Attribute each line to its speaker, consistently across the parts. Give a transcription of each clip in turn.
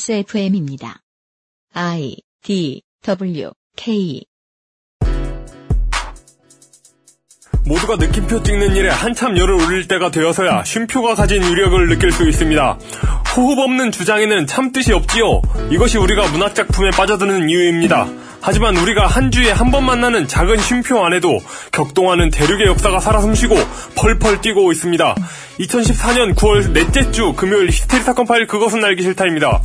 Speaker 1: XSFM입니다. I D W K
Speaker 2: 모두가 느낌표 찍는 일에 한참 열을 올릴 때가 되어서야 쉼표가 가진 위력을 느낄 수 있습니다. 호흡 없는 주장에는 참뜻이 없지요. 이것이 우리가 문학작품에 빠져드는 이유입니다. 하지만 우리가 한 주에 한 번 만나는 작은 쉼표 안에도 격동하는 대륙의 역사가 살아 숨쉬고 펄펄 뛰고 있습니다. 2014년 9월 넷째 주 금요일 히스테리 사건 파일 그것은 알기 싫다입니다.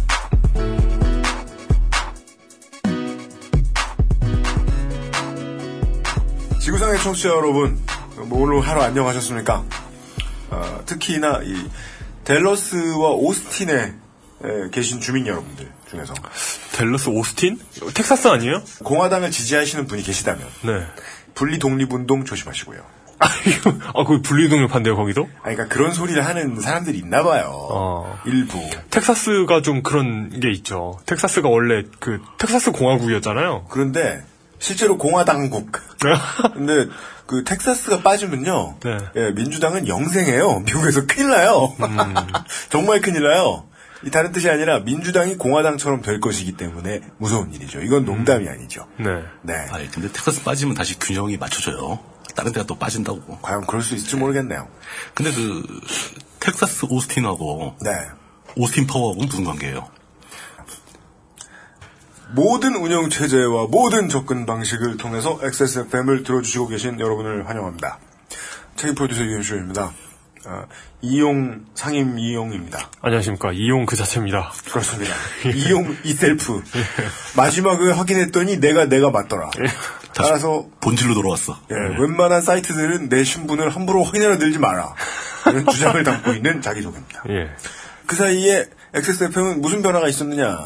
Speaker 3: 지구상의 청취자 여러분, 뭐 오늘 하루 안녕하셨습니까? 아, 특히나 이 델러스와 오스틴에 에, 계신 주민 여러분들 중에서
Speaker 2: 델러스 오스틴? 어, 텍사스 아니에요?
Speaker 3: 공화당을 지지하시는 분이 계시다면
Speaker 2: 네.
Speaker 3: 분리 독립운동 조심하시고요.
Speaker 2: 아, 이거, 아, 거기 분리동력파인데요, 거기도?
Speaker 3: 아니, 그러니까 그런 소리를 하는 사람들이 있나 봐요.
Speaker 2: 어.
Speaker 3: 일부.
Speaker 2: 텍사스가 좀 그런 게 있죠. 텍사스가 원래 그 텍사스 공화국이었잖아요.
Speaker 3: 그런데 실제로 공화당국. 근데 그 텍사스가 빠지면요.
Speaker 2: 네.
Speaker 3: 예, 민주당은 영생해요. 미국에서 큰일 나요. 정말 큰일 나요. 이 다른 뜻이 아니라 민주당이 공화당처럼 될 것이기 때문에 무서운 일이죠. 이건 농담이 아니죠.
Speaker 2: 네.
Speaker 3: 네.
Speaker 4: 아니, 근데 텍사스 빠지면 다시 균형이 맞춰져요. 다른 데가 또 빠진다고.
Speaker 3: 과연 그럴 수 있을지 모르겠네요.
Speaker 4: 근데 그, 텍사스 오스틴하고,
Speaker 3: 네.
Speaker 4: 오스틴 파워하고는 무슨 관계예요?
Speaker 3: 모든 운영 체제와 모든 접근 방식을 통해서 XSFM을 들어주시고 계신 여러분을 환영합니다. 책임 프로듀서 유현수입니다. 아, 이용 상임 이용입니다.
Speaker 2: 안녕하십니까. 이용 그 자체입니다.
Speaker 3: 그렇습니다. 이용 이셀프 마지막을 확인했더니 내가 내가 맞더라. 따라서
Speaker 4: 본질로 돌아왔어.
Speaker 3: 예, 웬만한 사이트들은 내 신분을 함부로 확인하려 들지 마라. 이런 주장을 담고 있는 자기소개입니다.
Speaker 2: 예.
Speaker 3: 그 사이에 XSFM은 무슨 변화가 있었느냐.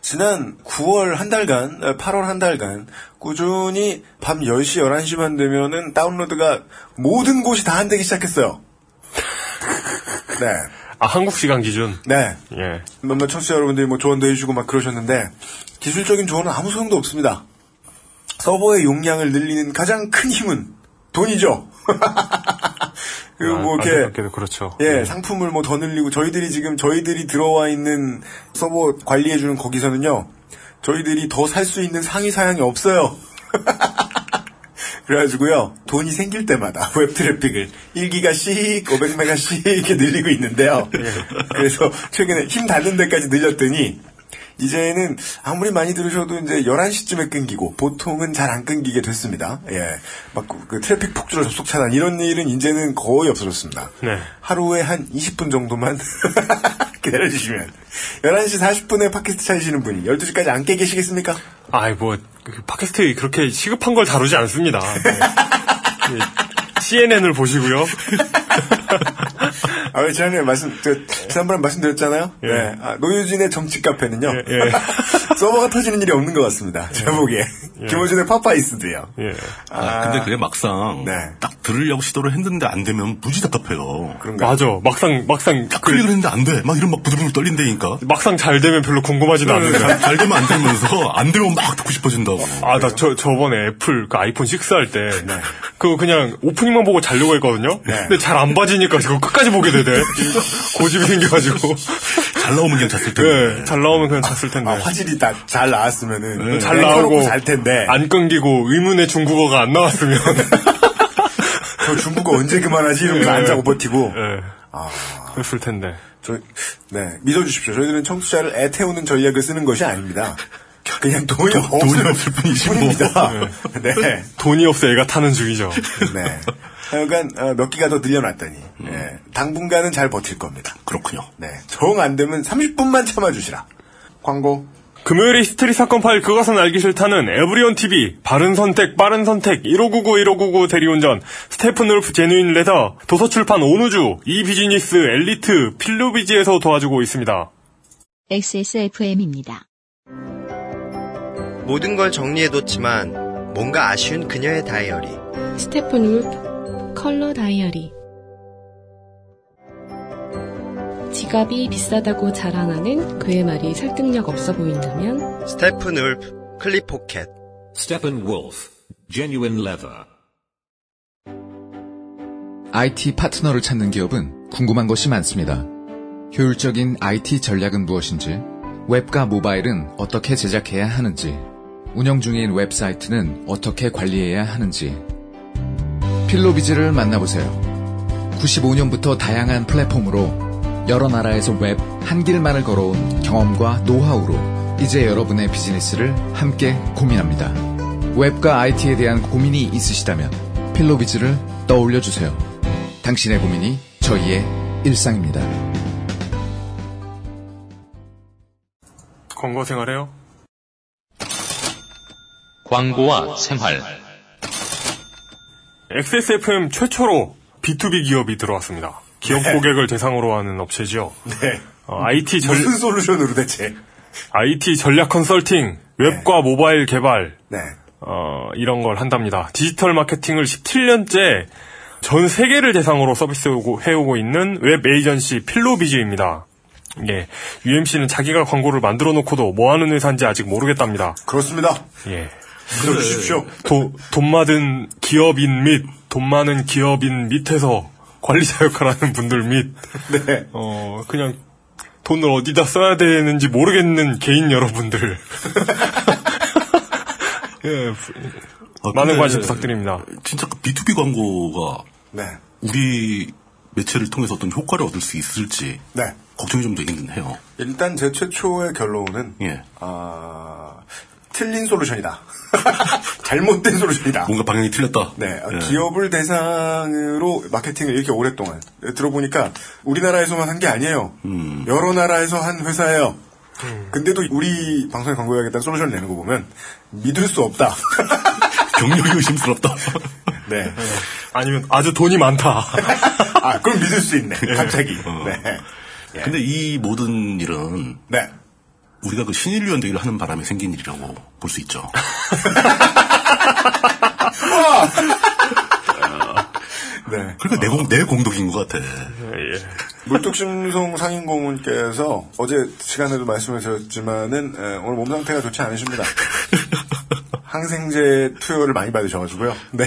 Speaker 3: 지난 9월 한 달간, 에, 8월 한 달간, 꾸준히 밤 10시, 11시만 되면은 다운로드가 모든 곳이 다 안 되기 시작했어요. 네.
Speaker 2: 아, 한국 시간 기준.
Speaker 3: 네.
Speaker 2: 예.
Speaker 3: 몇몇 청취자 여러분들이 뭐 조언도 해주시고 막 그러셨는데, 기술적인 조언은 아무 소용도 없습니다. 서버의 용량을 늘리는 가장 큰 힘은 돈이죠. 그리고 뭐
Speaker 2: 아,
Speaker 3: 이렇게
Speaker 2: 안타깝게도 그렇죠.
Speaker 3: 예, 상품을 뭐 더 늘리고 저희들이 지금 저희들이 들어와 있는 서버 관리해 주는 거기서는요. 저희들이 더 살 수 있는 상위 사양이 없어요. 그래가지고요 돈이 생길 때마다 웹 트래픽을 1기가씩 500메가씩 이렇게 늘리고 있는데요. 그래서 최근에 힘 닿는 데까지 늘렸더니 이제는 아무리 많이 들으셔도 이제 11시쯤에 끊기고 보통은 잘 안 끊기게 됐습니다. 예, 막 그 트래픽 폭주로 접속 차단 이런 일은 이제는 거의 없어졌습니다.
Speaker 2: 네.
Speaker 3: 하루에 한 20분 정도만 기다려주시면 11시 40분에 팟캐스트 찾으시는 분이 12시까지 안 깨 계시겠습니까?
Speaker 2: 아이, 뭐, 그 팟캐스트에 그렇게 시급한 걸 다루지 않습니다. 네. 예. CNN을 보시고요.
Speaker 3: 아, 왜 지난번에 말씀, 저, 지난번에 말씀드렸잖아요?
Speaker 2: 예.
Speaker 3: 네. 아, 노유진의 정치 카페는요.
Speaker 2: 예, 예.
Speaker 3: 서버가 터지는 일이 없는 것 같습니다. 제목에. 김호준의 파파이스도요.
Speaker 2: 예.
Speaker 4: 아, 근데 그게 막상,
Speaker 3: 네.
Speaker 4: 딱 들으려고 시도를 했는데 안 되면 무지 답답해요.
Speaker 3: 그런가요?
Speaker 2: 맞아. 막상, 막상,
Speaker 4: 딱
Speaker 2: 그,
Speaker 4: 클릭을 했는데 안 돼. 막 이런 막 부들부들 떨린다니까.
Speaker 2: 막상 잘 되면 별로 궁금하지도 않는다.
Speaker 4: 잘, 잘 되면 안 되면서, 안 되면 막 듣고 싶어진다고.
Speaker 2: 아, 나 저, 저번에 애플, 그 아이폰 6 할 때,
Speaker 3: 네.
Speaker 2: 그거 그냥 오프닝만 보고 자려고 했거든요? 근데 잘 안 봐지니까 그거 끝까지 보게 되네. 고집이 생겨가지고.
Speaker 4: 잘 나오면 그냥 잤을 텐데.
Speaker 2: 예, 잘 나오면 그냥 잤을 텐데.
Speaker 3: 아, 화질이 다, 잘 나왔으면은.
Speaker 2: 음, 잘
Speaker 3: 그냥 켜놓고
Speaker 2: 나오고, 아.
Speaker 3: 잘 텐데.
Speaker 2: 안 끊기고, 의문의 중국어가 안 나왔으면.
Speaker 3: 저 중국어 언제 그만하지? 이러면서
Speaker 2: 예.
Speaker 3: 안 자고 버티고. 아,
Speaker 2: 예. 그랬을 텐데.
Speaker 3: 저, 네. 믿어주십시오. 저희들은 청취자를 애태우는 전략을 쓰는 것이 아닙니다. 그냥 돈이 없을,
Speaker 4: 돈이 없을 뿐이지 뭐.
Speaker 3: 뿐입니다. 네.
Speaker 2: 돈이 없어 애가 타는 중이죠.
Speaker 3: 네. 하여간 어, 몇 기가 더 늘려놨더니 예, 당분간은 잘 버틸 겁니다.
Speaker 4: 그렇군요.
Speaker 3: 네. 정 안 되면 30분만 참아주시라. 광고.
Speaker 2: 금요일에 히스테리 사건 파일 그것은 알기 싫다는 에브리온 TV 바른 선택 빠른 선택 1599 1599 대리운전 스테픈 울프 제누인 레더 도서출판 온우주 이비즈니스 엘리트 필로비지에서 도와주고 있습니다.
Speaker 1: XSFM입니다.
Speaker 5: 모든 걸 정리해뒀지만 뭔가 아쉬운 그녀의 다이어리
Speaker 6: 스테픈 울프 컬러 다이어리 지갑이 비싸다고 자랑하는 그의 말이 설득력 없어 보인다면
Speaker 5: 스테픈 울프 클립 포켓
Speaker 7: Steppenwolf, genuine leather.
Speaker 8: IT 파트너를 찾는 기업은 궁금한 것이 많습니다. 효율적인 IT 전략은 무엇인지, 웹과 모바일은 어떻게 제작해야 하는지, 운영 중인 웹사이트는 어떻게 관리해야 하는지, 필로비즈를 만나보세요. 95년부터 다양한 플랫폼으로 여러 나라에서 웹 한 길만을 걸어온 경험과 노하우로 이제 여러분의 비즈니스를 함께 고민합니다. 웹과 IT에 대한 고민이 있으시다면 필로비즈를 떠올려 주세요. 당신의 고민이 저희의 일상입니다.
Speaker 2: 광고 생활해요?
Speaker 9: 광고와 생활.
Speaker 2: XSFM 최초로 B2B 기업이 들어왔습니다. 기업 고객을 대상으로 하는 업체죠.
Speaker 3: 네.
Speaker 2: 어, IT 전
Speaker 3: 무슨 솔루션으로 대체?
Speaker 2: IT 전략 컨설팅, 웹과 모바일 개발,
Speaker 3: 네.
Speaker 2: 어, 이런 걸 한답니다. 디지털 마케팅을 17년째 전 세계를 대상으로 서비스 오고- 해오고 있는 웹 에이전시 필로비즈입니다. 예. UMC는 자기가 광고를 만들어 놓고도 뭐 하는 회사인지 아직 모르겠답니다.
Speaker 3: 그렇습니다.
Speaker 2: 예.
Speaker 3: 들어주십시오.
Speaker 2: 도- 돈 많은 기업인 및 돈 많은 기업인 밑에서 관리자 역할하는 분들 및,
Speaker 3: 네.
Speaker 2: 어, 그냥 돈을 어디다 써야 되는지 모르겠는 개인 여러분들. 예,
Speaker 4: 아,
Speaker 2: 많은
Speaker 4: 근데
Speaker 2: 관심 부탁드립니다.
Speaker 4: 진짜 그 B2B 광고가
Speaker 3: 네.
Speaker 4: 우리 매체를 통해서 어떤 효과를 얻을 수 있을지
Speaker 3: 네.
Speaker 4: 걱정이 좀 되긴 해요.
Speaker 3: 일단 제 최초의 결론은
Speaker 4: 예.
Speaker 3: 아, 틀린 솔루션이다. 잘못된 솔루션이다.
Speaker 4: 뭔가 방향이 틀렸다.
Speaker 3: 네, 아,
Speaker 4: 음. 예.
Speaker 3: 기업을 대상으로 마케팅을 이렇게 오랫동안 네, 들어보니까 우리나라에서만 한 게 아니에요. 여러 나라에서 한 회사예요. 근데도 우리 방송에 광고해야겠다는 솔루션을 내는 거 보면 믿을 수 없다.
Speaker 4: 경력이 의심스럽다.
Speaker 3: 네.
Speaker 2: 아니면 아주 돈이 많다.
Speaker 3: 아, 그럼 믿을 수 있네. 갑자기.
Speaker 4: 어.
Speaker 3: 네.
Speaker 4: 근데 이 모든 일은
Speaker 3: 네.
Speaker 4: 우리가 그 신인류 연대기를 하는 바람에 생긴 일이라고 볼 수 있죠.
Speaker 3: 네.
Speaker 4: 그러니까 내, 공, 내 공덕인 것 같아.
Speaker 3: 물뚝심송 상인고문께서 어제 시간에도 말씀을 드렸지만은 에, 오늘 몸 상태가 좋지 않으십니다. 항생제 투여를 많이 받으셔가지고요. 네.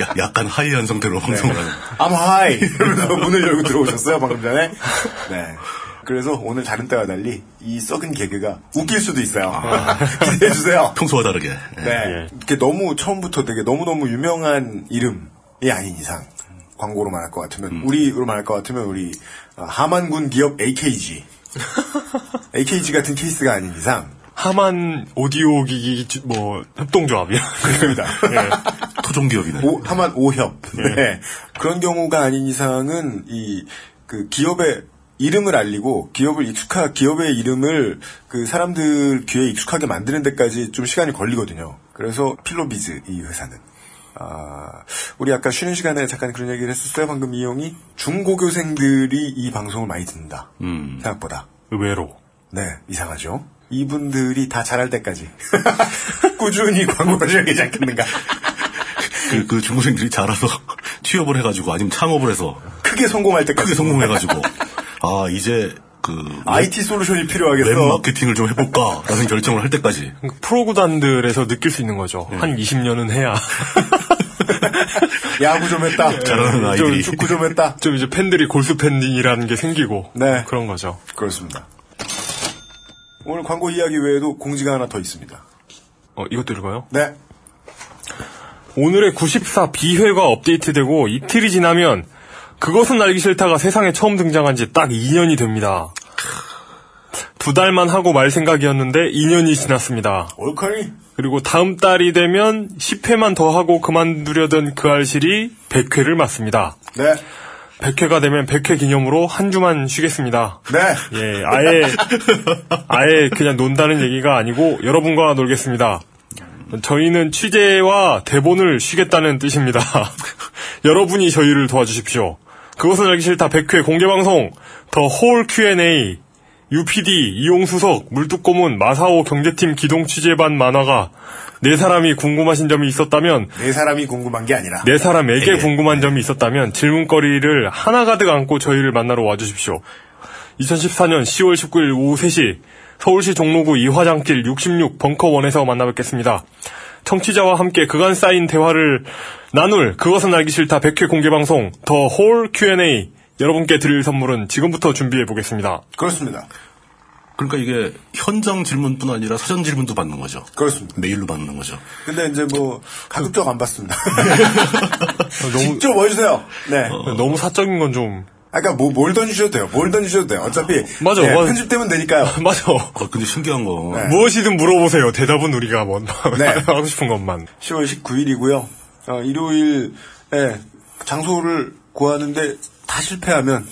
Speaker 4: 야, 약간 하이한 상태로 방송을 하는.
Speaker 3: I'm high! 이러면서 문을 열고 들어오셨어요, 방금 전에. 네. 그래서 오늘 다른 때와 달리 이 썩은 개그가 웃길 수도 있어요. 기대해주세요.
Speaker 4: 평소와 다르게. 예.
Speaker 3: 네. 이게 너무 처음부터 되게 너무너무 유명한 이름이 아닌 이상 광고로 말할 것 같으면 우리로 말할 것 같으면 우리 어, 하만군 기업 AKG AKG 같은 케이스가 아닌 이상
Speaker 2: 하만 오디오 기기 주- 뭐 협동조합이요.
Speaker 3: 그렇습니다.
Speaker 4: 토종 기업이네.
Speaker 3: 오, 하만 오협. 네. 그런 경우가 아닌 이상은 이 그 기업의 이름을 알리고 기업을 익숙하 기업의 이름을 그 사람들 귀에 익숙하게 만드는 데까지 좀 시간이 걸리거든요. 그래서 필로비즈 이 회사는 아 우리 아까 쉬는 시간에 잠깐 그런 얘기를 했었어요. 방금 이용이 중고교생들이 이 방송을 많이 듣는다. 생각보다
Speaker 2: 의외로.
Speaker 3: 네, 이상하죠. 이분들이 다 잘할 때까지 꾸준히 광고를 해야 되지 않겠는가.
Speaker 4: 그, 그 중고생들이 자라서 취업을 해가지고 아니면 창업을 해서
Speaker 3: 크게 성공할 때까지
Speaker 4: 크게 성공해가지고 아 이제 그
Speaker 3: IT 아, 솔루션이
Speaker 4: 웹
Speaker 3: 필요하겠어.
Speaker 4: 마케팅을 좀 해볼까라는 결정을 할 때까지
Speaker 2: 그러니까 프로구단들에서 느낄 수 있는 거죠. 한 20년은 해야.
Speaker 3: 야구 좀 했다.
Speaker 4: 잘하는
Speaker 3: 좀
Speaker 4: 아이들이.
Speaker 3: 축구 좀 했다.
Speaker 2: 좀 이제 팬들이 골수 팬이라는 게 생기고
Speaker 3: 네.
Speaker 2: 그런 거죠.
Speaker 3: 그렇습니다. 오늘 광고 이야기 외에도 공지가 하나 더 있습니다.
Speaker 2: 어, 이것도 읽어요?
Speaker 3: 네.
Speaker 2: 오늘의 94 B회가 업데이트되고 이틀이 지나면 그것은 알기 싫다가 세상에 처음 등장한 지 딱 2년이 됩니다. 두 달만 하고 말 생각이었는데 2년이 지났습니다.
Speaker 3: 올커리?
Speaker 2: 그리고 다음 달이 되면 10회만 더 하고 그만두려던 그 알실이 100회를 맞습니다.
Speaker 3: 네.
Speaker 2: 100회가 되면 100회 기념으로 한 주만 쉬겠습니다.
Speaker 3: 네.
Speaker 2: 예, 아예, 아예 그냥 논다는 얘기가 아니고 여러분과 놀겠습니다. 저희는 취재와 대본을 쉬겠다는 뜻입니다. 여러분이 저희를 도와주십시오. 그것은 알기 싫다 100회 공개방송, 더 홀 Q&A, UPD, 이용수석, 물뚝고문, 마사오 경제팀 기동 취재반 만화가 네 사람이 궁금하신 점이 있었다면
Speaker 3: 네 사람이 궁금한 게 아니라.
Speaker 2: 네 사람에게 궁금한 점이 있었다면 질문거리를 하나가득 안고 저희를 만나러 와주십시오. 2014년 10월 19일 오후 3시 서울시 종로구 이화장길 66 벙커원에서 만나뵙겠습니다. 청취자와 함께 그간 쌓인 대화를 나눌 그것은 알기 싫다 100회 공개방송 더 홀 Q&A 여러분께 드릴 선물은 지금부터 준비해 보겠습니다.
Speaker 3: 그렇습니다.
Speaker 4: 그러니까 이게 현장 질문뿐 아니라 사전 질문도 받는 거죠.
Speaker 3: 그렇습니다.
Speaker 4: 메일로 받는 거죠.
Speaker 3: 근데 이제 뭐 가급적 안 봤습니다. 직접 보여주세요. 네.
Speaker 4: 어.
Speaker 2: 어, 너무 사적인 건 좀
Speaker 3: 아까 뭐 뭘 던지셔도 돼요. 뭘 던지셔도 돼요. 어차피
Speaker 2: 맞아,
Speaker 3: 네,
Speaker 2: 맞아.
Speaker 3: 편집되면 되니까요.
Speaker 2: 맞아.
Speaker 4: 어, 근데 신기한 뭐 거
Speaker 3: 네.
Speaker 2: 무엇이든 물어보세요. 대답은 우리가 뭔
Speaker 3: 네.
Speaker 2: 하고 싶은 것만.
Speaker 3: 10월 19일이고요. 어, 일요일에 장소를 구하는데 다 실패하면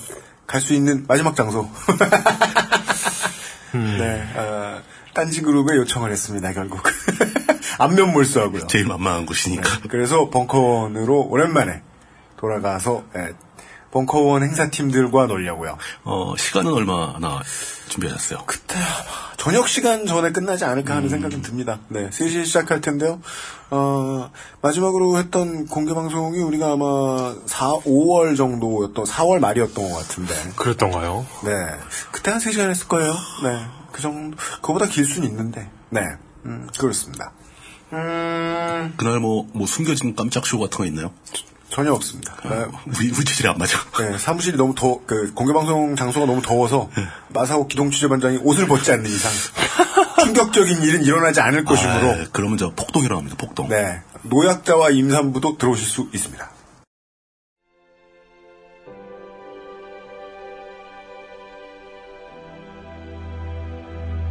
Speaker 3: 갈 수 있는 마지막 장소. 네, 어, 딴지그룹에 요청을 했습니다. 결국 안면 몰수하고요.
Speaker 4: 제일 만만한
Speaker 3: 네.
Speaker 4: 곳이니까.
Speaker 3: 그래서 벙커원으로 오랜만에 돌아가서 예, 벙커원 행사팀들과 놀려고요.
Speaker 4: 어, 시간은 얼마나 준비하셨어요?
Speaker 3: 그때 아마 저녁 시간 전에 끝나지 않을까 하는 생각이 좀 듭니다. 네, 3시에 시작할 텐데요. 어, 마지막으로 했던 공개 방송이 우리가 아마 4, 5월 정도였던, 4월 말이었던 것 같은데.
Speaker 2: 그랬던가요?
Speaker 3: 네. 그때 한 3시간 했을 거예요. 네. 그 정도, 그거보다 길 순 있는데. 네. 음, 그렇습니다. 음,
Speaker 4: 그날 뭐, 뭐 숨겨진 깜짝 쇼 같은 거 있나요? 어,
Speaker 3: 전혀 없습니다. 네.
Speaker 4: 우리, 우리 체질이 안 맞아.
Speaker 3: 네, 사무실이 너무 더, 그, 공개방송 장소가 너무 더워서, 마사오 기동 취재반장이 옷을 벗지 않는 이상, 충격적인 일은 일어나지 않을 것이므로,
Speaker 4: 아, 그러면 저 폭동이 일어납니다, 폭동.
Speaker 3: 네. 노약자와 임산부도 들어오실 수 있습니다.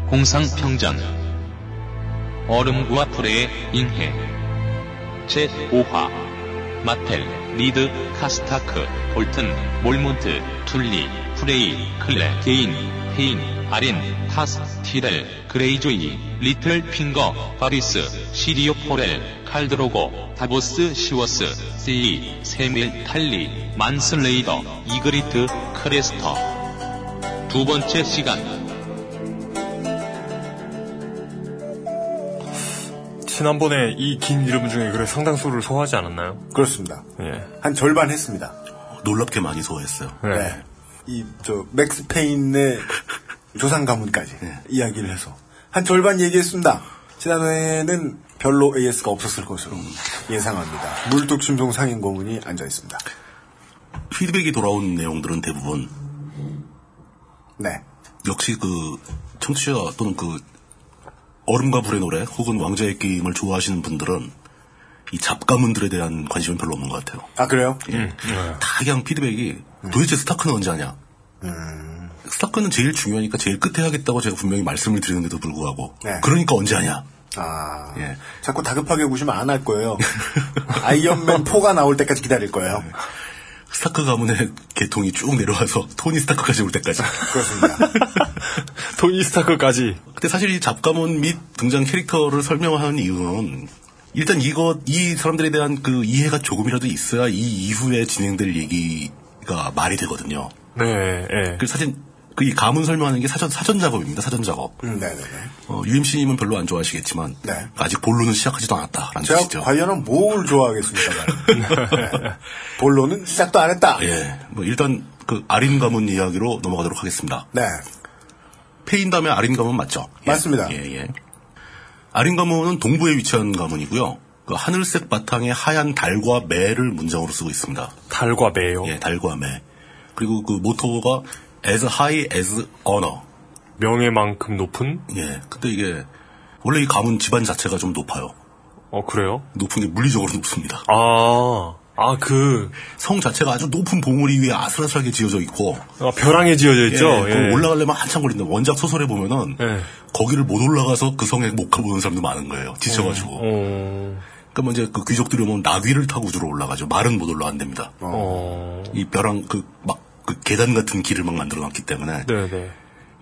Speaker 9: 공상평전 얼음과 불의 인해 제5화 마텔, 리드, 카스타크, 볼튼, 몰몬트, 툴리, 프레이, 클레, 게인, 페인, 아린, 타스, 티렐, 그레이조이, 리틀 핑거, 바리스, 시리오 포렐, 칼드로고, 다보스 시워스, 세이, 세밀 탈리, 만슬레이더, 이그리트, 크레스터 두 번째 시간
Speaker 2: 지난번에 이 긴 이름 중에 그래 상당수를 소화하지 않았나요?
Speaker 3: 그렇습니다.
Speaker 2: 예.
Speaker 3: 한 절반 했습니다.
Speaker 4: 놀랍게 많이 소화했어요.
Speaker 2: 네.
Speaker 3: 네. 이, 저, 맥스 페인의 조상 가문까지 이야기를 해서. 한 절반 얘기했습니다. 지난해에는 별로 AS가 없었을 것으로 예상합니다. 물뚝심송 상인 고문이 앉아있습니다.
Speaker 4: 피드백이 돌아온 내용들은 대부분
Speaker 3: 네.
Speaker 4: 역시 그 청취자 또는 그 얼음과 불의 노래 혹은 왕자의 게임을 좋아하시는 분들은 이 잡가문들에 대한 관심은 별로 없는 것 같아요.
Speaker 3: 아, 그래요?
Speaker 4: 예. 다 그냥 피드백이 도대체 스타크는 언제 하냐. 스타크는 제일 중요하니까 제일 끝에 하겠다고 제가 분명히 말씀을 드리는데도 불구하고
Speaker 3: 네.
Speaker 4: 그러니까 언제 하냐.
Speaker 3: 아.
Speaker 4: 예.
Speaker 3: 자꾸 다급하게 구시면 안 할 거예요. 아이언맨 4가 나올 때까지 기다릴 거예요.
Speaker 4: 스타크 가문의 계통이 쭉 내려와서 토니 스타크까지 올 때까지.
Speaker 3: 그렇습니다.
Speaker 2: 토니 스타크까지.
Speaker 4: 근데 사실 이 잡가문 및 등장 캐릭터를 설명하는 이유는 일단 이것 이 사람들에 대한 그 이해가 조금이라도 있어야 이 이후에 진행될 얘기가 말이 되거든요.
Speaker 2: 네. 예.
Speaker 4: 그 사실 그 이 가문 설명하는 게 사전 사전 작업입니다. 사전 작업.
Speaker 3: 음, 네네네.
Speaker 4: 어, UMC님은 별로 안 좋아하시겠지만
Speaker 3: 네.
Speaker 4: 아직 본론은 시작하지도 않았다라는
Speaker 3: 제가
Speaker 4: 뜻이죠.
Speaker 3: 과연은 뭘 좋아하겠습니까? 네. 본론은 시작도 안 했다.
Speaker 4: 예, 뭐 일단 그 아린 가문 이야기로 넘어가도록 하겠습니다.
Speaker 3: 네.
Speaker 4: 페인 다음에 아린 가문 맞죠? 예.
Speaker 3: 맞습니다.
Speaker 4: 예, 예. 아린 가문은 동부에 위치한 가문이고요. 그 하늘색 바탕에 하얀 달과 매를 문장으로 쓰고 있습니다.
Speaker 2: 달과 매요.
Speaker 4: 예, 달과 매. 그리고 그 모토가 as high as honor.
Speaker 2: 명예만큼 높은?
Speaker 4: 예. 근데 이게 원래 이 가문 집안 자체가 좀 높아요.
Speaker 2: 어, 그래요?
Speaker 4: 높은 게 물리적으로 높습니다.
Speaker 2: 아, 아, 그,
Speaker 4: 성 자체가 아주 높은 봉우리 위에 아슬아슬하게 지어져 있고
Speaker 2: 아, 벼랑에 지어져 있죠?
Speaker 4: 예, 거기
Speaker 2: 예.
Speaker 4: 올라가려면 한참 걸리는데 원작 소설에 보면은
Speaker 2: 예.
Speaker 4: 거기를 못 올라가서 그 성에 못 가보는 사람도 많은 거예요. 지쳐가지고.
Speaker 2: 어,
Speaker 4: 그러면 이제 그 귀족들이 오면 나귀를 타고 주로 올라가죠. 말은 못 올라간답니다.
Speaker 2: 어,
Speaker 4: 이 벼랑 그 막 그 계단 같은 길을 막 만들어놨기 때문에 그러니까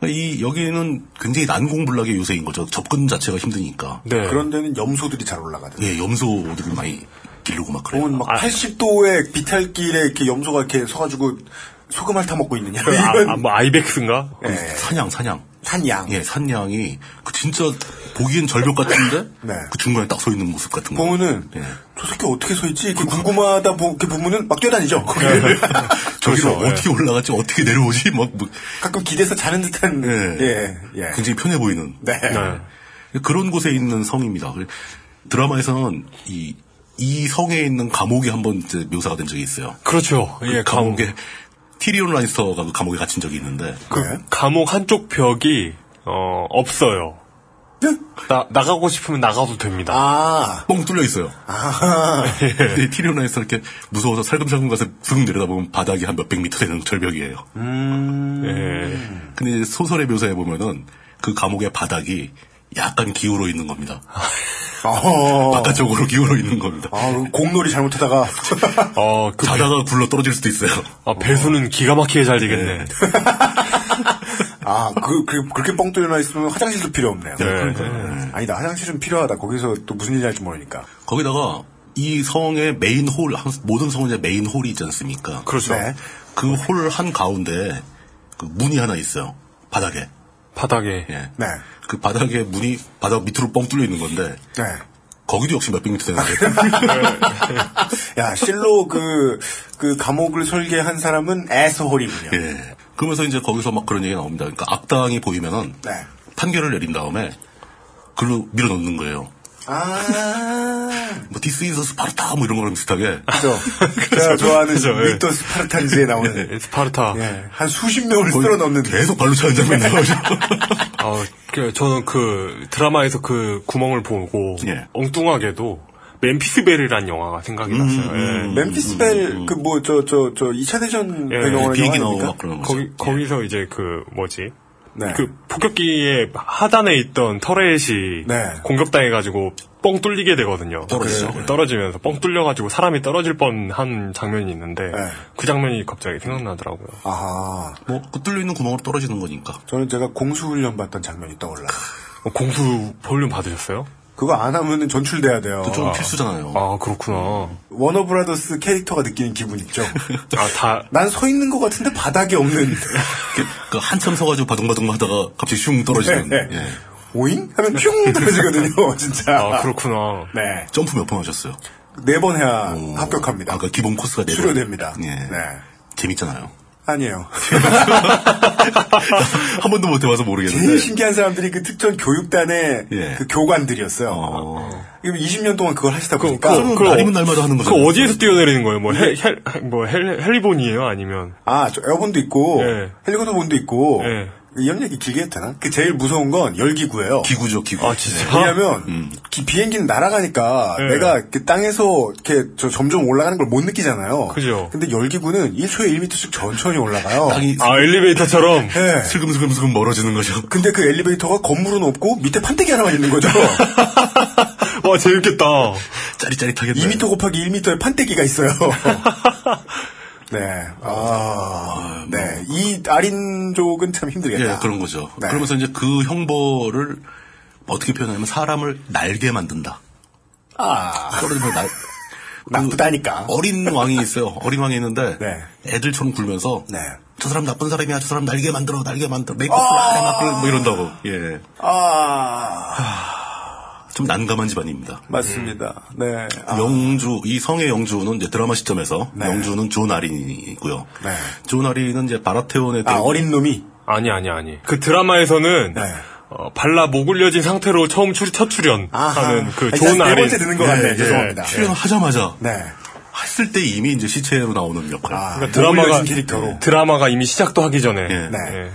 Speaker 2: 네네.
Speaker 4: 이 여기는 굉장히 난공불락의 요새인 거죠. 접근 자체가 힘드니까.
Speaker 2: 네.
Speaker 3: 그런 데는 염소들이 잘 올라가던데.
Speaker 4: 예, 염소들을 많이 기르고 막
Speaker 2: 어,
Speaker 4: 그래요.
Speaker 2: 네.
Speaker 3: 보면 막 80도의 비탈길에 이렇게 염소가 이렇게 서가지고 소금알 타먹고 있느냐. 이런
Speaker 2: 아, 아, 뭐, 아이벡스인가?
Speaker 4: 그 사냥, 사냥.
Speaker 3: 산양.
Speaker 4: 예, 산양이 그 진짜 보기엔 절벽 같은데
Speaker 3: 네.
Speaker 4: 그 중간에 딱 서 있는 모습 같은 거.
Speaker 3: 보면은
Speaker 4: 예.
Speaker 3: 저 새끼 어떻게 서있지? 이렇게 궁금하다 보, 이렇게 보면은 막 뛰어다니죠.
Speaker 4: 아.
Speaker 3: 거기를.
Speaker 4: 저기로
Speaker 2: 그렇죠, 예.
Speaker 4: 어떻게 올라갔지? 어떻게 내려오지? 막 뭐,
Speaker 3: 가끔 기대서 자는 듯한
Speaker 4: 예.
Speaker 3: 예. 예.
Speaker 4: 굉장히 편해 보이는
Speaker 3: 네.
Speaker 4: 그런 곳에 있는 성입니다. 그래- 드라마에서는 이, 이 성에 있는 감옥이 한번 이제 묘사가 된 적이 있어요.
Speaker 2: 그렇죠.
Speaker 4: 그
Speaker 2: 예, 감옥.
Speaker 4: 감옥에 티리온 라니스터가 그 감옥에 갇힌 적이 있는데
Speaker 2: 그 감옥 한쪽 벽이 어, 없어요. 나, 나가고 싶으면 나가도 됩니다.
Speaker 3: 아,
Speaker 4: 뻥 뚫려 있어요.
Speaker 3: 아,
Speaker 4: 근데 티리오나에서 이렇게 무서워서 살금살금 가서 쭉 내려다보면 바닥이 한 몇백 미터 되는 절벽이에요.
Speaker 2: 음.
Speaker 4: 음.
Speaker 2: 예.
Speaker 4: 근데 이제 소설의 묘사에 보면은 그 감옥의 바닥이 약간 기울어 있는 겁니다.
Speaker 2: 아.
Speaker 3: 어,
Speaker 4: 바깥쪽으로 기울어 있는 겁니다.
Speaker 3: 아, 공놀이 잘못하다가
Speaker 2: 어, 그,
Speaker 4: 자다가 굴러 떨어질 수도 있어요.
Speaker 2: 아, 배수는 기가 막히게 잘 되겠네.
Speaker 3: 아, 그, 그, 그렇게 뻥 뚫려 있으면 화장실도 필요 없네요. 음.
Speaker 2: 네.
Speaker 3: 아니다, 화장실은 필요하다. 거기서 또 무슨 일이 날지 모르니까.
Speaker 4: 거기다가 이 성의 메인 홀, 한- 모든 성은 이제 메인 홀이 있지 않습니까?
Speaker 2: 그렇죠.
Speaker 3: 네.
Speaker 4: 그 홀 한 가운데 그 문이 하나 있어요. 바닥에.
Speaker 2: 바닥에.
Speaker 4: 예.
Speaker 3: 네.
Speaker 4: 그 바닥에 문이 바닥 밑으로 뻥 뚫려 있는 건데
Speaker 3: 네.
Speaker 4: 거기도 역시 몇백 미터 되는데
Speaker 3: 야, 실로 그, 그 감옥을 설계한 사람은 애서홀이군요.
Speaker 4: 예. 그러면서 이제 거기서 막 그런 얘기가 나옵니다. 그러니까 악당이 보이면은
Speaker 3: 네.
Speaker 4: 판결을 내린 다음에 글로 밀어넣는 거예요.
Speaker 3: 아.
Speaker 4: 뭐 디스 이즈 스파르타 뭐 이런 거랑 비슷하게
Speaker 3: 그죠. 제가 좋아하는
Speaker 2: 그죠, 예.
Speaker 3: 미토 스파르탄즈에 나오는
Speaker 2: 예, 스파르타.
Speaker 3: 예, 한 수십 명을
Speaker 4: 거의
Speaker 3: 쓸어 넣는 네.
Speaker 4: 계속 발로 차는 장면이 나오죠.
Speaker 2: 아, 그, 저는 그 드라마에서 그 구멍을 보고
Speaker 4: 예.
Speaker 2: 엉뚱하게도 멤피스벨이라는 영화가 생각이
Speaker 4: 음,
Speaker 2: 났어요. 예.
Speaker 3: 멤피스벨 그 뭐 저 저 저 2차 대전
Speaker 2: 예,
Speaker 3: 배경으로 영화
Speaker 4: 비행기 나오고
Speaker 3: 아닙니까?
Speaker 4: 막 그런 거죠.
Speaker 2: 네. 거기 거기서 이제 그 뭐지?
Speaker 4: 예.
Speaker 3: 네.
Speaker 2: 그 폭격기의 하단에 있던 터렛이
Speaker 3: 네.
Speaker 2: 공격당해가지고 뻥 뚫리게 되거든요.
Speaker 4: 떨어지죠. 예.
Speaker 2: 그래서 떨어지면서 뻥 뚫려가지고 사람이 떨어질 뻔한 장면이 있는데
Speaker 4: 예.
Speaker 3: 네.
Speaker 2: 그 장면이 갑자기 생각나더라고요.
Speaker 3: 아하.
Speaker 4: 뭐그 뚫려 있는 구멍으로 떨어지는 거니까.
Speaker 3: 저는 제가 공수훈련 받던 장면이 떠올라.
Speaker 2: 어, 공수 볼륨 받으셨어요?
Speaker 3: 그거 안 하면은 전출돼야 돼요.
Speaker 4: 좀 필수잖아요.
Speaker 2: 아 그렇구나.
Speaker 4: 음.
Speaker 3: 워너브라더스 캐릭터가 느끼는 기분 있죠.
Speaker 2: 아다
Speaker 3: 난 서 있는 것 같은데 바닥이 없는
Speaker 4: 이렇게 그 한참 서가지고 바둥바둥 하다가 갑자기 슝 떨어지는.
Speaker 3: 예.
Speaker 4: 예.
Speaker 3: 오잉 하면 퓨 떨어지거든요. 진짜.
Speaker 2: 아, 그렇구나.
Speaker 3: 네.
Speaker 4: 점프 몇 번 하셨어요?
Speaker 3: 네 번 해야 합격합니다.
Speaker 4: 아까 기본 코스가 네 번.
Speaker 3: 수료됩니다.
Speaker 4: 예. 네.
Speaker 3: 네.
Speaker 4: 재밌잖아요.
Speaker 3: 아니에요.
Speaker 4: 한 번도 못 해봐서
Speaker 3: 제일
Speaker 4: 모르겠는데.
Speaker 3: 신기한 사람들이 그 특전 교육단의
Speaker 4: 예.
Speaker 3: 그 교관들이었어요.
Speaker 4: 어.
Speaker 3: 그럼 20년 동안 그걸 하시다 보니까
Speaker 4: 그럼 날이면 날마다 하는 거죠.
Speaker 2: 그 어디에서 뛰어내리는 거예요? 뭐,
Speaker 3: 네.
Speaker 2: 헬, 헬, 뭐 헬, 헬리본이에요? 아니면?
Speaker 3: 아, 저 에어본도 있고
Speaker 2: 예.
Speaker 3: 헬리콥터본도 있고
Speaker 2: 예.
Speaker 3: 이런 얘기 길게 해도 되나? 그 제일 무서운 건 열기구예요.
Speaker 4: 기구죠, 기구.
Speaker 2: 아, 진짜?
Speaker 3: 왜냐하면
Speaker 4: 음.
Speaker 3: 기- 비행기는 날아가니까
Speaker 2: 예.
Speaker 3: 내가 그 땅에서 이렇게 저 점점 올라가는 걸 못 느끼잖아요.
Speaker 2: 그죠.
Speaker 3: 근데 열기구는 1초에 1m씩 천천히 올라가요.
Speaker 4: 땅이
Speaker 2: 아, 엘리베이터처럼?
Speaker 3: 예.
Speaker 4: 네. 슬금슬금슬금 멀어지는 거죠.
Speaker 3: 근데 그 엘리베이터가 건물은 없고 밑에 판때기 하나만 있는 거죠.
Speaker 2: 와, 재밌겠다.
Speaker 4: 짜릿짜릿하겠네.
Speaker 3: 2m 곱하기 1m의 판때기가 있어요. 네. 아, 네. 이 아린족은 참 힘들겠다.
Speaker 4: 예, 그런 거죠.
Speaker 3: 네.
Speaker 4: 그러면서 이제 그 형벌을 어떻게 표현하면 사람을 날게 만든다.
Speaker 3: 아,
Speaker 4: 떨어지면 날.
Speaker 3: 나쁘다니까.
Speaker 4: 어린 왕이 있어요. 어린 왕이 있는데
Speaker 3: 네.
Speaker 4: 애들처럼 굴면서
Speaker 3: 네.
Speaker 4: 저 사람 나쁜 사람이야. 저 사람 날개 만들어. 날개 만들어. 메이크업 해, 막 그런- 뭐 이런다고. 예.
Speaker 3: 아,
Speaker 4: 좀 난감한 집안입니다.
Speaker 3: 맞습니다. 네. 아,
Speaker 4: 영주 이 성의 영주는 이제 드라마 시점에서
Speaker 3: 네.
Speaker 4: 영주는 존 아린이고요.
Speaker 3: 네.
Speaker 4: 존 아린은 이제 바라테온의
Speaker 3: 아, 어린 놈이.
Speaker 2: 아니, 아니, 아니. 그 드라마에서는,
Speaker 3: 네.
Speaker 2: 어, 발라 목 울려진 상태로 처음 출, 첫 출연
Speaker 3: 아하.
Speaker 2: 하는 그
Speaker 3: 아,
Speaker 2: 좋은 예.
Speaker 3: 네
Speaker 2: 아린.
Speaker 3: 번째 듣는 것 같네요. 죄송합니다.
Speaker 4: 출연하자마자
Speaker 3: 네.
Speaker 4: 했을 때 이미 이제 시체로 나오는 역할.
Speaker 3: 아,
Speaker 2: 그러니까 드라마가,
Speaker 3: 몰려진 캐릭터로.
Speaker 2: 드라마가 이미 시작도 하기 전에.
Speaker 4: 예.
Speaker 3: 네.
Speaker 2: 예.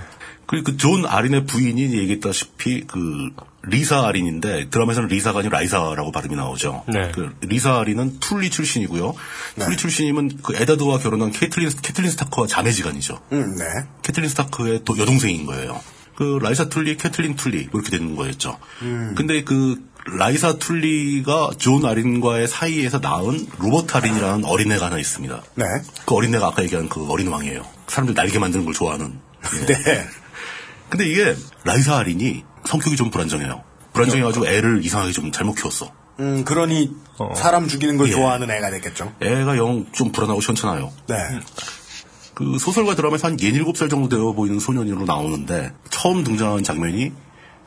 Speaker 4: 그리고 그 존 아린의 부인이 얘기했다시피 그 리사 아린인데 드라마에서는 리사가 아니라 라이사라고 발음이 나오죠.
Speaker 2: 네.
Speaker 4: 그 리사 아린은 툴리 출신이고요.
Speaker 3: 네.
Speaker 4: 툴리 출신이면 그 에다드와 결혼한 케틀린 케틀린 스타크와 자매지간이죠.
Speaker 3: 음, 네.
Speaker 4: 캐틀린 스타크의 또 여동생인 거예요. 그 라이사 툴리, 캐틀린 툴리 뭐 이렇게 되는 거였죠. 근데 그 라이사 툴리가 존 아린과의 사이에서 낳은 로버트 아린이라는 어린애가 하나 있습니다.
Speaker 3: 네.
Speaker 4: 그 어린애가 아까 얘기한 그 어린 왕이에요. 사람들 날개 만드는 걸 좋아하는. 예.
Speaker 3: 네.
Speaker 4: 근데 이게 라이사 아린이 성격이 좀 불안정해요. 불안정해가지고 애를 이상하게 좀 잘못 키웠어.
Speaker 3: 음, 그러니
Speaker 2: 어.
Speaker 3: 사람 죽이는
Speaker 2: 예.
Speaker 3: 걸 좋아하는 애가 됐겠죠.
Speaker 4: 애가 영 좀 불안하고 시원찮아요.
Speaker 3: 네.
Speaker 4: 그 소설과 드라마에서 한 17살 정도 되어 보이는 소년으로 나오는데 처음 등장하는 장면이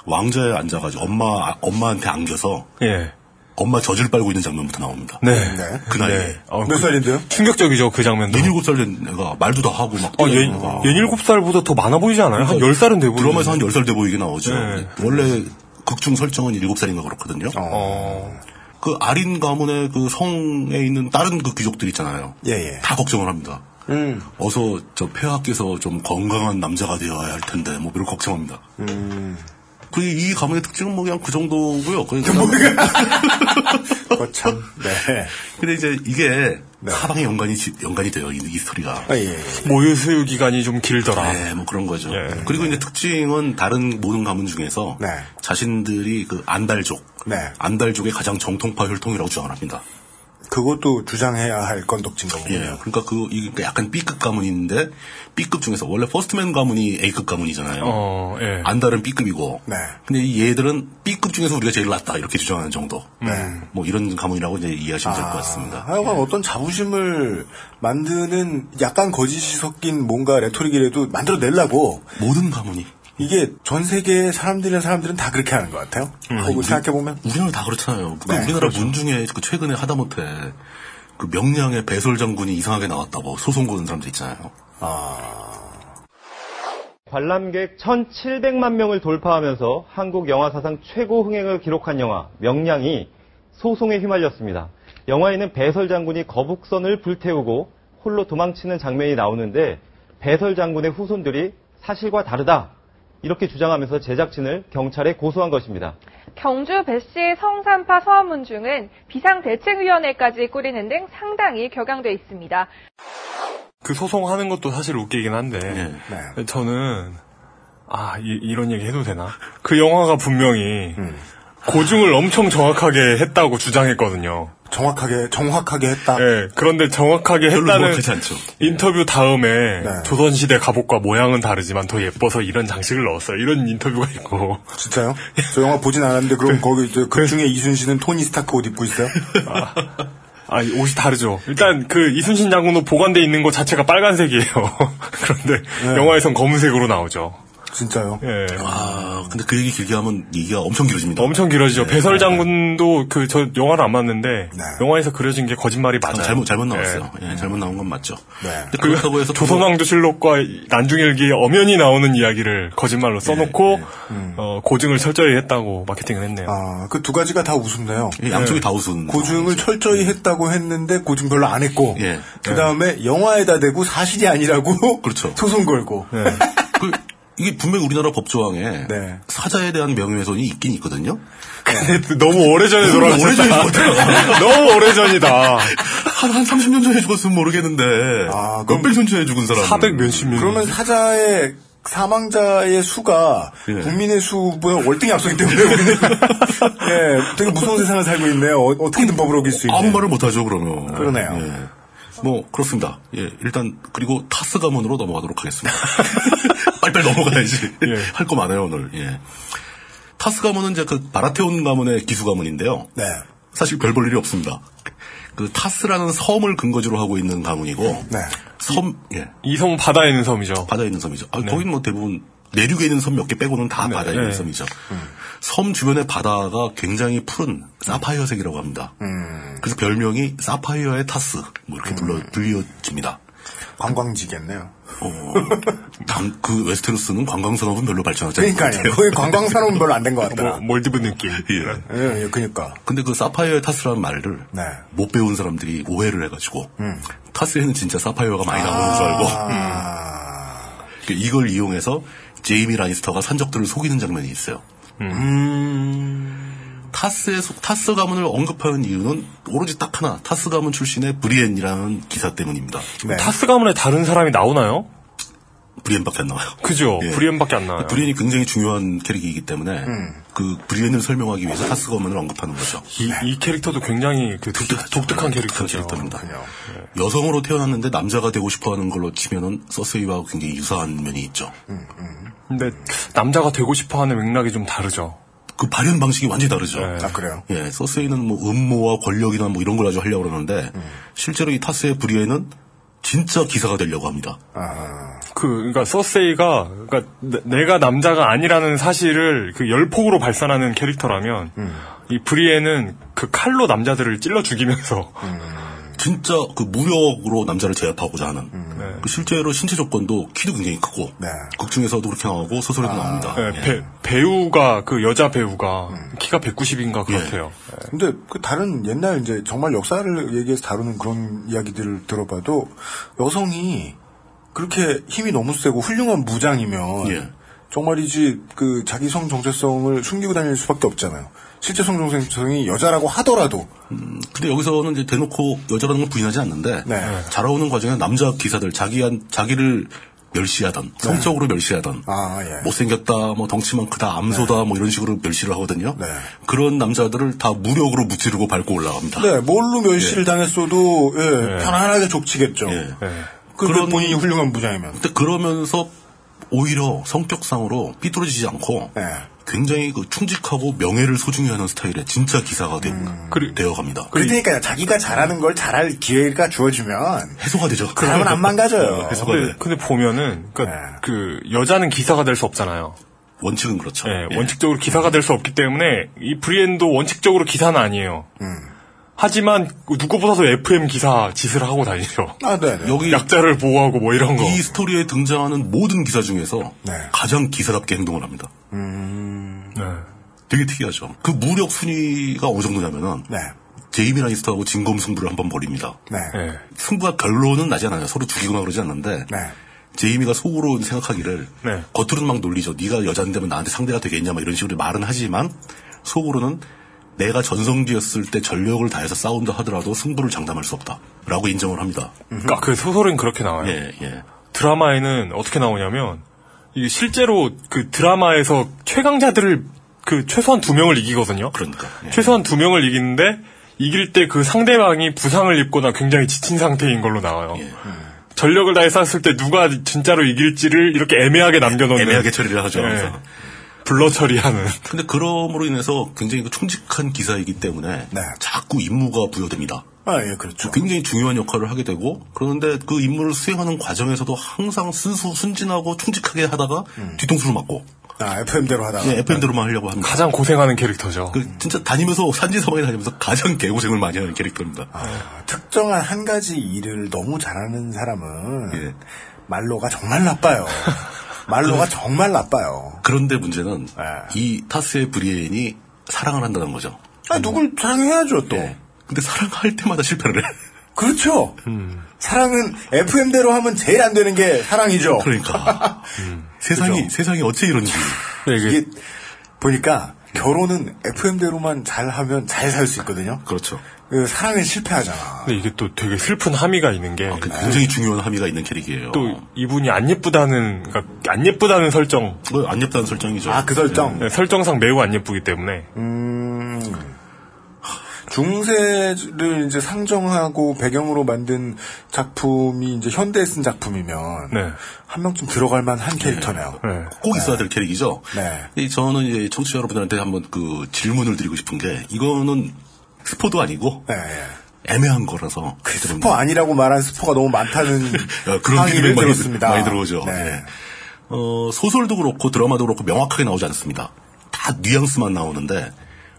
Speaker 4: 왕자에 앉아가지고 엄마, 아, 엄마한테 안겨서
Speaker 2: 예.
Speaker 4: 엄마 젖을 빨고 있는 장면부터 나옵니다.
Speaker 2: 네.
Speaker 3: 네.
Speaker 4: 그 나이에.
Speaker 2: 어,
Speaker 3: 몇
Speaker 2: 그-
Speaker 3: 살인데요? 네.
Speaker 2: 충격적이죠, 그 장면도.
Speaker 4: 17살 된 애가 말도 다 하고 막.
Speaker 2: 어,
Speaker 4: 뛰어다니고
Speaker 2: 예-
Speaker 4: 막.
Speaker 2: 예, 17살보다 더 많아 보이지 않아요? 한 10살은 돼 보이죠.
Speaker 4: 드라마에서 한 10살 돼 보이게 나오죠.
Speaker 2: 네.
Speaker 4: 원래 극중 설정은 7살인가 그렇거든요.
Speaker 2: 어,
Speaker 4: 그 아린 가문의 그 성에 있는 다른 그 귀족들 있잖아요.
Speaker 3: 예, 음, 예.
Speaker 4: 다 걱정을 합니다. 어서 저 폐하께서 좀 건강한 남자가 되어야 할 텐데 뭐 이런 걱정합니다. 그 이 가문의 특징은 뭐 그냥 그 정도고요. 그냥
Speaker 3: 거참. 네.
Speaker 4: 근데 이제 이게 사방에 연관이 지- 연관이 돼요. 이, 이 스토리가.
Speaker 3: 아, 예, 예.
Speaker 2: 모유 수유 기간이 좀 길더라.
Speaker 4: 네, 뭐 그런 거죠.
Speaker 2: 아. 예.
Speaker 4: 그리고 이제 특징은 다른 모든 가문 중에서
Speaker 3: 네.
Speaker 4: 자신들이 그 안달족,
Speaker 3: 네.
Speaker 4: 안달족의 가장 정통파 혈통이라고 주장합니다.
Speaker 3: 그것도 주장해야 할 건덕진가
Speaker 4: 예,
Speaker 3: 보네요.
Speaker 4: 그러니까 그 이- 그러니까 약간 B급 가문인데 B급 중에서 원래 퍼스트맨 가문이 A급 가문이잖아요.
Speaker 2: 어, 예.
Speaker 4: 네. 안달은 B급이고,
Speaker 3: 네.
Speaker 4: 근데 이 얘들은 B급 중에서 우리가 제일 낫다 이렇게 주장하는 정도.
Speaker 3: 네.
Speaker 2: 음.
Speaker 4: 뭐 이런 가문이라고 이제 이해하시면 될 것 같습니다.
Speaker 3: 아, 하여간 어떤 자부심을 만드는 약간 거짓이 섞인 뭔가 레토릭이라도 만들어내려고
Speaker 4: 모든 가문이
Speaker 3: 이게 전 세계 사람들이나 사람들은 다 그렇게 하는 것 같아요. 그거 생각해보면.
Speaker 4: 우리나라 다 그렇잖아요. 그
Speaker 3: 네,
Speaker 4: 우리나라 문 중에 그 최근에 하다못해 그 명량의 배설 장군이 이상하게 나왔다고 뭐 소송 거는 사람들 있잖아요.
Speaker 10: 관람객 1,700만 명을 돌파하면서 한국 영화 사상 최고 흥행을 기록한 영화 명량이 소송에 휘말렸습니다. 영화에는 배설 장군이 거북선을 불태우고 홀로 도망치는 장면이 나오는데 배설 장군의 후손들이 사실과 다르다 이렇게 주장하면서 제작진을 경찰에 고소한 것입니다.
Speaker 11: 경주 배씨 성산파 서문중은 비상대책위원회까지 꾸리는 등 상당히 격앙돼 있습니다.
Speaker 2: 그 소송하는 것도 사실 웃기긴
Speaker 4: 예.
Speaker 3: 예.
Speaker 2: 한데 네, 저는 아 이, 런 얘기 해도 되나? 그 영화가 분명히 고증을 엄청 정확하게 했다고 주장했거든요.
Speaker 3: 정확하게, 정확하게 했다.
Speaker 2: 예, 그런데 정확하게
Speaker 4: 별로
Speaker 2: 했다는
Speaker 4: 정확하지 않죠.
Speaker 2: 인터뷰 다음에
Speaker 3: 네.
Speaker 2: 조선시대 갑옷과 모양은 다르지만 더 예뻐서 이런 장식을 넣었어요. 이런 인터뷰가 있고
Speaker 3: 진짜요? 저 영화 보진 않았는데, 그럼 거기, 저, 그 중에 이순신은 토니 스타크 옷 입고 있어요?
Speaker 2: 아, 이 옷이 다르죠. 일단 그 이순신 장군도 보관돼 있는 것 자체가 빨간색이에요. 그런데 영화에선 검은색으로 나오죠.
Speaker 3: 진짜요?
Speaker 2: 예.
Speaker 4: 아, 근데 그 얘기 길게 하면 얘기가 엄청 길어집니다.
Speaker 2: 엄청 길어지죠. 배설 장군도 그 저 영화를 안 봤는데
Speaker 3: 네.
Speaker 2: 영화에서 그려진 게 거짓말이
Speaker 4: 아,
Speaker 2: 맞아요.
Speaker 4: 잘못 잘못
Speaker 2: 예.
Speaker 4: 나왔어요. 예, 잘못 나온 건 맞죠.
Speaker 3: 네.
Speaker 4: 근데 그렇다고 해서
Speaker 2: 조선왕조 실록과 난중일기에 엄연히 나오는 이야기를 거짓말로 써놓고 어, 고증을 철저히 했다고 마케팅을 했네요.
Speaker 3: 아, 그 두 가지가 다 웃음나요.
Speaker 4: 또 예, 양쪽이 다 우승.
Speaker 3: 고증을 철저히 했다고 했는데 고증 별로 안 했고
Speaker 4: 예.
Speaker 3: 그 다음에 영화에다 대고 사실이 아니라고
Speaker 4: 그렇죠.
Speaker 3: 소송 걸고
Speaker 4: 그, 이게 분명히 우리나라 법조항에
Speaker 3: 네.
Speaker 4: 사자에 대한 명예훼손이 있긴 있거든요.
Speaker 2: 근데 너무 오래전에 돌아가셨다. 너무 오래전이다.
Speaker 4: 한, 한 30년 전에 죽었으면 모르겠는데
Speaker 3: 아, 그럼-
Speaker 4: 몇백년 전에 죽은 사람
Speaker 2: 400 몇십 년.
Speaker 3: 그러면 사자의 사망자의 수가
Speaker 4: 예.
Speaker 3: 국민의 수보다 월등히 앞서기 때문에 우리는 예, 되게 무서운 세상을 살고 있네요. 어, 떻게든 법을 어길 수
Speaker 4: 아무
Speaker 3: 있는.
Speaker 4: 말을 못하죠 그러면.
Speaker 3: 그러네요.
Speaker 4: 예. 뭐 그렇습니다. 예, 일단 그리고 타스 가문으로 넘어가도록 하겠습니다. 빨리빨리 넘어가야지.
Speaker 3: 예.
Speaker 4: 할 거 많아요 오늘. 예. 타스 가문은 이제 그 바라테온 가문의 기수 가문인데요.
Speaker 3: 네.
Speaker 4: 사실 별 볼 일이 없습니다. 그 타스라는 섬을 근거지로 하고 있는 가문이고
Speaker 3: 네.
Speaker 4: 섬 예.
Speaker 2: 이성 바다에 있는 섬이죠.
Speaker 4: 바다에 있는 섬이죠.
Speaker 3: 네.
Speaker 4: 아, 거긴 뭐 대부분 내륙에 있는 섬 몇 개 빼고는 다 바다에 있는
Speaker 2: 네.
Speaker 4: 섬이죠.
Speaker 3: 음.
Speaker 4: 섬 주변의 바다가 굉장히 푸른 사파이어색이라고 합니다.
Speaker 3: 음.
Speaker 4: 그래서 별명이 사파이어의 타스 뭐 이렇게 불러 불려집니다.
Speaker 3: 관광지겠네요.
Speaker 4: 어, 당- 그 웨스테로스는 관광 산업은 별로 발전하지 않은 것
Speaker 3: 그러니까요.
Speaker 4: 같아요.
Speaker 3: 거기 관광산업은 별로 안 된 것 같더라.
Speaker 2: 뭐, 몰디브 느낌.
Speaker 3: 예, 예, 그니까.
Speaker 4: 근데 그 사파이어의 타스라는 말을
Speaker 3: 네. 음.
Speaker 4: 못 배운 사람들이 오해를 해가지고 타스에는 진짜 사파이어가 많이 나오는 줄 알고
Speaker 3: 아,
Speaker 4: 그 이걸 이용해서 제이미 라니스터가 산적들을 속이는 장면이 있어요. 음. 타스의 속- 타스 가문을 언급하는 이유는 오로지 딱 하나 타스 가문 출신의 브리엔이라는 기사 때문입니다.
Speaker 3: 네.
Speaker 2: 타스 가문에 다른 사람이 나오나요?
Speaker 4: 브리엔밖에 안 나와요.
Speaker 2: 그죠.
Speaker 4: 예.
Speaker 2: 브리엔밖에 안 나와요.
Speaker 4: 브리엔이 굉장히 중요한 캐릭이기 때문에
Speaker 2: 음.
Speaker 4: 그 브리엔을 설명하기 위해서 타스 가문을 언급하는 거죠.
Speaker 2: 이, 이 캐릭터도 굉장히 그 독특, 독특한 캐릭터죠. 네.
Speaker 4: 캐릭터입니다. 여성으로 태어났는데 남자가 되고 싶어하는 걸로 치면은 서세이와 굉장히 유사한 면이 있죠.
Speaker 2: 근데 남자가 되고 싶어하는 맥락이 좀 다르죠.
Speaker 4: 그 발현 방식이 완전히 다르죠.
Speaker 2: 네.
Speaker 3: 아, 그래요?
Speaker 4: 예, 서세이는 뭐 음모와 권력이나 뭐 이런 걸 아주 하려고 그러는데 실제로 이 타스의 브리에는 진짜 기사가 되려고 합니다.
Speaker 2: 그 그러니까 서세이가 그러니까 내- 내가 남자가 아니라는 사실을 그 열폭으로 발산하는 캐릭터라면 이 브리에는 그 칼로 남자들을 찔러 죽이면서
Speaker 4: 진짜 그 무력으로 남자를 제압하고자 하는 그 실제로 신체 조건도 키도 굉장히 크고
Speaker 3: 네.
Speaker 4: 극 중에서도 그렇게 나오고 소설에도 나옵니다.
Speaker 2: 예,
Speaker 4: 예.
Speaker 2: 배, 배우가 그 여자 배우가 키가 190인가 그렇대요.
Speaker 3: 근데 그 다른 옛날 이제 정말 역사를 얘기해서 다루는 그런 이야기들을 들어봐도 여성이 그렇게 힘이 너무 세고 훌륭한 무장이면
Speaker 4: 예.
Speaker 3: 정말이지 그 자기 성 정체성을 숨기고 다닐 수밖에 없잖아요. 실제 성 정체성이 여자라고 하더라도
Speaker 4: 근데 여기서는 이제 대놓고 여자라는 걸 부인하지 않는데 자라오는 과정에 남자 기사들 자기한 자기를 멸시하던 성적으로 멸시하던
Speaker 3: 아. 예.
Speaker 4: 못생겼다 뭐 덩치만 크다 암소다
Speaker 3: 네.
Speaker 4: 뭐 이런 식으로 멸시를 하거든요. 그런 남자들을 다 무력으로 무찌르고 밟고 올라갑니다.
Speaker 3: 네, 뭘로 멸시를 당했어도 예, 편안하게 족치겠죠.
Speaker 4: 예.
Speaker 3: 그
Speaker 4: 그런-
Speaker 3: 본인이 훌륭한 부장이면.
Speaker 4: 근데 그러면서 오히려 성격상으로 삐뚤어지지 않고
Speaker 3: 네.
Speaker 4: 굉장히 그 충직하고 명예를 소중히 하는 스타일의 진짜 기사가 되,
Speaker 3: 음.
Speaker 4: 어갑니다
Speaker 3: 그러니까요. 자기가 잘하는 걸 잘할 기회가 주어지면
Speaker 4: 해소가 되죠.
Speaker 3: 그러면 안 망가져요.
Speaker 2: 어,
Speaker 3: 네.
Speaker 2: 근데, 근데 보면은 그러니까 그 여자는 기사가 될 수 없잖아요.
Speaker 4: 원칙은 그렇죠.
Speaker 2: 예. 원칙적으로 기사가 될 수 없기 때문에 이 브리엔도 원칙적으로 기사는 아니에요. 하지만 그 누구보다도 FM 기사 짓을 하고 다니죠.
Speaker 3: 아, 네.
Speaker 4: 여기
Speaker 2: 약자를 보호하고 뭐 이런 거.
Speaker 4: 이 스토리에 등장하는 모든 기사 중에서 가장 기사답게 행동을 합니다. 네. 되게 특이하죠. 그 무력 순위가 어느 정도냐면은
Speaker 3: 네.
Speaker 4: 제이미 라니스터하고 진검 승부를 한번 벌입니다.
Speaker 2: 예.
Speaker 4: 승부가 결론은 나지 않아요. 서로 죽이거나 그러지 않는데 제이미가 속으로 생각하기를 겉으로는 막 놀리죠. 네가 여잔데면 뭐 나한테 상대가 되겠냐 막 이런 식으로 말은 하지만 속으로는 내가 전성기였을 때 전력을 다해서 싸운다 하더라도 승부를 장담할 수 없다라고 인정을 합니다.
Speaker 2: 그러니까 그 소설은 그렇게 나와요.
Speaker 4: 예.
Speaker 2: 드라마에는 어떻게 나오냐면 이게 실제로 그 드라마에서 최강자들을 그 최소한 두 명을 이기거든요.
Speaker 4: 그러니까
Speaker 2: 최소한 두 명을 이기는데 이길 때 그 상대방이 부상을 입거나 굉장히 지친 상태인 걸로 나와요.
Speaker 4: 예. 음.
Speaker 2: 전력을 다해 쌌을 때 누가 진짜로 이길지를 이렇게 애매하게 남겨놓는
Speaker 4: 애매하게 처리를 음. 하죠.
Speaker 2: 예.
Speaker 4: 그래서.
Speaker 2: 불러 처리하는.
Speaker 4: 근데 그럼으로 인해서 굉장히 그 충직한 기사이기 때문에 자꾸 임무가 부여됩니다.
Speaker 3: 아, 예, 그렇죠.
Speaker 4: 굉장히 중요한 역할을 하게 되고 그런데 그 임무를 수행하는 과정에서도 항상 순수 순진하고 충직하게 하다가 뒤통수를 맞고
Speaker 3: 아, FM대로 하다가
Speaker 4: 네, FM대로만 하려고 합니다.
Speaker 2: 가장 고생하는 캐릭터죠.
Speaker 4: 그 진짜 다니면서 산지사방에 다니면서 가장 개고생을 많이 하는 캐릭터입니다.
Speaker 3: 아, 특정한 한 가지 일을 너무 잘하는 사람은
Speaker 4: 예.
Speaker 3: 말로가 정말 나빠요. 말로가 정말 나빠요.
Speaker 4: 그런데 문제는 이 타스의 브리엔이 사랑을 한다는 거죠. 네.
Speaker 3: 아, 누굴 사랑해야죠, 또.
Speaker 4: 근데 사랑할 때마다 실패를 해.
Speaker 3: 예. 그렇죠. 사랑은 FM대로 하면 제일 안 되는 게 사랑이죠.
Speaker 4: 그러니까. 세상이, 세상이 어째 이런지.
Speaker 3: 이게, 보니까 결혼은 FM대로만 잘 하면 잘 살 수 있거든요.
Speaker 4: 그렇죠.
Speaker 3: 사랑은 실패하잖아.
Speaker 2: 근데 이게 또 되게 슬픈 함의가 있는
Speaker 4: 아,
Speaker 2: 게
Speaker 4: 그 굉장히 중요한 함의가 있는 캐릭이에요.
Speaker 2: 또 이분이 안 예쁘다는 그러니까 안 예쁘다는 설정.
Speaker 4: 그
Speaker 2: 네,
Speaker 4: 안 예쁘다는 설정이죠. 네.
Speaker 3: 아, 그 설정?
Speaker 2: 설정상 매우 안 예쁘기 때문에.
Speaker 3: 음. 중세를 이제 상정하고 배경으로 만든 작품이 이제 현대에 쓴 작품이면
Speaker 2: 네.
Speaker 4: 네.
Speaker 3: 한 명쯤 들어갈 만한 캐릭터네요. 네.
Speaker 4: 꼭 있어야 될 캐릭이죠. 이 저는 이제 청취자 여러분들한테 한번 그 질문을 드리고 싶은 게 이거는 스포도 아니고 애매한 거라서
Speaker 3: 네. 그 스포 아니라고 말한 스포가 너무 많다는
Speaker 4: 야, 그런
Speaker 3: 항의를
Speaker 4: 피드백 많이,
Speaker 3: 들었습니다. 네.
Speaker 4: 들- 많이 들어오죠. 예. 어, 소설도 그렇고 드라마도 그렇고 명확하게 나오지 않습니다. 다 뉘앙스만 나오는데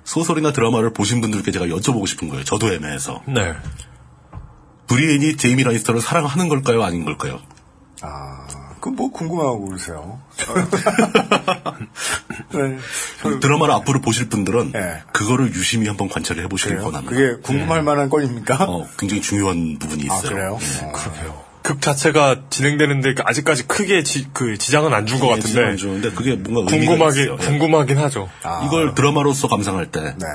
Speaker 4: 소설이나 드라마를 보신 분들께 제가 여쭤보고 싶은 거예요. 저도 애매해서.
Speaker 2: 네.
Speaker 4: 브리엔이 제이미 라니스터를 사랑하는 걸까요? 아닌 걸까요?
Speaker 3: 그럼 뭐 궁금하고 그러세요. 네.
Speaker 4: 그 드라마를 앞으로 보실 분들은 그거를 유심히 한번 관찰을 해보시길
Speaker 3: 그래요?
Speaker 4: 권합니다. 네.
Speaker 3: 그게 궁금할 만한 건입니까?
Speaker 4: 어, 굉장히 중요한 부분이
Speaker 3: 아,
Speaker 4: 있어요.
Speaker 3: 그래요?
Speaker 4: 네,
Speaker 2: 극 자체가 진행되는데 그 아직까지 크게 지, 그 지장은 안 준 것
Speaker 4: 예, 지장은
Speaker 2: 같은데.
Speaker 4: 안 주는데 그게 뭔가 의미가
Speaker 2: 궁금하게
Speaker 4: 있어요. 예.
Speaker 2: 궁금하긴 하죠.
Speaker 4: 이걸 드라마로서 감상할 때
Speaker 3: 네.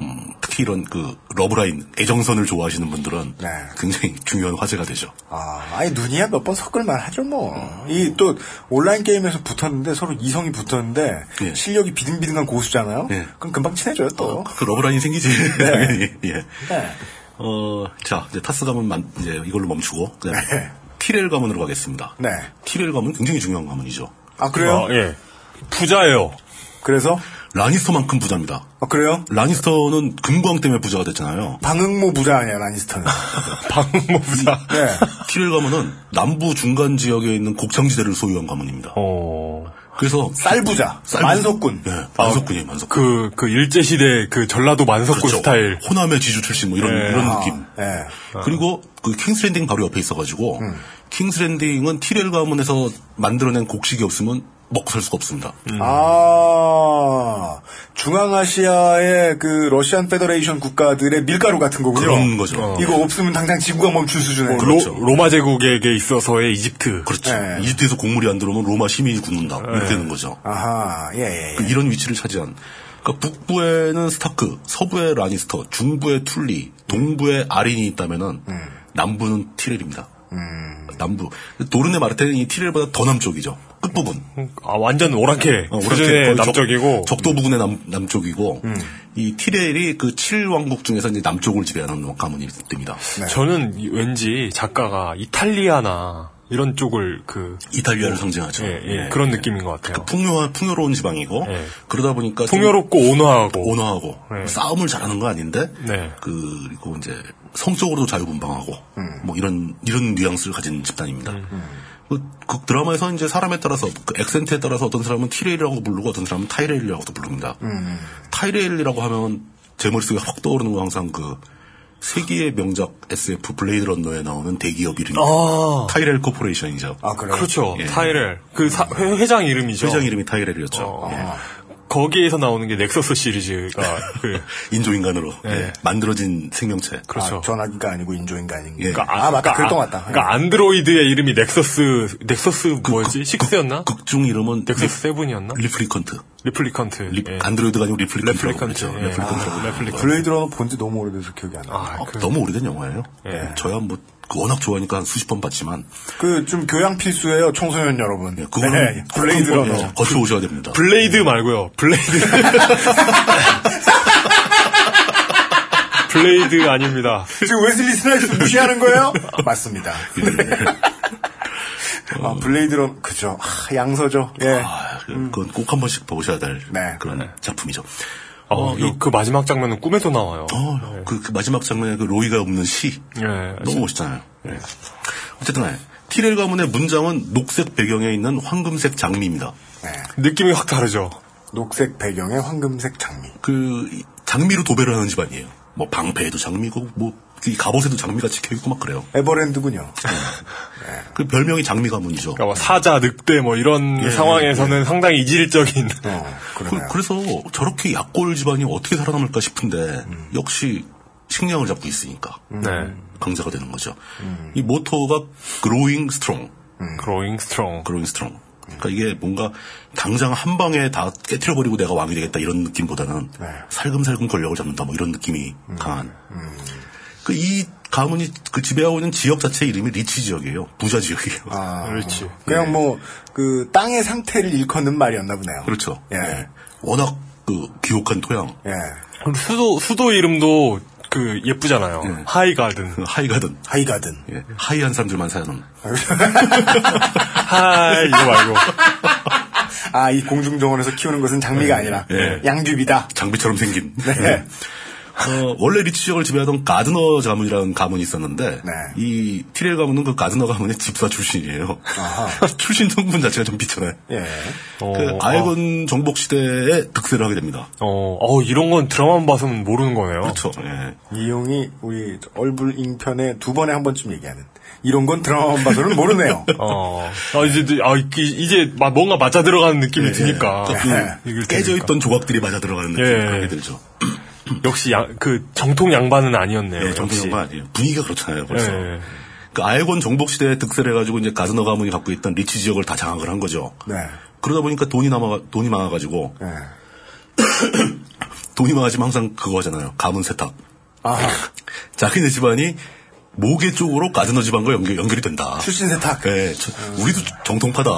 Speaker 4: 음, 특히 이런 그 러브라인 애정선을 좋아하시는 분들은 굉장히 중요한 화제가 되죠.
Speaker 3: 아, 아니 눈이야 몇 번 섞을만 하죠 뭐. 이 또 온라인 게임에서 붙었는데 서로 이성이 붙었는데 실력이 비등비등한 고수잖아요. 그럼 금방 친해져요 또.
Speaker 4: 그 러브라인 생기지. 당연히. 예.
Speaker 3: 네.
Speaker 4: 어, 자 이제 타스 가문 만, 이제 이걸로 멈추고 그다음에 티렐 가문으로 가겠습니다.
Speaker 3: 네.
Speaker 4: 티렐 가문 굉장히 중요한 가문이죠.
Speaker 3: 아 그래요?
Speaker 2: 예. 부자예요.
Speaker 3: 그래서
Speaker 4: 라니스터만큼 부자입니다.
Speaker 3: 아 그래요?
Speaker 4: 라니스터는 금광 때문에 부자가 됐잖아요.
Speaker 3: 방응모 부자 아니야 라니스터는.
Speaker 4: 뭐
Speaker 3: 네.
Speaker 2: 방응모 부자.
Speaker 4: 티렐 가문은 남부 중간 지역에 있는 곡창지대를 소유한 가문입니다.
Speaker 2: 어.
Speaker 4: 그래서
Speaker 3: 쌀 부자, 만석군.
Speaker 4: 예, 만석군이에요, 만석군.
Speaker 2: 그, 그 일제시대 그 전라도 만석군
Speaker 4: 그렇죠.
Speaker 2: 스타일.
Speaker 4: 호남의 지주 출신 뭐 이런
Speaker 2: 예.
Speaker 4: 이런
Speaker 2: 아, 음.
Speaker 4: 느낌.
Speaker 3: 네.
Speaker 4: 그리고 그 킹스랜딩 바로 옆에 있어가지고 킹스랜딩은 티렐 가문에서
Speaker 2: 음.
Speaker 4: 만들어낸 곡식이 없으면 먹고 살 수가 없습니다.
Speaker 3: 아 중앙아시아의 그 러시안 페더레이션 국가들의 밀가루 같은 거군요.
Speaker 4: 그런 거죠.
Speaker 3: 어. 이거 없으면 당장 지구가 멈출 수준에.
Speaker 2: 그렇죠.
Speaker 4: 로, 마 제국에게 있어서의 이집트. 네, 그렇죠.
Speaker 2: 네.
Speaker 4: 이집트에서 곡물이 안 들어오면 로마 시민이 굶는다.
Speaker 3: 예.
Speaker 4: 이렇게 되는 거죠.
Speaker 3: 아하, 예, 예.
Speaker 4: 그 이런 위치를 차지한. 그러니까 북부에는 스타크, 서부에 라니스터, 중부에 툴리, 동부에 아린이 있다면은
Speaker 2: 음.
Speaker 4: 남부는 티렐입니다. 남부. 도른의 마르테는 이 티렐보다 더 남쪽이죠. 끝부분.
Speaker 2: 아, 완전 오랑캐.
Speaker 4: 어,
Speaker 2: 수준의
Speaker 4: 거의
Speaker 2: 남쪽이고. 음.
Speaker 4: 적, 도 부근의 남, 남쪽이고. 이 티렐이 그 7왕국 중에서 이제 남쪽을 지배하는 가문이 됩니다.
Speaker 2: 네. 저는 이- 왠지 작가가 이탈리아나 이런 쪽을 그
Speaker 4: 이탈리아를 상징하죠.
Speaker 2: 예, 예,
Speaker 4: 예,
Speaker 2: 그런
Speaker 4: 예.
Speaker 2: 느낌인 것 같아요.
Speaker 4: 풍요 풍요로운 지방이고 그러다 보니까 좀
Speaker 2: 풍요롭고 온화하고
Speaker 4: 온화하고
Speaker 2: 네.
Speaker 4: 싸움을 잘하는 건 아닌데 그, 그리고 이제 성적으로도 자유분방하고 뭐 이런 이런 뉘앙스를 가진 집단입니다.
Speaker 2: 음.
Speaker 4: 그, 그 드라마에서 이제 사람에 따라서 그 액센트에 따라서 어떤 사람은 티레일이라고 부르고 어떤 사람은 타이레일이라고도 부릅니다. 타이레일이라고 하면 제 머릿속에 확 떠오르는 건 항상 그 세기의 명작 SF 블레이드 런너에 나오는 대기업 이름이
Speaker 2: 아.
Speaker 4: 타이렐 코퍼레이션이죠.
Speaker 3: 아,
Speaker 2: 그렇죠. 타이렐. 그 사- 회- 회장 이름이죠.
Speaker 4: 회장 이름이 타이렐이었죠. 예.
Speaker 2: 거기에서 나오는 게 넥서스 시리즈가 그
Speaker 4: 인조인간으로
Speaker 2: 예.
Speaker 4: 만들어진 생명체.
Speaker 2: 그렇죠.
Speaker 3: 전화기가 아니고 인조인간인가.
Speaker 4: 예.
Speaker 2: 그러니까 아,
Speaker 3: 맞다. 그랬던 것 같다. 예.
Speaker 2: 그러니까 안드로이드의 이름이 넥서스 넥서스 뭐였지? 식스였나?
Speaker 4: 극중 이름은
Speaker 2: 넥서스 세븐이었나?
Speaker 4: 그, 어? 리플리컨트.
Speaker 2: 리플리컨트. 예.
Speaker 4: 안드로이드가 아니고 리플리컨트라고
Speaker 2: 레플리컨트,
Speaker 4: 그러죠.
Speaker 2: 예.
Speaker 4: 레플리컨트라고
Speaker 2: 아,
Speaker 4: 그러죠.
Speaker 2: 레플리컨트.
Speaker 3: 블레이드 러너 본지 너무 오래돼서 기억이 안 나.
Speaker 4: 어, 너무 오래된 영화예요. 저야 뭐 워낙 좋아하니까 한 수십 번 봤지만
Speaker 3: 그 좀 교양 필수예요, 청소년 여러분. 네,
Speaker 4: 그거는
Speaker 3: 블레이드
Speaker 4: 그건 뭐, 예.
Speaker 3: 러너.
Speaker 4: 거쳐 오셔야 됩니다.
Speaker 2: 블레이드 말고요. 블레이드. 블레이드 아닙니다.
Speaker 3: 지금 웨슬리 스나이프 무시하는 거예요? 맞습니다.
Speaker 4: 예,
Speaker 3: 아, 블레이드 러너 그죠. 아, 양서죠. 예.
Speaker 4: 아, 그건 꼭 한 번씩 보셔야 될 그런 작품이죠.
Speaker 2: 어, 이- 그 마지막 장면은 꿈에도 나와요.
Speaker 4: 어, 그, 그 마지막 장면에 그 로이가 없는 시 너무 멋있잖아요. 예. 어쨌든 간에 티렐 가문의 문장은 녹색 배경에 있는 황금색 장미입니다.
Speaker 2: 느낌이 확 다르죠.
Speaker 3: 녹색 배경에 황금색 장미.
Speaker 4: 그 이- 장미로 도배를 하는 집안이에요. 뭐 방패에도 장미고 뭐이 갑옷에도 장미가 찍혀 있고 막 그래요.
Speaker 3: 에버랜드군요.
Speaker 4: 그 별명이 장미 가문이죠.
Speaker 2: 그러니까 뭐 사자, 늑대 뭐 이런
Speaker 4: 예,
Speaker 2: 상황에서는 상당히 이질적인. 네.
Speaker 4: 그, 래서 저렇게 약골 집안이 어떻게 살아남을까 싶은데 역시 식량을 잡고 있으니까
Speaker 2: 음. 네,
Speaker 4: 강자가 되는 거죠. 이 모토가 growing strong.
Speaker 2: 음. growing strong.
Speaker 4: growing strong. 그러니까 이게 뭔가 당장 한 방에 다 깨트려버리고 내가 왕이 되겠다 이런 느낌보다는
Speaker 2: 네.
Speaker 4: 살금살금 권력을 잡는다 뭐 이런 느낌이
Speaker 2: 음.
Speaker 4: 강한. 그 이 가문이 그 지배하고 있는 지역 자체 이름이 리치 지역이에요. 부자 지역이에요.
Speaker 2: 아, 그렇지.
Speaker 3: 그냥 뭐, 그, 땅의 상태를 일컫는 말이었나 보네요.
Speaker 4: 그렇죠.
Speaker 3: 예.
Speaker 4: 워낙 그 기록한 토양.
Speaker 3: 예.
Speaker 2: 그럼 수도 수도 이름도 그 예쁘잖아요. 하이가든.
Speaker 4: 그 하이가든.
Speaker 3: 하이가든.
Speaker 4: 예. 하이한 사람들만 사는.
Speaker 2: 하이 이거 말고.
Speaker 3: 아, 이 공중정원에서 키우는 것은 장미가 아니라
Speaker 4: 예.
Speaker 3: 양귀비다.
Speaker 4: 장비처럼 생긴. 예.
Speaker 3: 네.
Speaker 4: 어, 원래 리치 지역을 지배하던 가드너 가문이라는 가문이 있었는데 이 티렐 가문은 그 가드너 가문의 집사 출신이에요. 출신 성분 자체가 좀 비천해.
Speaker 3: 예.
Speaker 4: 그 아이건 정복 시대에 득세를 하게 됩니다.
Speaker 2: 어, 어, 이런 건 드라마만 봐서는 모르는 거네요.
Speaker 4: 그렇죠. 예.
Speaker 3: 이용이 우리 얼굴 인편에 두 번에 한 번쯤 얘기하는. 이런 건 드라마만 봐서는 모르네요.
Speaker 2: 어. 아, 이제, 아, 이- 이제 막 뭔가 맞아 들어가는 느낌이 드니까. 네.
Speaker 4: 그러니까 그 깨져있던 조각들이 맞아 들어가는 느낌이
Speaker 2: 예.
Speaker 4: 강하게 들죠.
Speaker 2: 역시 양, 그 정통 양반은 아니었네요.
Speaker 4: 예, 정통
Speaker 2: 역시.
Speaker 4: 영화 아니에요. 분위기가 그렇잖아요. 벌써.
Speaker 2: 예.
Speaker 4: 그 아이건 정복 시대에 득세를 해가지고 이제 가드너 가문이 갖고 있던 리치 지역을 다 장악을 한 거죠.
Speaker 3: 네.
Speaker 4: 그러다 보니까 돈이 남아 돈이 많아가지고
Speaker 3: 예.
Speaker 4: 돈이 많아지면 항상 그거 하잖아요. 가문 세탁.
Speaker 3: 아,
Speaker 4: 자기네 집안이 모계 쪽으로 가드너 집안과 연결, 연결이 된다.
Speaker 3: 출신 세탁.
Speaker 4: 예, 저- 우리도 정통파다.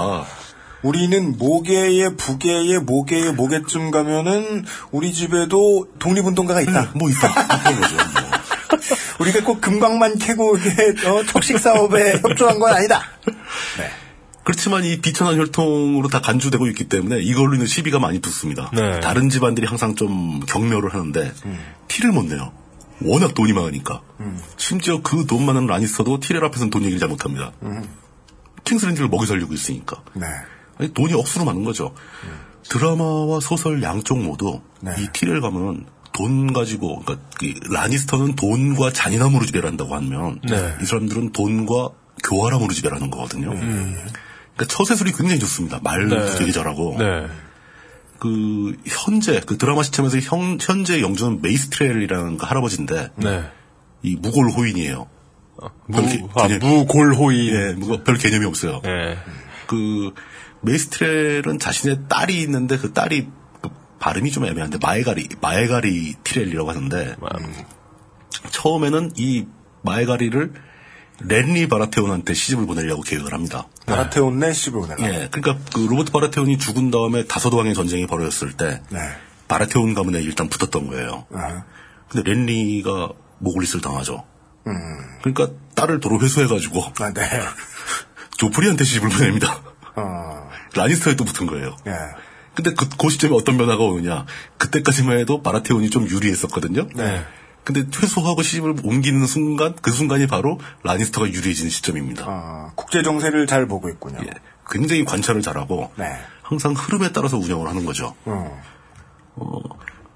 Speaker 3: 우리는 모계에 부계에 모계에 모계쯤 가면은 우리 집에도 독립운동가가
Speaker 2: 음.
Speaker 3: 있다.
Speaker 4: 뭐 있다. 그런 거죠.
Speaker 3: 우리가 꼭 금광만 캐고 이게, 어, 턱식 사업에 협조한 건 아니다.
Speaker 4: 그렇지만 이 비천한 혈통으로 다 간주되고 있기 때문에 이걸로 인해 시비가 많이 붙습니다.
Speaker 2: 네.
Speaker 4: 다른 집안들이 항상 좀 경멸을 하는데 티를 못 내요. 워낙 돈이 많으니까. 심지어 그 돈 많은 라니스터도 티렐 앞에서는 돈 얘기를 잘 못합니다. 킹스랜드를 먹이 살리고 있으니까.
Speaker 3: 네.
Speaker 4: 아니, 돈이 억수로 많은 거죠. 드라마와 소설 양쪽 모두
Speaker 2: 네.
Speaker 4: 이 티렐 가면 돈 가지고, 그러니까 이 라니스터는 돈과 잔인함으로 지배를 한다고 하면
Speaker 2: 네.
Speaker 4: 이 사람들은 돈과 교활함으로 지배를 하는 거거든요. 그러니까 처세술이 굉장히 좋습니다. 말도
Speaker 2: 음. 네.
Speaker 4: 되게 잘하고.
Speaker 2: 네.
Speaker 4: 그 현재 그 드라마 시점에서 현, 현재 영주는 메이스트렐이라는 그 할아버지인데
Speaker 2: 네.
Speaker 4: 이 무골호인이에요.
Speaker 2: 무- 아,
Speaker 4: 무골호인. 예, 무거- 별 개념이 없어요. 그 메이스트렐은 자신의 딸이 있는데 그 딸이 그 발음이 좀 애매한데 마에가리 마에가리 티렐이라고 하는데 음, 처음에는 이 마에가리를 렌리 바라테온한테 시집을 보내려고 계획을 합니다.
Speaker 3: 바라테온네 시집을 보내라.
Speaker 4: 예, 그러니까 그 로버트 바라테온이 죽은 다음에 다소도왕의 전쟁이 벌어졌을 때
Speaker 3: 네.
Speaker 4: 바라테온 가문에 일단 붙었던 거예요.
Speaker 3: 아.
Speaker 4: 근데 렌리가 모골리스를 당하죠.
Speaker 3: 음.
Speaker 4: 그러니까 딸을 도로 회수해가지고
Speaker 3: 아, 네.
Speaker 4: 조프리한테 시집을 보냅니다.
Speaker 3: 어.
Speaker 4: 라니스터에 또 붙은 거예요.
Speaker 3: 예.
Speaker 4: 근데 그, 그 시점에 어떤 변화가 오느냐. 그때까지만 해도 바라테온이 좀 유리했었거든요.
Speaker 3: 네.
Speaker 4: 근데 퇴소하고 시집을 옮기는 순간, 그 순간이 바로 라니스터가 유리해지는 시점입니다.
Speaker 3: 어.
Speaker 4: 예.
Speaker 3: 국제 정세를 잘 보고 있군요.
Speaker 2: 예.
Speaker 4: 굉장히 관찰을 잘하고
Speaker 3: 네.
Speaker 4: 항상 흐름에 따라서 운영을 하는 거죠.
Speaker 3: 어.
Speaker 4: 어,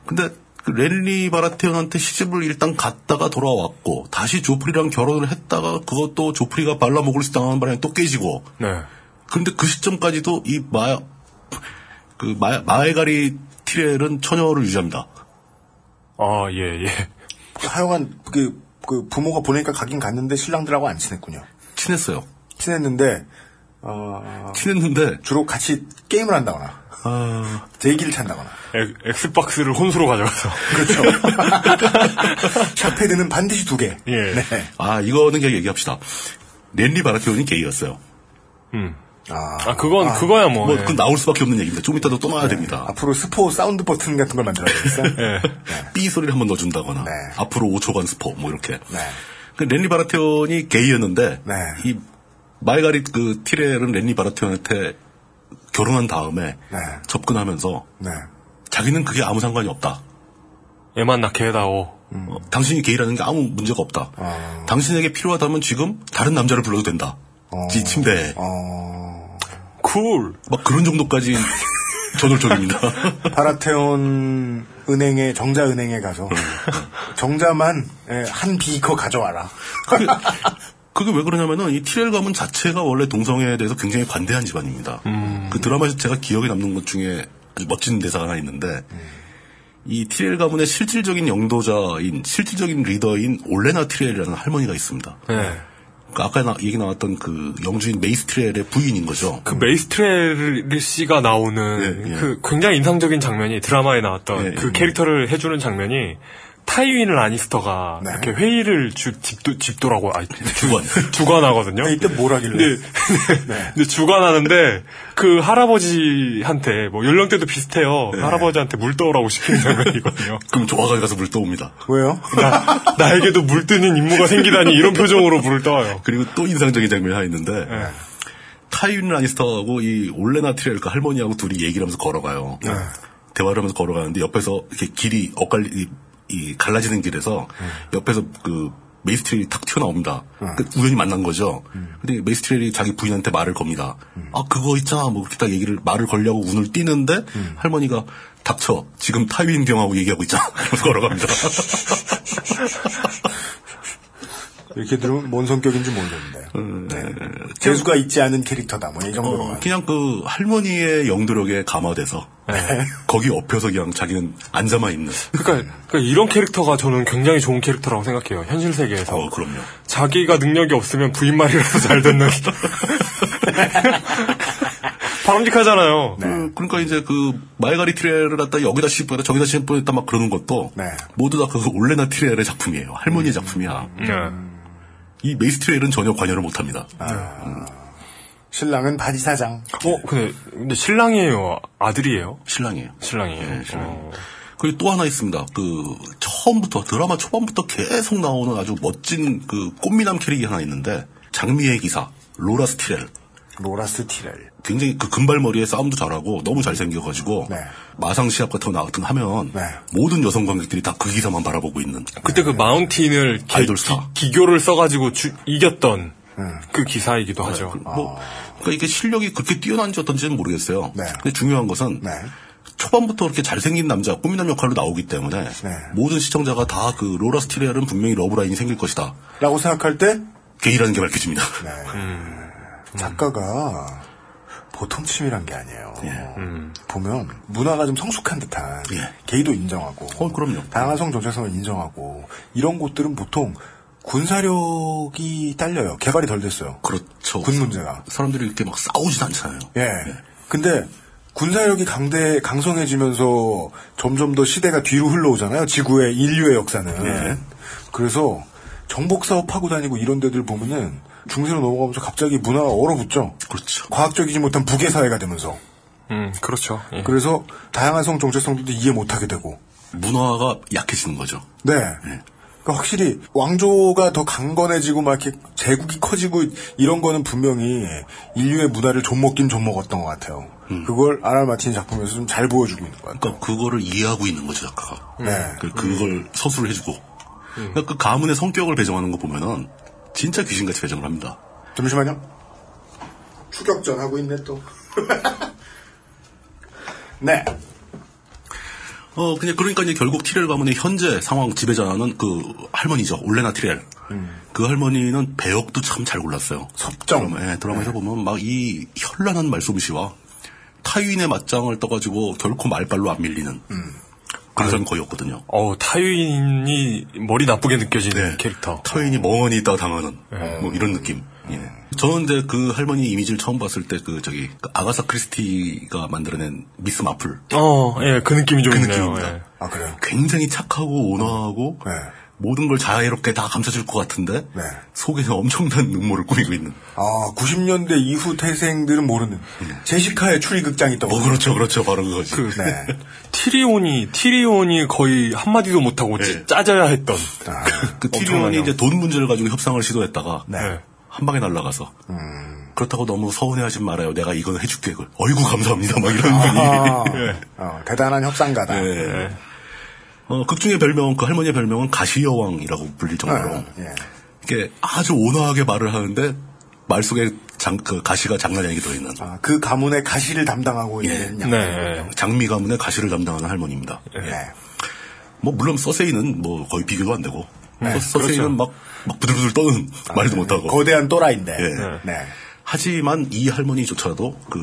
Speaker 4: 근데 그 랠리 바라테온한테 시집을 일단 갔다가 돌아왔고 다시 조프리랑 결혼을 했다가 그것도 조프리가 발라먹을 수 당하는 바람에 또 깨지고
Speaker 2: 네.
Speaker 4: 근데 그 시점까지도 이 마, 그 마, 마에가리 티렐은 처녀를 유지합니다.
Speaker 2: 아, 예, 예.
Speaker 3: 하여간 그, 그 부모가 보내니까 가긴 갔는데 신랑들하고 안 친했군요.
Speaker 4: 친했어요.
Speaker 3: 친했는데 어,
Speaker 4: 친했는데
Speaker 3: 주로 같이 게임을 한다거나
Speaker 4: 아,
Speaker 3: 제기를 찬다거나
Speaker 2: 엑- 엑스박스를 혼수로 가져가서.
Speaker 3: 그렇죠. 샤패드는 반드시 두 개. 네.
Speaker 2: 예.
Speaker 4: 아 이거는 그냥 얘기합시다. 랠리 바라테온이 게이였어요.
Speaker 2: 음.
Speaker 3: 아,
Speaker 2: 아, 그건, 그거야 뭐.
Speaker 3: 네.
Speaker 2: 예.
Speaker 4: 그건 나올 수밖에 없는 얘기입니다. 좀 이따도 또 나와야 됩니다.
Speaker 3: 앞으로 스포 사운드 버튼 같은 걸 만들어야겠어.
Speaker 2: 예.
Speaker 4: 삐 소리를 한번 넣어준다거나 앞으로 5초간 스포 뭐 이렇게
Speaker 3: 네.
Speaker 4: 그 랜리 바라테온이 게이였는데 이 마이가리 그 티렐은 랜리 바라테온한테 결혼한 다음에
Speaker 3: 네.
Speaker 4: 접근하면서
Speaker 3: 네.
Speaker 4: 자기는 그게 아무 상관이 없다.
Speaker 2: 애만 낳게 해다오.
Speaker 4: 어, 당신이 게이라는 게 아무 문제가 없다. 당신에게 필요하다면 지금 다른 남자를 불러도 된다. 이 침대에.
Speaker 3: 어.
Speaker 2: 쿨.
Speaker 4: 막 그런 정도까지 전월적입니다.
Speaker 3: 바라테온 은행에 정자 은행에
Speaker 2: 음.
Speaker 3: 가서 정자만 예, 한 비커 가져와라.
Speaker 4: 그게 왜 그러냐면은 이 티렐 가문 자체가 원래 동성애에 대해서 굉장히 관대한 집안입니다. 그 드라마에서 제가 기억에 남는 것 중에 아주 멋진 대사가 하나 있는데 이 티렐 가문의 실질적인 영도자인 실질적인 리더인 올레나 티렐이라는 할머니가 있습니다.
Speaker 2: 예.
Speaker 4: 그 아까 나- 얘기 나왔던 그 영주인 메이스 티렐의 부인인 거죠.
Speaker 2: 그 메이스트렐 씨가 나오는 그 굉장히 인상적인 장면이 드라마에 나왔던 그 캐릭터를 해주는 장면이 타이윈 라니스터가 이렇게 회의를 주, 집도, 집도라고, 아,
Speaker 4: 주관.
Speaker 2: 주관하거든요.
Speaker 3: 이때 뭘 하길래?
Speaker 2: 근데, 근데 주관하는데 그 할아버지한테 뭐 연령대도 비슷해요. 할아버지한테 물 떠오라고 시키는 장면이거든요.
Speaker 4: 그럼 조화가 가서 물 떠옵니다.
Speaker 3: 왜요?
Speaker 2: 나, 나에게도 물 뜨는 임무가 생기다니 이런 표정으로 물을 떠요.
Speaker 4: 어, 그리고 또 인상적인 장면이 하나 있는데 타이윈 라니스터하고 이 올레나 티렐 그 할머니하고 둘이 얘기를 하면서 걸어가요. 대화를 하면서 걸어가는데 옆에서 이렇게 길이 엇갈리 이, 이 갈라지는 길에서 옆에서 그 메이스트렐이 탁 튀어나옵니다. 그 우연히 만난 거죠. 근데 메이스트렐이 자기 부인한테 말을 겁니다. 아 그거 있잖아 뭐 그렇게 딱 얘기를 말을 걸려고 운을 띄는데 할머니가 닥쳐 지금 타이윈 경하고 얘기하고 있잖아. 하면서 걸어갑니다.
Speaker 3: 이렇게 들으면 뭔 성격인지 모르겠는데. 네. 재수가 있지 않은 캐릭터다. 뭐 이 정도로.
Speaker 4: 어, 그냥 그 할머니의 영도력에 감화돼서 거기 엎여서 그냥 자기는 앉아만 있는.
Speaker 2: 그러니까, 그러니까 이런 캐릭터가 저는 굉장히 좋은 캐릭터라고 생각해요. 현실 세계에서.
Speaker 4: 어, 그럼요.
Speaker 2: 자기가 능력이 없으면 부인 말이라도 잘 듣는. 바람직하잖아요.
Speaker 4: 그, 러니까 이제 그 마이가리 티레를 갖다 여기다 씹보다 저기다 씹보했다막 그러는 것도
Speaker 3: 네.
Speaker 4: 모두 다 그 올레나 티레의 작품이에요. 할머니의 작품이야. 음.
Speaker 2: 음.
Speaker 4: 이 메이스 티레는 전혀 관여를 못합니다.
Speaker 3: 신랑은 바지 사장.
Speaker 2: 어, 근데, 근데 신랑이에요? 아들이에요?
Speaker 4: 신랑이에요.
Speaker 2: 신랑이에요. 어.
Speaker 4: 그리고 또 하나 있습니다. 그 처음부터 드라마 초반부터 계속 나오는 아주 멋진 그 꽃미남 캐릭이 하나 있는데 장미의 기사 로라 스티렐.
Speaker 3: 로라스 티렐.
Speaker 4: 굉장히 그 금발머리에 싸움도 잘하고 너무 잘생겨가지고
Speaker 3: 네.
Speaker 4: 마상 시합 같은 거 나왔던 하면
Speaker 3: 네.
Speaker 4: 모든 여성 관객들이 다 그 기사만 바라보고 있는
Speaker 2: 그때 그 마운틴을 기-
Speaker 4: 아이돌 스타.
Speaker 2: 기, 교를 써가지고 주- 이겼던 그 기사이기도 하죠.
Speaker 3: 아.
Speaker 4: 뭐 그러니까 이게 실력이 그렇게 뛰어난지 어떤지는 모르겠어요.
Speaker 3: 네.
Speaker 4: 근데 중요한 것은
Speaker 3: 네.
Speaker 4: 초반부터 그렇게 잘생긴 남자 꾸미남 역할로 나오기 때문에
Speaker 3: 네.
Speaker 4: 모든 시청자가 다 그 로라 스티렐은 분명히 러브라인이 생길 것이다.
Speaker 3: 라고 생각할 때 네. 음.
Speaker 4: 게이라는 게 밝혀집니다.
Speaker 3: 작가가 보통 취미란 게 아니에요. 음. 보면 문화가 좀 성숙한 듯한 게이도 인정하고 예. 어, 그럼요. 다양한 성 정체성을 인정하고 이런 곳들은 보통 군사력이 딸려요. 개발이 덜 됐어요.
Speaker 4: 그렇죠.
Speaker 3: 군 문제가.
Speaker 4: 사람들이 이렇게 막 싸우진 않잖아요. 네.
Speaker 3: 예. 근데 군사력이 강대 강성해지면서 점점 더 시대가 뒤로 흘러오잖아요. 지구의 인류의 역사는.
Speaker 4: 예.
Speaker 3: 그래서 정복 사업하고 다니고 이런 데들 보면은 중세로 넘어가면서 갑자기 문화가 얼어붙죠.
Speaker 4: 그렇죠.
Speaker 3: 과학적이지 못한 부계 사회가 되면서.
Speaker 2: 음, 그렇죠. 예.
Speaker 3: 그래서 다양한 성 정체성들도 이해 못하게 되고.
Speaker 4: 문화가 약해지는 거죠.
Speaker 3: 네. 그러니까 확실히 왕조가 더 강건해지고 막 이렇게 제국이 커지고 이런 거는 분명히 인류의 문화를 좀먹긴 좀먹었던 것 같아요. 그걸 아랄 마틴 작품에서 좀 잘 보여주고 있는 것 같아요.
Speaker 4: 음. 그러니까 그거를 이해하고 있는 거죠 작가가.
Speaker 3: 네.
Speaker 4: 그, 그걸 서술을 해주고. 그러니까 그 가문의 성격을 배정하는 거 보면은 진짜 귀신같이 배정을 합니다.
Speaker 3: 잠시만요. 추격전 하고 있네 또. 네.
Speaker 4: 어 그냥 그러니까 이제 결국 티렐 가문의 현재 상황 지배자는 그 할머니죠 올레나 티렐. 그 할머니는 배역도 참 잘 골랐어요.
Speaker 3: 음. 섭정. 네.
Speaker 4: 드라마, 예, 드라마에서 보면 막 이 현란한 말솜씨와 타유인의 맞짱을 떠가지고 결코 말발로 안 밀리는
Speaker 3: 음.
Speaker 4: 그런 사람이 거의 없거든요.
Speaker 2: 어, 타유인이 머리 나쁘게 느껴지는
Speaker 4: 네.
Speaker 2: 캐릭터.
Speaker 4: 타인이 멍하니 있다 당하는 뭐 이런 느낌. 예. 저는 이제 그 할머니 이미지를 처음 봤을 때 그 저기 그 아가사 크리스티가 만들어낸 미스 마플.
Speaker 2: 어, 예, 그 느낌이 좀
Speaker 4: 그
Speaker 2: 있네요.
Speaker 4: 느낌입니다.
Speaker 2: 예.
Speaker 3: 아 그래요.
Speaker 4: 굉장히 착하고 온화하고
Speaker 3: 예.
Speaker 4: 모든 걸 자애롭게 다 감싸줄 것 같은데
Speaker 3: 네.
Speaker 4: 속에는 엄청난 음모를 꾸미고 있는.
Speaker 3: 아 90년대 이후 태생들은 모르는
Speaker 4: 음.
Speaker 3: 제시카의 네. 추리극장이 떠.
Speaker 4: 뭐 그렇죠, 그렇죠, 바로 그거지.
Speaker 2: 그, 티리온이, 티리온이 거의 한마디도 못하고
Speaker 4: 네.
Speaker 2: 짜- 짜져야 했던.
Speaker 4: 그 티리온이 이제 돈 문제를 가지고 협상을 시도했다가
Speaker 3: 네. 음.
Speaker 4: 한 방에 날아가서 그렇다고 너무 서운해하지 말아요. 내가 이건 해줄게. 그걸. 어이구 감사합니다. 막 이런
Speaker 3: 아하.
Speaker 4: 분이. 예.
Speaker 3: 어, 대단한 협상가다.
Speaker 4: 예. 어, 극중의 별명은 그 할머니의 별명은 가시여왕이라고 불릴 정도로
Speaker 3: 어, 예.
Speaker 4: 이렇게 아주 온화하게 말을 하는데 말 속에 장, 그 가시가 장난이 아니게 들어있는
Speaker 3: 그 가문의 가시를 담당하고
Speaker 4: 예.
Speaker 3: 있는
Speaker 4: 네.
Speaker 3: 양.
Speaker 2: 네.
Speaker 4: 장미 가문의 가시를 담당하는 할머니입니다.
Speaker 3: 네.
Speaker 4: 뭐 물론 서세이는 뭐 거의 비교도 안 되고
Speaker 3: 네,
Speaker 4: 서, 세이는
Speaker 3: 그렇죠. 아, 네.
Speaker 4: 막, 막 부들부들 떠는 말도 못하고
Speaker 3: 거대한 또라이인데.
Speaker 4: 뭐.
Speaker 3: 네.
Speaker 4: 예. 하지만 이 할머니조차도 그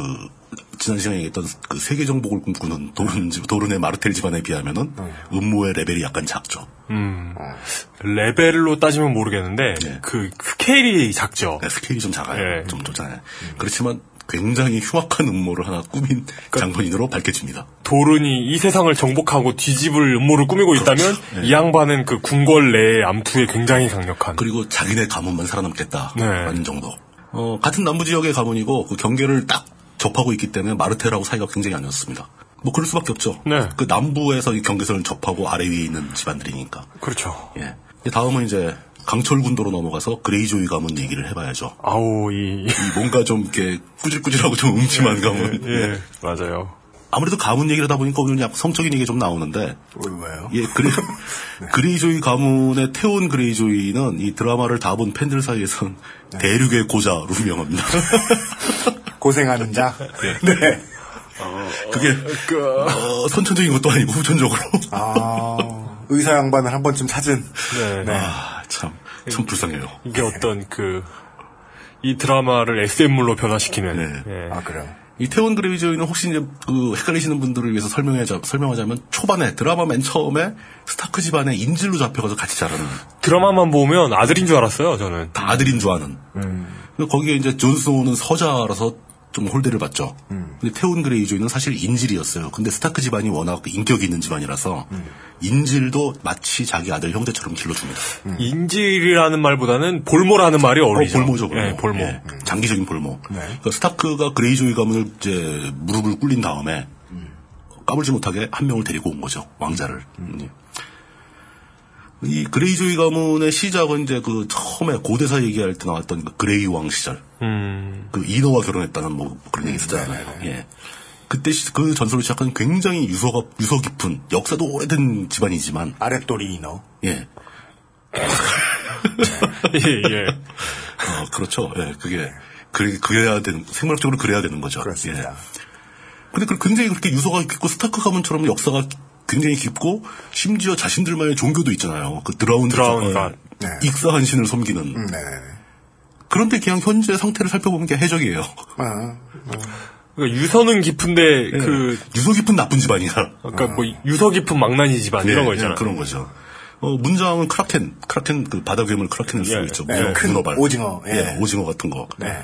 Speaker 4: 지난 시간에 얘기했던 그 세계 정복을 꿈꾸는 도른 집- 도른의 마르텔 집안에 비하면은
Speaker 3: 네.
Speaker 4: 음모의 레벨이 약간 작죠.
Speaker 2: 음. 레벨로 따지면 모르겠는데, 그, 스케일이 작죠.
Speaker 4: 네, 스케일이 좀 작아요.
Speaker 2: 예.
Speaker 4: 좀 좋잖아요. 그렇지만 굉장히 흉악한 음모를 하나 꾸민
Speaker 2: 그러니까
Speaker 4: 장본인으로 밝혀집니다.
Speaker 2: 도른이 이 세상을 정복하고 뒤집을 음모를 꾸미고 있다면,
Speaker 4: 그렇죠.
Speaker 2: 이 양반은 그 궁궐 내의 암투에 굉장히 강력한.
Speaker 4: 네. 그리고 자기네 가문만 살아남겠다.
Speaker 2: 네.
Speaker 4: 라는 정도. 어, 같은 남부 지역의 가문이고 그 경계를 딱 접하고 있기 때문에 마르텔하고 사이가 굉장히 안 좋습니다. 뭐 그럴 수밖에 없죠.
Speaker 2: 네.
Speaker 4: 그 남부에서 이 경계선을 접하고 아래 위에 있는 집안들이니까.
Speaker 2: 그렇죠.
Speaker 4: 예. 이제 다음은 이제 강철 군도로 넘어가서 그레이조이 가문 얘기를 해봐야죠.
Speaker 2: 아우 이,
Speaker 4: 뭔가 좀 이렇게 꾸질꾸질하고 좀 음침한 가문.
Speaker 2: 예, 맞아요.
Speaker 4: 아무래도 가문 얘기를 하다 보니까 오늘 약 성적인 얘기가 좀 나오는데
Speaker 3: 왜요?
Speaker 4: 예, 그레, 그레이조이 가문의 태온 그레이조이는 이 드라마를 다 본 팬들 사이에선 대륙의 고자로 유명합니다.
Speaker 3: 고생하는 자. 네.
Speaker 4: 그게 어, 선천적인 것도 아니고 후천적으로.
Speaker 3: 아, 의사 양반을 한 번쯤 찾은.
Speaker 2: 네.
Speaker 4: 아, 참, 참 불쌍해요.
Speaker 2: 이게 어떤 그, 이 드라마를 SM물로 변화시키는.
Speaker 4: 네.
Speaker 2: 예.
Speaker 3: 아, 그래요?
Speaker 4: 이 태원 그레이저이는 혹시 이제 그 헷갈리시는 분들을 위해서 설명하자, 설명하자면 초반에 드라마 맨 처음에 스타크 집안의 인질로 잡혀가서 같이 자라는
Speaker 2: 드라마만 보면 아들인 줄 알았어요, 저는.
Speaker 4: 다 아들인 줄 아는.
Speaker 2: 음.
Speaker 4: 근데 거기에 이제 존 스노우는 서자라서 좀 홀대를 받죠.
Speaker 2: 음.
Speaker 4: 근데 태온 그레이조이는 사실 인질이었어요. 근데 스타크 집안이 워낙 인격이 있는 집안이라서
Speaker 2: 음.
Speaker 4: 인질도 마치 자기 아들 형제처럼 길러줍니다.
Speaker 2: 인질이라는 말보다는 볼모라는 말이 어울리죠.
Speaker 4: 음. 어, 볼모죠, 볼모.
Speaker 2: 예, 볼모. 네.
Speaker 4: 예, 장기적인 볼모. 그러니까 스타크가 그레이조이 가문을 이제 무릎을 꿇린 다음에 까불지 못하게 한 명을 데리고 온 거죠. 왕자를.
Speaker 2: 음.
Speaker 4: 예. 이 그레이조이 가문의 시작은 이제 그 처음에 고대사 얘기할 때 나왔던 그 그레이 왕 시절.
Speaker 2: 음.
Speaker 4: 그 이너와 결혼했다는 뭐 그런 얘기 있었잖아요. 예. 그때 시- 그 전설을 시작한 굉장히 유서가 유서 깊은 역사도 오래된 집안이지만
Speaker 3: 아랫돌이 이너.
Speaker 4: 예.
Speaker 2: 예, 예.
Speaker 4: 어, 그렇죠. 예, 그게 그래 그래야 되는 생물학적으로 그래야 되는 거죠. 그렇습니다. 근데 그 굉장히 그렇게 유서가 깊고 스타크 가문처럼 역사가 굉장히 깊고 심지어 자신들만의 종교도 있잖아요. 그 드라운 음,
Speaker 2: 드라운
Speaker 4: 어,
Speaker 2: 갓.
Speaker 4: 익사한 신을 섬기는 그런데 그냥 현재 상태를 살펴보면 그냥 해적이에요.
Speaker 3: 아,
Speaker 2: 그러니까 유서는
Speaker 4: 네.
Speaker 2: 깊은데 그
Speaker 4: 예. 유서 깊은 나쁜 집안이야.
Speaker 2: 그러니까 뭐 유서 깊은 망나니 집안 이런 거 있잖아.
Speaker 4: 아. 네, 그런 거죠. 어, 문장은 크라켄, 크라켄 그 바다 괴물 크라켄을 쓰고
Speaker 2: 예.
Speaker 4: 있죠.
Speaker 3: 네,
Speaker 4: 문어,
Speaker 3: 큰
Speaker 4: 문어발.
Speaker 3: 오징어, 예.
Speaker 4: 예, 오징어 같은 거.
Speaker 3: 네.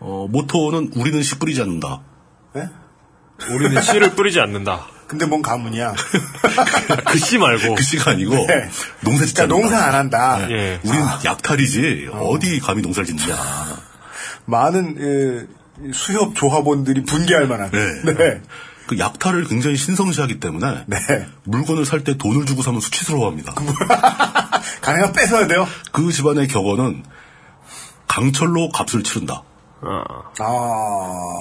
Speaker 4: 어, 모토는 우리는 씨 뿌리지 않는다.
Speaker 2: 우리는 씨를 뿌리지 않는다.
Speaker 3: 근데 뭔 가문이야.
Speaker 2: 그 씨 말고.
Speaker 4: 그 씨가 아니고
Speaker 3: 네.
Speaker 4: 농사 짓지
Speaker 3: 진짜
Speaker 4: 않는다.
Speaker 3: 농사 아. 안 한다.
Speaker 2: 예.
Speaker 4: 우린 약탈이지 어. 디 감히 농사를 짓느냐.
Speaker 3: 많은 예, 수협 조합원들이 분개할 만한.
Speaker 4: 네.
Speaker 3: 네.
Speaker 4: 그 약탈을 굉장히 신성시하기 때문에
Speaker 3: 네. 그 뭐-
Speaker 4: 물건을 살 때 돈을 주고 사면 수치스러워합니다.
Speaker 3: 가능하면 뺏어야 돼요.
Speaker 4: 그 집안의 격언은 강철로 값을 치른다.
Speaker 3: 아.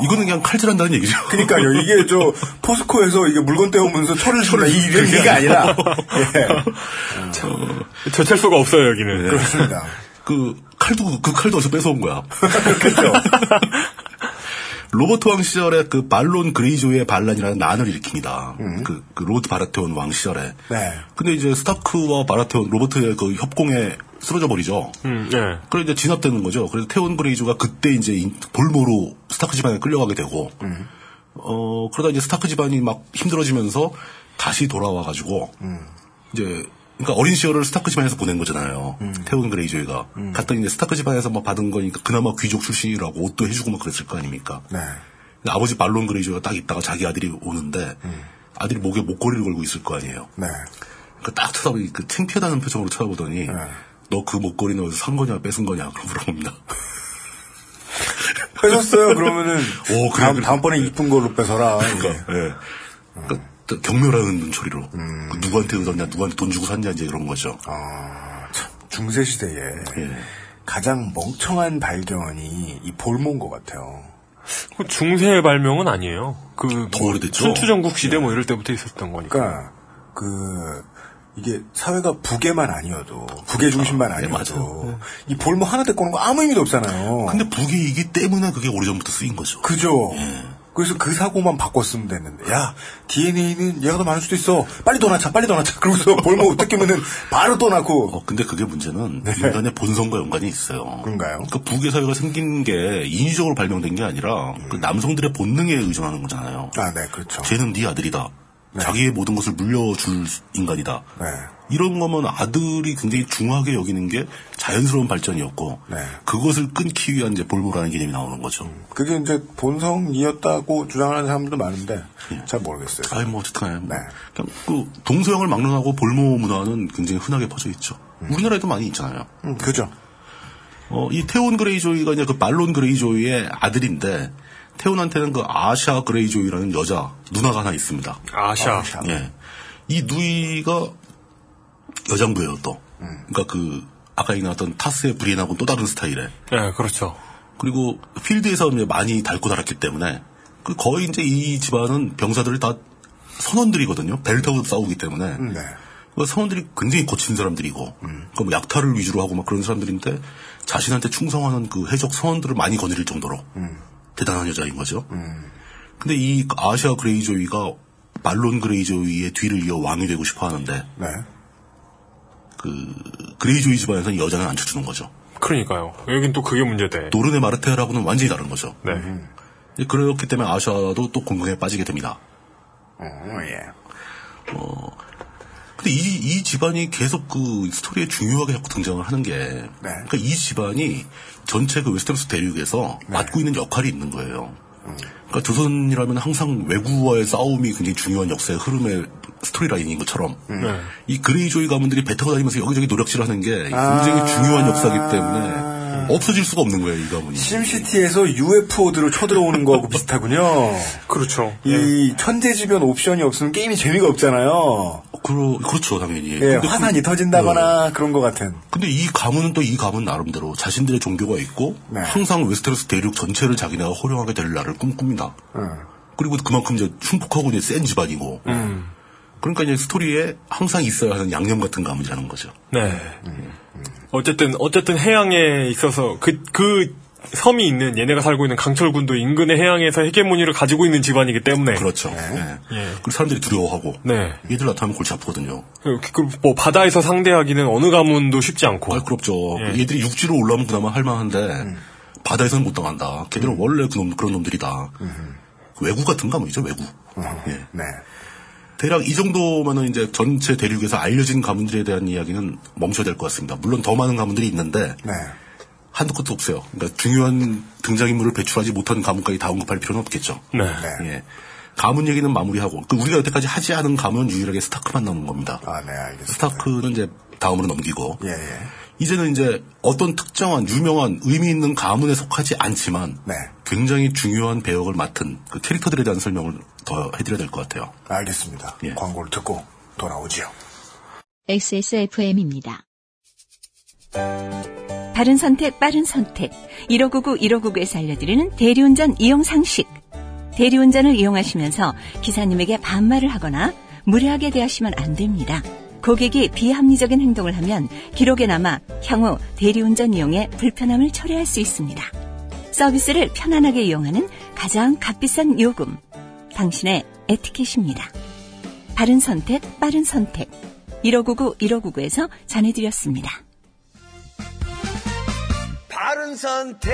Speaker 4: 이거는 그냥 칼질한다는 얘기죠.
Speaker 3: 그러니까요. 이게 저 포스코에서 이게 물건 떼오면서 철을 쳐라 이 이런 얘기가 아니라. 예.
Speaker 2: 저찰 수가 없어요 여기는.
Speaker 4: 네.
Speaker 2: 그럼
Speaker 3: 그렇습니다.
Speaker 4: 그 칼도 그 칼도 어디서 뺏어온 거야. 그렇죠. 로버트 왕 시절에 그 발론 그레이조의 반란이라는 난을 일으킵니다. 그, 그 로드 바라테온 왕 시절에.
Speaker 3: 네.
Speaker 4: 근데 이제 스타크와 바라테온 로버트의 그 협공에 쓰러져 버리죠.
Speaker 2: 음, 예.
Speaker 4: 그래 이제 진압되는 거죠. 그래서 태온 그레이조가 그때 이제 인- 볼모로 스타크 집안에 끌려가게 되고, 어 그러다 이제 스타크 집안이 막 힘들어지면서 다시 돌아와가지고 이제 그러니까 어린 시절을 스타크 집안에서 보낸 거잖아요. 태온 그레이조이가 갔더니 이제 스타크 집안에서 막 받은 거니까 그나마 귀족 출신이라고 옷도 해주고 막 그랬을 거 아닙니까.
Speaker 3: 네.
Speaker 4: 근데 아버지 말론 그레이조가 딱 있다가 자기 아들이 오는데 아들이 목에 목걸이를 걸고 있을 거 아니에요.
Speaker 3: 네.
Speaker 4: 그딱 쳐다보니 그 창피하다는 표정으로 쳐다보더니
Speaker 3: 네.
Speaker 4: 너 그 목걸이는 어디서 산 거냐 뺏은 거냐 그런 물어봅니다.
Speaker 3: 뺏었어요. 그러면은
Speaker 4: 오, 그래,
Speaker 3: 다음
Speaker 4: 그래.
Speaker 3: 다음번에 이쁜 걸로 뺏어라. 예.
Speaker 4: 예. 그러니까 또 경멸하는 눈초리로
Speaker 3: 음.
Speaker 4: 그 누구한테 얻었냐 누구한테 돈 주고 샀냐 이제 이런 거죠.
Speaker 3: 아. 중세 시대에
Speaker 4: 예.
Speaker 3: 가장 멍청한 발견이 이 볼모인 것 같아요.
Speaker 2: 그 중세의 발명은 아니에요. 그뭐
Speaker 4: 더 오래됐죠.
Speaker 2: 순추전국 시대 뭐 이럴 때부터 있었던 거니까.
Speaker 3: 그러니까 그 이게 사회가 북에만 아니어도
Speaker 4: 그렇죠.
Speaker 3: 북의
Speaker 4: 예,
Speaker 3: 중심만 아니어도 이 볼모 하나 데리고 오는 거 아무 의미도 없잖아요.
Speaker 4: 근데 북이기 때문에 그게 오래전부터 쓰인 거죠.
Speaker 3: 그죠.
Speaker 4: 예.
Speaker 3: 그래서 그 사고만 바꿨으면 됐는데, 야, DNA는 얘가 더 많을 수도 있어. 빨리 떠나자, 빨리 떠나자. 그러고서 볼모 뜯기면은 바로 떠나고.
Speaker 4: 어, 근데 그게 문제는 인간의 본성과 연관이 있어요.
Speaker 3: 네. 그런가요?
Speaker 4: 그 북의 사회가 생긴 게 인위적으로 발명된 게 아니라 그 남성들의 본능에 의존하는 거잖아요.
Speaker 3: 음. 아, 네, 그렇죠.
Speaker 4: 쟤는 네 아들이다. 자기의 모든 것을 물려줄 인간이다.
Speaker 3: 네.
Speaker 4: 이런 거면 아들이 굉장히 중하게 여기는 게 자연스러운 발전이었고
Speaker 3: 네. 음.
Speaker 4: 그것을 끊기 위한 이제 볼모라는 개념이 나오는 거죠.
Speaker 3: 그게 이제 본성이었다고 주장하는 사람도 많은데,
Speaker 4: 예.
Speaker 3: 잘 모르겠어요.
Speaker 4: 아이 뭐 어쨌든 간에 뭐
Speaker 3: 네.
Speaker 4: 그냥 그 동서양을 막론하고 볼모 문화는 굉장히 흔하게 퍼져 있죠. 우리나라에도 많이 있잖아요.
Speaker 3: 음, 그죠.
Speaker 4: 어, 이 태온 그레이조이가 이제 그 말론 그레이조이의 아들인데 태온한테는 그 아샤 그레이조이라는 여자 누나가 하나 있습니다.
Speaker 2: 아샤.
Speaker 4: 예. 이 누이가 여장부예요 또.
Speaker 3: 음.
Speaker 4: 그러니까 그 아까 얘기 나왔던 타스의 브리엔하고는 또 다른 스타일에
Speaker 2: 예, 그렇죠.
Speaker 4: 그리고 필드에서 이제 많이 닳고 닳았기 때문에 그 거의 이제 이 집안은 병사들이 다 선원들이거든요. 벨 타고 싸우기 때문에
Speaker 3: 네.
Speaker 4: 그 선원들이 굉장히 거친 사람들이고 그러니까 뭐 약탈을 위주로 하고 막 그런 사람들인데 자신한테 충성하는 그 해적 선원들을 많이 거느릴 정도로 대단한 여자인 거죠. 근데 이 아시아 그레이조이가 말론 그레이조이의 뒤를 이어 왕이 되고 싶어 하는데
Speaker 3: 네.
Speaker 4: 그 그레이조이 집안에서는 여자는 안 쳐주는 거죠.
Speaker 2: 그러니까요. 여긴 또 그게 문제돼.
Speaker 4: 노르네 마르테라고는 완전히 다른 거죠.
Speaker 2: 네.
Speaker 4: 이제 예, 그렇기 때문에 아시아도 또 공격에 빠지게 됩니다. 어,
Speaker 3: 음, 예.
Speaker 4: 근데 이, 이 집안이 계속 그 스토리에 중요하게 자꾸 등장을 하는 게,
Speaker 3: 네.
Speaker 4: 그러니까 이 집안이 전체 그 웨스테로스 대륙에서
Speaker 3: 네.
Speaker 4: 맡고 있는 역할이 있는 거예요.
Speaker 3: 음.
Speaker 4: 그러니까 조선이라면 항상 외국와의 싸움이 굉장히 중요한 역사의 흐름의 스토리라인인 것처럼
Speaker 3: 음.
Speaker 4: 이 그레이조이 가문들이 배 타고 다니면서 여기저기 노력질하는 게
Speaker 3: 아.
Speaker 4: 굉장히 중요한 역사이기 때문에 없어질 수가 없는 거예요 이 가문이.
Speaker 3: 음. 심시티에서 UFO들로 쳐들어오는 거하고 비슷하군요.
Speaker 2: 그렇죠.
Speaker 4: 예.
Speaker 3: 이 천재지변 옵션이 없으면 게임이 재미가 없잖아요.
Speaker 4: 그러, 그렇죠 당연히.
Speaker 3: 예,
Speaker 4: 근데 그- 네.
Speaker 3: 화산이 터진다거나 그런 것 같은.
Speaker 4: 근데 이 가문은 또 이 가문 나름대로 자신들의 종교가 있고
Speaker 3: 네.
Speaker 4: 항상 웨스테로스 대륙 전체를 자기네가 호령하게 될 날을 꿈꿉니다. 그리고 그만큼 이제 흉폭하고 이제 센 집안이고. 그러니까 이제 스토리에 항상 있어야 하는 양념 같은 가문이라는 거죠.
Speaker 2: 네. 어쨌든 어쨌든 해양에 있어서 그 그 섬이 있는 얘네가 살고 있는 강철군도 인근의 해양에서 헤게모니를 가지고 있는 집안이기 때문에
Speaker 4: 그렇죠. 예. 그리고 사람들이 두려워하고
Speaker 2: 네.
Speaker 4: 얘들 나타나면 골치 아프거든요.
Speaker 2: 그, 그, 뭐 바다에서 상대하기는 어느 가문도 쉽지 않고
Speaker 4: 아, 날카롭죠. 얘들이 육지로 올라오면 그나마 할만한데 바다에서는 못 당한다. 걔들은 원래 그놈, 그런 놈들이다. 외구가 등가문이죠, 외구. 예.
Speaker 3: 네,
Speaker 4: 대략 이 정도면은 이제 전체 대륙에서 알려진 가문들에 대한 이야기는 멈춰야 될 것 같습니다. 물론 더 많은 가문들이 있는데
Speaker 3: 네.
Speaker 4: 한도 끝도 없어요. 그러니까 중요한 등장인물을 배출하지 못한 가문까지 다 언급할 필요는 없겠죠.
Speaker 2: 네.
Speaker 4: 예. 가문 얘기는 마무리하고 그 우리가 여태까지 하지 않은 가문은 유일하게 스타크만 남은 겁니다. 아, 네, 알겠습니다. 스타크는 이제 다음으로 넘기고
Speaker 3: 예,
Speaker 4: 이제는 이제 어떤 특정한 유명한 의미 있는 가문에 속하지 않지만
Speaker 3: 네,
Speaker 4: 굉장히 중요한 배역을 맡은 그 캐릭터들에 대한 설명을 더 해드려야 될 것 같아요.
Speaker 3: 알겠습니다.
Speaker 4: 예.
Speaker 3: 광고를 듣고 돌아오지요.
Speaker 1: XSFM입니다.
Speaker 12: 바른 선택, 빠른 선택. 1599, 1599에서 알려드리는 대리운전 이용 상식. 대리운전을 이용하시면서 기사님에게 반말을 하거나 무례하게 대하시면 안 됩니다. 고객이 비합리적인 행동을 하면 기록에 남아 향후 대리운전 이용에 불편함을 초래할 수 있습니다. 서비스를 편안하게 이용하는 가장 값비싼 요금. 당신의 에티켓입니다. 바른 선택, 빠른 선택. 1599, 1599에서 전해드렸습니다.
Speaker 13: 바른 선택,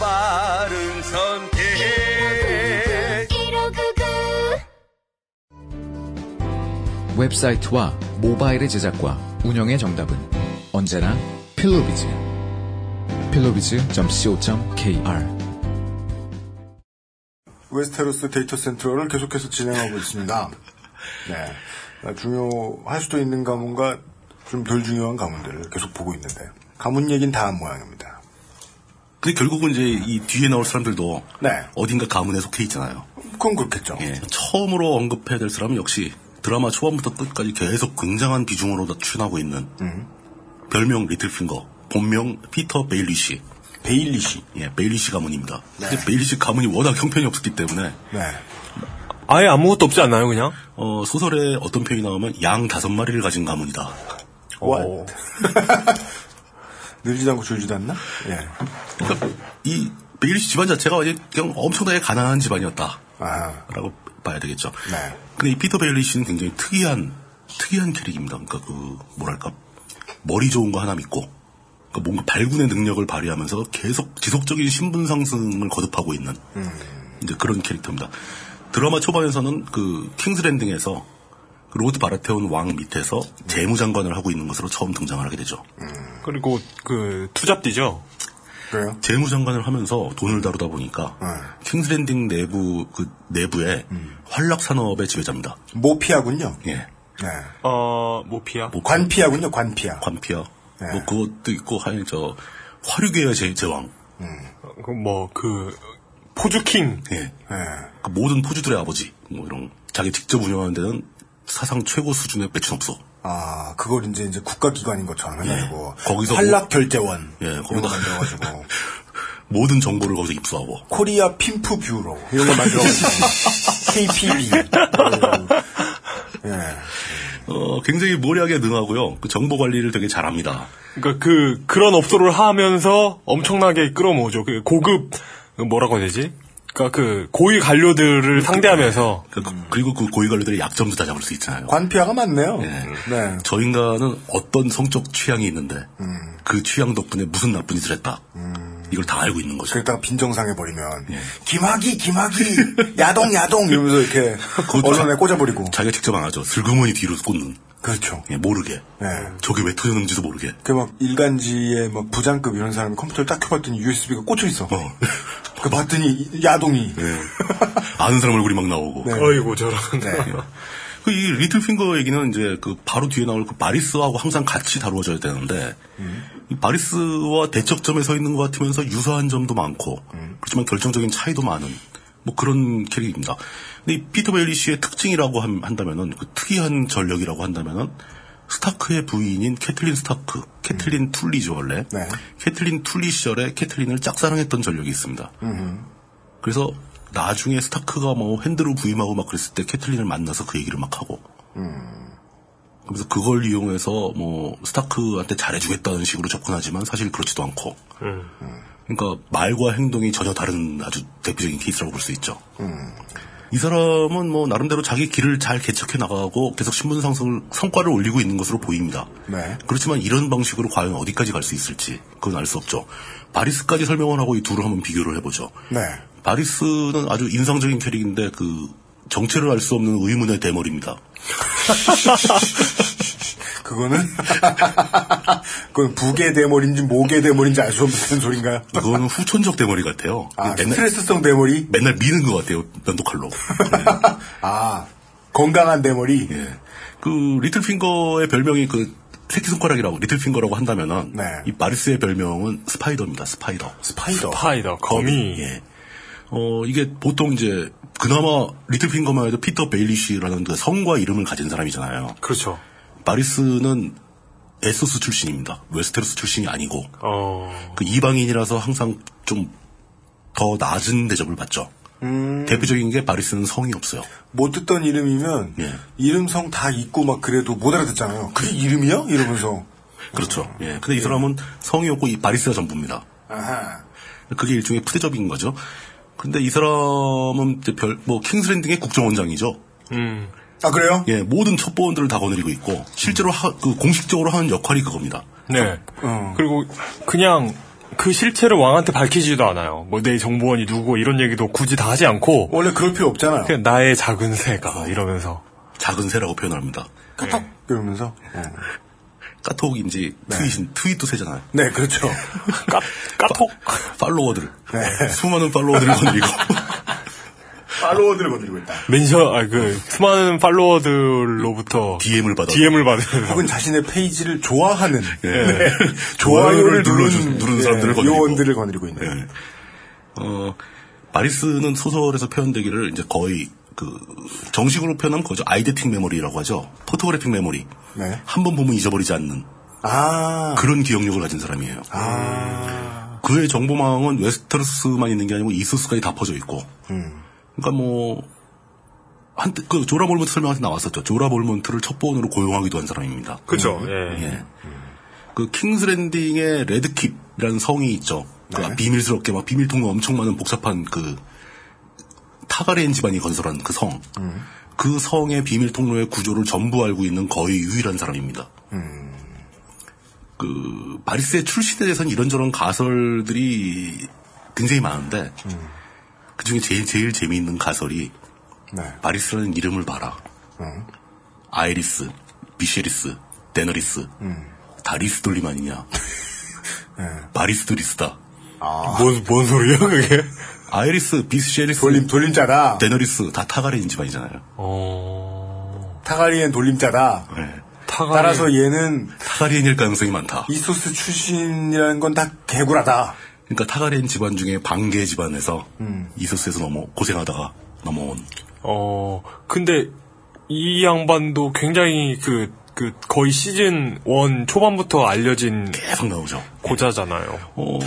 Speaker 13: 바른 선택. 1599.
Speaker 8: 웹사이트와 모바일의 제작과 운영의 정답은 언제나 필로비즈. 필로비즈.co.kr
Speaker 3: 웨스테로스 데이터 센트럴을 계속해서 진행하고 있습니다. 네. 중요할 수도 있는 가문과 좀 덜 중요한 가문들을 계속 보고 있는데 가문 얘기는 다 한 모양입니다.
Speaker 4: 근데 결국은 이제 이 뒤에 나올 사람들도 어딘가 가문에 속해 있잖아요. 예.
Speaker 3: 그건 네. 그렇겠죠.
Speaker 4: 처음으로 언급해야 될 사람은 역시 드라마 초반부터 끝까지 계속 굉장한 비중으로 출연하고 있는
Speaker 3: 음.
Speaker 4: 별명 리틀핑거, 본명 피터 베일리시.
Speaker 3: 베일리시. 네.
Speaker 4: 예, 베일리시 가문입니다. 근데 베일리시 가문이 워낙 형편이 없었기 때문에
Speaker 2: 아예 아무것도 없지 않나요, 그냥?
Speaker 4: 어, 소설에 어떤 표현이 나오면 양 다섯 마리를 가진 가문이다. 어.
Speaker 3: 와. 늘지도 않고 줄지도 않나? 예.
Speaker 4: 그러니까 이 베일리시 집안 자체가 이제 그냥 엄청나게 가난한 집안이었다.
Speaker 3: 아,
Speaker 4: 라고 봐야 되겠죠. 근데 이 피터 베일리시는 굉장히 특이한, 특이한 캐릭입니다. 그러니까 그, 뭐랄까, 머리 좋은 거 하나 믿고, 그러니까 뭔가 발군의 능력을 발휘하면서 계속 지속적인 신분 상승을 거듭하고 있는 이제 그런 캐릭터입니다. 드라마 초반에서는 그 킹스랜딩에서 그 로드 바라테온 왕 밑에서 재무장관을 하고 있는 것으로 처음 등장을 하게 되죠.
Speaker 2: 그리고 그 투잡디죠.
Speaker 3: 그래요?
Speaker 4: 재무장관을 하면서 돈을 다루다 보니까 킹스랜딩 내부 그 내부에 활락 산업의 지배자입니다.
Speaker 3: 모피아군요.
Speaker 4: 예.
Speaker 3: 네.
Speaker 2: 어, 모피아.
Speaker 4: 뭐
Speaker 3: 관피아군요, 관피아.
Speaker 4: 관피아.
Speaker 3: 네.
Speaker 4: 뭐 그것도 있고 하여 저 화류계의 제, 제왕.
Speaker 2: 뭐그 포주킹.
Speaker 4: 예.
Speaker 3: 네.
Speaker 4: 그 모든 포주들의 아버지. 뭐 이런 자기 직접 운영하는 데는 사상 최고 수준의 매춘업소.
Speaker 3: 아, 그걸 이제 이제 국가기관인 것처럼 해가지고.
Speaker 4: 예. 거기서
Speaker 3: 활락
Speaker 4: 뭐-
Speaker 3: 결제원.
Speaker 4: 예,
Speaker 3: 이런 거
Speaker 4: 거기다
Speaker 3: 만들어가지고.
Speaker 4: 모든 정보를 거기서 입수하고.
Speaker 3: 코리아 핌프 뷰로. 이런 거 만들어가지고. KPB.
Speaker 4: 어, 굉장히 모리하게 능하고요. 그 정보 관리를 되게 잘합니다.
Speaker 2: 그러니까 그 그런 업소를 하면서 엄청나게 끌어모으죠. 그 고급 그 뭐라고 해야 되지? 그러니까 그 고위 관료들을 상대하면서
Speaker 4: 그, 리고그 고위 관료들의 약점도 다 잡을 수 있잖아요.
Speaker 3: 음. 관피아가 맞네요. 네.
Speaker 4: 저 인간은 어떤 성적 취향이 있는데
Speaker 3: 음.
Speaker 4: 그 취향 덕분에 무슨 나쁜 짓을 했다. 이걸 다 알고 있는 거죠.
Speaker 3: 그러다가 빈정상해버리면. 김학이, 김학이. 야동, 야동. 이러면서 이렇게. 언론에 꽂아버리고.
Speaker 4: 자기가 직접 안 하죠. 슬그머니 뒤로 꽂는.
Speaker 3: 그렇죠.
Speaker 4: 예, 모르게.
Speaker 3: 예.
Speaker 4: 저게 왜 터졌는지도 모르게.
Speaker 3: 그 막 일간지에 막 부장급 이런 사람이 컴퓨터를 딱 켜봤더니 USB가 꽂혀 있어. 예. 그 봤더니 야동이.
Speaker 4: 아는 사람 얼굴이 막 나오고. 네.
Speaker 2: 어이고 저런.
Speaker 4: 그이 리틀핑거 얘기는 이제 그 바로 뒤에 나올 그 바리스하고 항상 같이 다루어져야 되는데 이 바리스와 대척점에 서 있는 것 같으면서 유사한 점도 많고 그렇지만 결정적인 차이도 많은 뭐 그런 캐릭입니다. 근데 이 피터 베일리 씨의 특징이라고 함- 한다면은 그 특이한 전력이라고 한다면은 스타크의 부인인 캐틀린 스타크, 캐틀린 툴리죠 원래. 캐틀린 툴리 시절에 캐틀린을 짝사랑했던 전력이 있습니다. 그래서 나중에 스타크가 뭐 핸드로 부임하고 막 그랬을 때 캐틀린을 만나서 그 얘기를 막 하고 그래서 그걸 이용해서 뭐 스타크한테 잘해주겠다는 식으로 접근하지만 사실 그렇지도 않고 그러니까 말과 행동이 전혀 다른 아주 대표적인 케이스라고 볼 수 있죠. 이 사람은 뭐 나름대로 자기 길을 잘 개척해 나가고 계속 신분 상승을 성과를 올리고 있는 것으로 보입니다.
Speaker 3: 네.
Speaker 4: 그렇지만 이런 방식으로 과연 어디까지 갈 수 있을지 그건 알 수 없죠. 바리스까지 설명을 하고 이 둘을 한번 비교를 해보죠.
Speaker 3: 네.
Speaker 4: 바리스는 아주 인상적인 캐릭인데 그 정체를 알 수 없는 의문의 대머리입니다.
Speaker 3: 그거는 그건 북의 대머리인지 목의 대머리인지 알 수 없는 소린가요?
Speaker 4: 그건 후천적 대머리 같아요. 그
Speaker 3: 아, 스트레스성 대머리?
Speaker 4: 맨날 미는 것 같아요, 면도칼로.
Speaker 3: 아, 건강한 대머리?
Speaker 4: 예. 그, 리틀핑거의 별명이 그, 새끼손가락이라고, 리틀핑거라고 한다면은, 이 마리스의 별명은 스파이더입니다, 스파이더.
Speaker 3: 스파이더.
Speaker 2: 스파이더, 거미.
Speaker 4: 예. 어, 이게 보통 이제, 그나마 리틀핑거만 해도 피터 베일리시라는 그 성과 이름을 가진 사람이잖아요.
Speaker 2: 그렇죠.
Speaker 4: 마리스는 에소스 출신입니다. 웨스테로스 출신이 아니고,
Speaker 2: 어.
Speaker 4: 그 이방인이라서 항상 좀 더 낮은 대접을 받죠.
Speaker 3: 음,
Speaker 4: 대표적인 게 바리스는 성이 없어요.
Speaker 3: 못 듣던 이름이면 이름 성 다 있고 막 그래도 못 알아듣잖아요. 그게 이름이야? 이러면서.
Speaker 4: 그렇죠. 예. 근데 이 사람은 성이 없고 이 바리스가 전부입니다.
Speaker 3: 아하.
Speaker 4: 그게 일종의 푸대접인 거죠. 근데 이 사람은 이제 별, 뭐, 킹스랜딩의 국정원장이죠.
Speaker 2: 음.
Speaker 3: 아, 그래요?
Speaker 4: 예, 모든 첩보원들을 다 거느리고 있고, 실제로 하- 그 공식적으로 하는 역할이 그겁니다.
Speaker 2: 네. 그리고 그냥 그 실체를 왕한테 밝히지도 않아요. 뭐 내 정보원이 누구고 이런 얘기도 굳이 다 하지 않고
Speaker 3: 원래 그럴 필요 없잖아요.
Speaker 2: 그냥 나의 작은 새가 이러면서
Speaker 4: 작은 새라고 표현합니다.
Speaker 3: 카톡! 이러면서.
Speaker 4: 까톡인지 트윗인, 트윗도 새잖아요.
Speaker 3: 네, 그렇죠.
Speaker 2: 까, 까톡?
Speaker 4: 팔로워들을. 수많은 팔로워들을 거느리고.
Speaker 3: 팔로워들을 건드리고 있다.
Speaker 2: 멘션, 아, 그, 수많은 팔로워들로부터
Speaker 4: DM을 받아.
Speaker 2: DM을 받으면서.
Speaker 3: 혹은 자신의 페이지를 좋아하는 네.
Speaker 4: 좋아요를
Speaker 3: 좋아요를
Speaker 4: 눌러준,
Speaker 3: 누른
Speaker 4: 누르는
Speaker 3: 예,
Speaker 4: 사람들을 거느리고.
Speaker 3: 요원들을 거느리고 있는.
Speaker 4: 예. 어, 마리스는 소설에서 표현되기를 이제 거의 그 정식으로 표현하면 거죠. 아이데틱 메모리라고 하죠. 포토그래픽 메모리.
Speaker 3: 네.
Speaker 4: 한 번 보면 잊어버리지 않는
Speaker 3: 아,
Speaker 4: 그런 기억력을 가진 사람이에요. 그의 정보망은 웨스테로스만 있는 게 아니고 이소스까지 다 퍼져 있고.
Speaker 3: 음.
Speaker 4: 그러니까 뭐 한때 그 조라 볼몬트 설명한테 나왔었죠. 조라 볼몬트를 첩보원으로 고용하기도 한 사람입니다.
Speaker 2: 그쵸, 예.
Speaker 4: 예. 그 킹스랜딩의 레드킵이라는 성이 있죠. 그 비밀스럽게 막 비밀 통로 엄청 많은 복잡한 그 타가레인 집안이 건설한 그 성. 그 성의 비밀 통로의 구조를 전부 알고 있는 거의 유일한 사람입니다. 그 바리스의 출신에 대해서는 이런저런 가설들이 굉장히 많은데 그 중에 제일 제일 재미있는 가설이
Speaker 3: 네.
Speaker 4: 바리스라는 이름을 봐라. 아이리스, 미쉐리스, 데너리스, 다리스 돌림 아니냐. 바리스드리스다.
Speaker 2: 네. 아. 뭔, 뭔 소리야, 그게?
Speaker 4: 아이리스, 미쉐리스,
Speaker 3: 돌림, 돌림자다.
Speaker 4: 데너리스 다 타가레인 집안이잖아요.
Speaker 2: 어.
Speaker 3: 타가리엔 돌림자다.
Speaker 4: 네.
Speaker 2: 타가.
Speaker 3: 따라서 얘는
Speaker 4: 타가레인일 가능성이 많다.
Speaker 3: 이소스 출신이라는 건 다 개구라다.
Speaker 4: 그러니까 타가레인 집안 중에 반개 집안에서
Speaker 2: 음.
Speaker 4: 이소스에서 넘어 고생하다가 넘어온
Speaker 2: 어, 근데 이 양반도 굉장히 그, 그, 거의 시즌 1 초반부터 알려진
Speaker 4: 계속 나오죠.
Speaker 2: 고자잖아요.
Speaker 4: 어,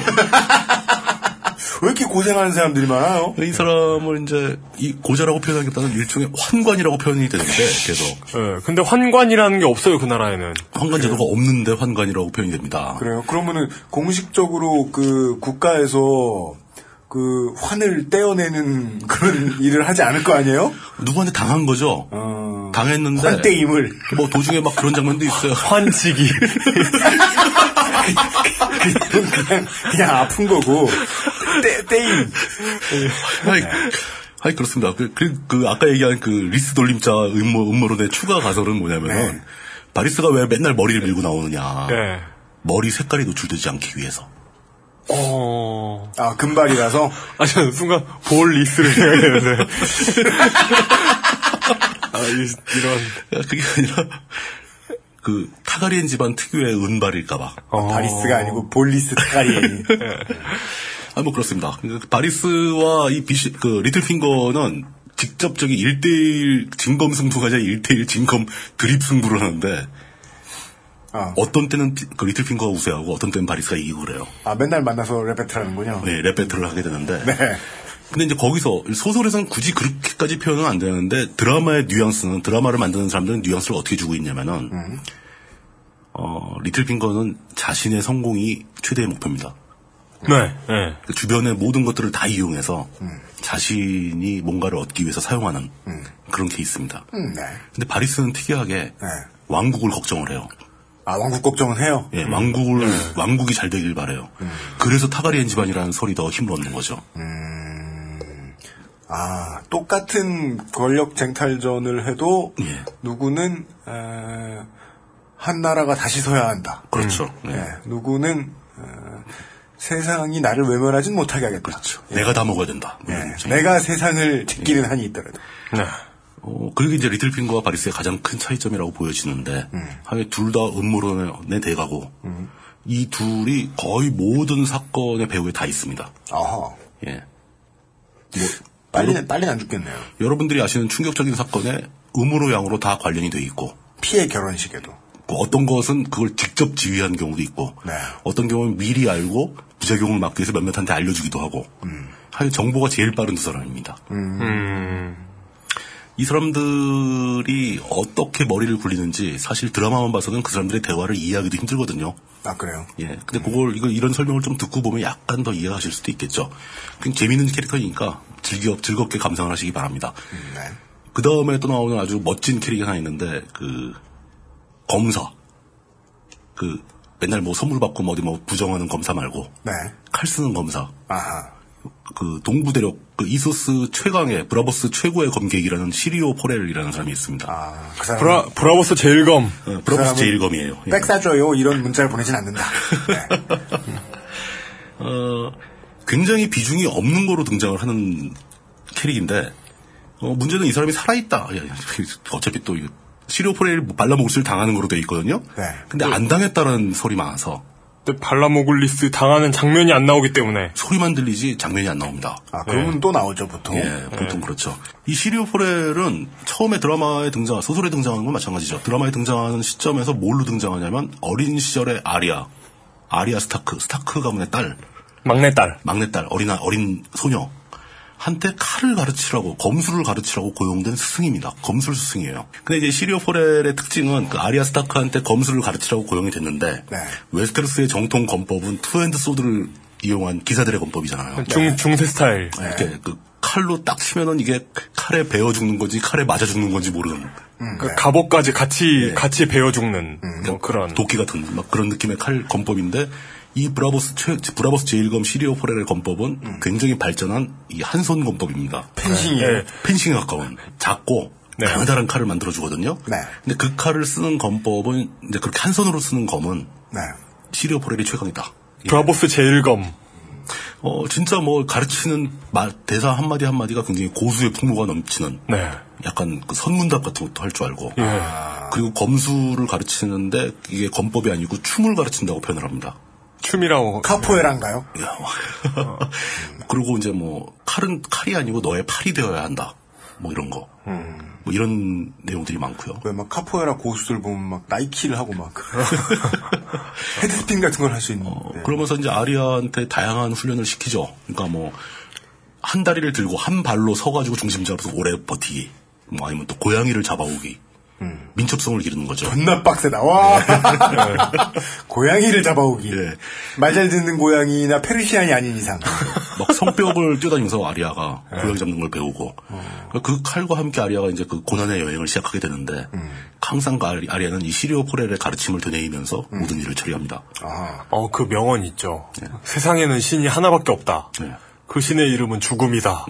Speaker 3: 왜 이렇게 고생하는 사람들이 많아요?
Speaker 4: 이 사람을 이제 이 고자라고 표현하기보다는 일종의 환관이라고 표현이 되는데 계속
Speaker 2: 예, 근데 환관이라는 게 없어요, 그 나라에는.
Speaker 4: 환관 제도가 없는데 환관이라고 표현이 됩니다.
Speaker 3: 그래요. 그러면은 공식적으로 그 국가에서 그 환을 떼어내는 그런 일을 하지 않을 거 아니에요?
Speaker 4: 누구한테 당한 거죠?
Speaker 3: 어,
Speaker 4: 당했는데
Speaker 3: 환떼임을.
Speaker 4: 뭐 도중에 막 그런 장면도 있어요.
Speaker 2: 환치기.
Speaker 3: 그냥, 그냥 아픈 거고. 떼, 떼임.
Speaker 4: 하이, 하이 그렇습니다. 그, 그, 그 아까 얘기한 그 리스 돌림자 음모 음모론의 추가 가설은 뭐냐면은
Speaker 3: 네.
Speaker 4: 바리스가 왜 맨날 머리를 밀고 나오느냐?
Speaker 3: 아.
Speaker 2: 예.
Speaker 4: 머리 색깔이 노출되지 않기 위해서.
Speaker 2: 어.
Speaker 3: 아, 금발이라서.
Speaker 2: 아, 저는 순간 볼 리스를 생각했는데. 아, 이- 이런.
Speaker 4: 야, 그게 아니라 그 타가리엔 집안 특유의
Speaker 3: 어.
Speaker 4: 은발일까봐.
Speaker 2: 어.
Speaker 3: 바리스가 아니고 볼리스 타가리엔.
Speaker 4: 아, 뭐 그렇습니다. 그 바리스와 이 비시, 그 리틀핑거는 직접적인 1대1 진검 승부가 아니라 1대1 진검 드립 승부를 하는데
Speaker 3: 아.
Speaker 4: 어떤 때는 피- 그 리틀핑거가 우세하고 어떤 때는 바리스가 이기고 그래요.
Speaker 3: 아, 맨날 만나서 레베트라는군요.
Speaker 4: 네, 랩 배틀을 하게 되는데
Speaker 3: 네.
Speaker 4: 근데 이제 거기서 소설에선 굳이 그렇게까지 표현은 안 되는데 드라마의 뉘앙스는 드라마를 만드는 사람들은 뉘앙스를 어떻게 주고 있냐면은
Speaker 3: 음.
Speaker 4: 어, 리틀핑거는 자신의 성공이 최대의 목표입니다.
Speaker 2: 네. 네.
Speaker 4: 그 주변의 모든 것들을 다 이용해서 자신이 뭔가를 얻기 위해서 사용하는 그런 케이스입니다.
Speaker 3: 음, 네.
Speaker 4: 근데 바리스는 특이하게 왕국을 걱정을 해요.
Speaker 3: 아, 왕국 걱정은 해요?
Speaker 4: 예, 왕국을, 왕국이 잘 되길 바래요. 그래서 타가리엔 집안이라는 설이 더 힘을 얻는 거죠.
Speaker 3: 음, 아, 똑같은 권력 쟁탈전을 해도 누구는 에, 한 나라가 다시 서야 한다.
Speaker 4: 그렇죠.
Speaker 3: 예, 누구는 어, 세상이 나를 외면하진 못하게 하겠다. 그렇죠. 예.
Speaker 4: 내가 다 먹어야 된다. 뭐
Speaker 3: 네. 내가 세상을 지키는 한이 있더라도.
Speaker 4: 어, 그게 이제 리틀핀과 바리스의 가장 큰 차이점이라고 보여지는데, 하여 둘다 음모론에 대가고, 이 둘이 거의 모든 사건의 배후에 다 있습니다.
Speaker 3: 아하.
Speaker 4: 예. 뭐,
Speaker 3: 빨리, 빨리 안 죽겠네요.
Speaker 4: 여러분들이 아시는 충격적인 사건에 음으로 양으로 다 관련이 돼 있고,
Speaker 3: 피해 결혼식에도.
Speaker 4: 그 어떤 것은 그걸 직접 지휘한 경우도 있고, 어떤 경우는 미리 알고 부작용을 막기 위해서 몇몇한테 알려주기도 하고, 하여 정보가 제일 빠른 두 사람입니다. 음. 이 사람들이 어떻게 머리를 굴리는지 사실 드라마만 봐서는 그 사람들의 대화를 이해하기도 힘들거든요.
Speaker 3: 아, 그래요?
Speaker 4: 예. 근데 그걸, 이거, 이런 설명을 좀 듣고 보면 약간 더 이해하실 수도 있겠죠. 그냥 재밌는 캐릭터니까 즐겨, 즐겁게 감상을 하시기 바랍니다.
Speaker 3: 예. 네.
Speaker 4: 그 다음에 또 나오는 아주 멋진 캐릭이 하나 있는데, 그, 검사. 그, 맨날 뭐 선물 받고 뭐 어디 뭐 부정하는 검사 말고,
Speaker 3: 네.
Speaker 4: 칼 쓰는 검사.
Speaker 3: 아하.
Speaker 4: 그 동부대륙 그 이소스 최강의 브라보스 최고의 검객이라는 시리오 포렐이라는 사람이 있습니다. 예,
Speaker 3: 그 사람은- 브라-
Speaker 2: 브라보스 제일검.
Speaker 4: 브라보스 제일검이에요. 예.
Speaker 3: 그 백 사줘요. 이런 문자를 보내진 않는다. 네.
Speaker 4: 어, 굉장히 비중이 없는 거로 등장을 하는 캐릭인데 어, 문제는 이 사람이 살아있다. 야, 야, 어차피 또 이거 시리오 포렐 발라모글스를 당하는 거로 돼 있거든요.
Speaker 3: 네.
Speaker 4: 근데 안 당했다는 소리 많아서.
Speaker 2: 근데 발라모글리스 당하는 장면이 안 나오기 때문에
Speaker 4: 소리만 들리지 장면이 안 나옵니다.
Speaker 3: 아, 그러면 또 나오죠, 보통.
Speaker 4: 예, 보통 그렇죠. 이 시리오 포렐은 처음에 드라마에 등장, 소설에 등장하는 건 마찬가지죠. 드라마에 등장하는 시점에서 뭘로 등장하냐면 어린 시절의 아리아, 아리아 스타크, 스타크 가문의 딸,
Speaker 2: 막내 딸,
Speaker 4: 막내 딸, 어린 어린 소녀. 한테 칼을 가르치라고 검술을 가르치라고 고용된 스승입니다. 검술 스승이에요. 근데 이제 시리오 포렐의 특징은 그 아리아 스타크한테 검술을 가르치라고 고용이 됐는데 웨스테로스의 정통 검법은 투핸드 소드를 이용한 기사들의 검법이잖아요.
Speaker 3: 네.
Speaker 2: 중 중세 스타일.
Speaker 4: 이렇게 그 칼로 딱 치면은 이게 칼에 베어 죽는 건지 칼에 맞아 죽는 건지 모르는
Speaker 2: 그 갑옷까지 같이 같이 베어 죽는
Speaker 4: 뭐 그런 도끼 같은 막 그런 느낌의 칼 검법인데 이 브라보스 최 브라보스 제일검 시리오 포레의 검법은 굉장히 발전한 이 한손 검법입니다.
Speaker 3: 펜싱이에요.
Speaker 2: 예.
Speaker 4: 네. 펜싱에 가까운 작고 가느다란 칼을 만들어 주거든요. 근데 그 칼을 쓰는 검법은 이제 그렇게 한 손으로 쓰는 검은
Speaker 3: 네.
Speaker 4: 시리오 포레이 최강이다.
Speaker 2: 브라보스 제일검.
Speaker 4: 어 진짜 뭐 가르치는 말, 대사 한 마디 한 마디가 굉장히 고수의 풍모가 넘치는
Speaker 2: 네.
Speaker 4: 약간 그 선문답 같은 것도 할 줄 알고
Speaker 2: 예.
Speaker 4: 그리고 검수를 가르치는데 이게 검법이 아니고 춤을 가르친다고 표현을 합니다. 예.
Speaker 2: 춤이라고
Speaker 3: 카포에란가요?
Speaker 4: 그리고 이제 뭐 칼은 칼이 아니고 너의 팔이 되어야 한다. 뭐 이런 거. 뭐 이런 내용들이 많고요.
Speaker 3: 왜 막 카포에라 고수들 보면 막 나이키를 하고 막 헤드스핀 같은 걸 할 수 있는.
Speaker 4: 어,
Speaker 3: 네.
Speaker 4: 그러면서 이제 아리아한테 다양한 훈련을 시키죠. 그러니까 뭐 한 다리를 들고 한 발로 서가지고 중심 잡아서 오래 버티기. 뭐 아니면 또 고양이를 잡아오기. 민첩성을 기르는 거죠.
Speaker 3: 존나 빡세다. 와. 네. 고양이를 잡아오기. 말 잘 듣는 고양이나 페르시안이 아닌 이상.
Speaker 4: 막 성벽을 뛰어다니면서 아리아가
Speaker 2: 네.
Speaker 4: 고양이 잡는 걸 배우고
Speaker 2: 어.
Speaker 4: 그 칼과 함께 아리아가 이제 그 고난의 여행을 시작하게 되는데
Speaker 2: 음.
Speaker 4: 항상 그 아리- 아리아는 이 시리오 포렐의 가르침을 되뇌이면서
Speaker 2: 음.
Speaker 4: 모든 일을 처리합니다.
Speaker 2: 어, 그 명언 있죠. 세상에는 신이 하나밖에 없다.
Speaker 4: 네.
Speaker 2: 그 신의 이름은 죽음이다.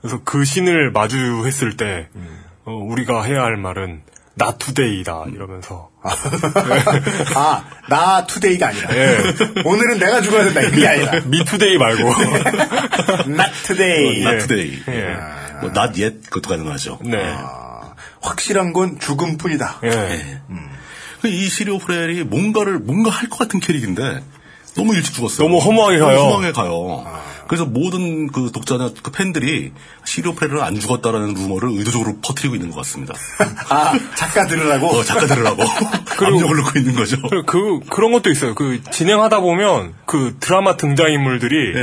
Speaker 2: 그래서 그 신을 마주했을 때, 어, 우리가 해야 할 말은, 나 투데이다. 이러면서.
Speaker 3: 아, 나 투데이가 아니라.
Speaker 2: 예.
Speaker 3: 오늘은 내가 죽어야 된다. 이게 아니라.
Speaker 2: 미 투데이 말고.
Speaker 3: Not
Speaker 2: 예.
Speaker 3: today.
Speaker 4: Not today. 뭐 not yet 그것도 가능하죠.
Speaker 2: 네.
Speaker 3: 아, 확실한 건 죽음뿐이다.
Speaker 4: 예. 그이 시리오 프렐이 뭔가를 뭔가 할 것 같은 캐릭인데 너무 일찍 죽었어요.
Speaker 2: 너무 허무하게
Speaker 4: 너무
Speaker 2: 가요. 아.
Speaker 4: 허무하게 가요. 그래서 모든 그 독자나 그 팬들이 시리오 프렐은 안 죽었다라는 루머를 의도적으로 퍼뜨리고 있는 것 같습니다.
Speaker 3: 아 작가들으라고.
Speaker 4: 어, 작가들으라고. 압력을 넣고 있는 거죠.
Speaker 2: 그, 그런 것도 있어요. 그, 진행하다 보면, 그 드라마 등장인물들이,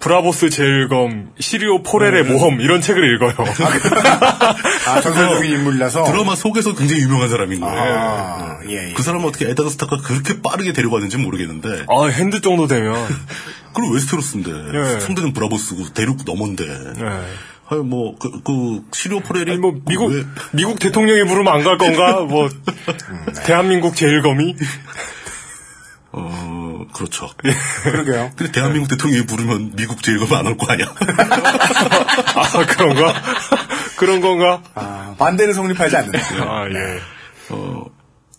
Speaker 2: 브라보스 제일검, 시리오 포렐의 모험 이런 책을 읽어요.
Speaker 3: 아, 전설적인 인물이라서. 예.
Speaker 4: 드라마 속에서 굉장히 유명한 사람인 거예요.
Speaker 3: 아.
Speaker 4: 그 사람은 어떻게 에다드 스타가 그렇게 빠르게 데려가는지 모르겠는데.
Speaker 2: 아, 핸드 정도 되면.
Speaker 4: 그럼 웨스테로스인데.
Speaker 2: 예.
Speaker 4: 상대는 브라보스고, 대륙 넘어인데.
Speaker 3: 예.
Speaker 4: 아니, 뭐, 그, 그, 시리오 포렐이.
Speaker 2: 뭐, 미국, 미국 대통령이 부르면 안 갈 건가? 뭐, 대한민국 제일검이?
Speaker 4: 어, 그렇죠.
Speaker 3: 예. 그러게요. 예.
Speaker 4: 근데 대한민국 대통령이 부르면 미국 제일검 안 올 거 아니야?
Speaker 2: 아, 그런가? 그런 건가?
Speaker 3: 아, 반대는 성립하지 않는다.
Speaker 2: 아, 예.
Speaker 4: 어,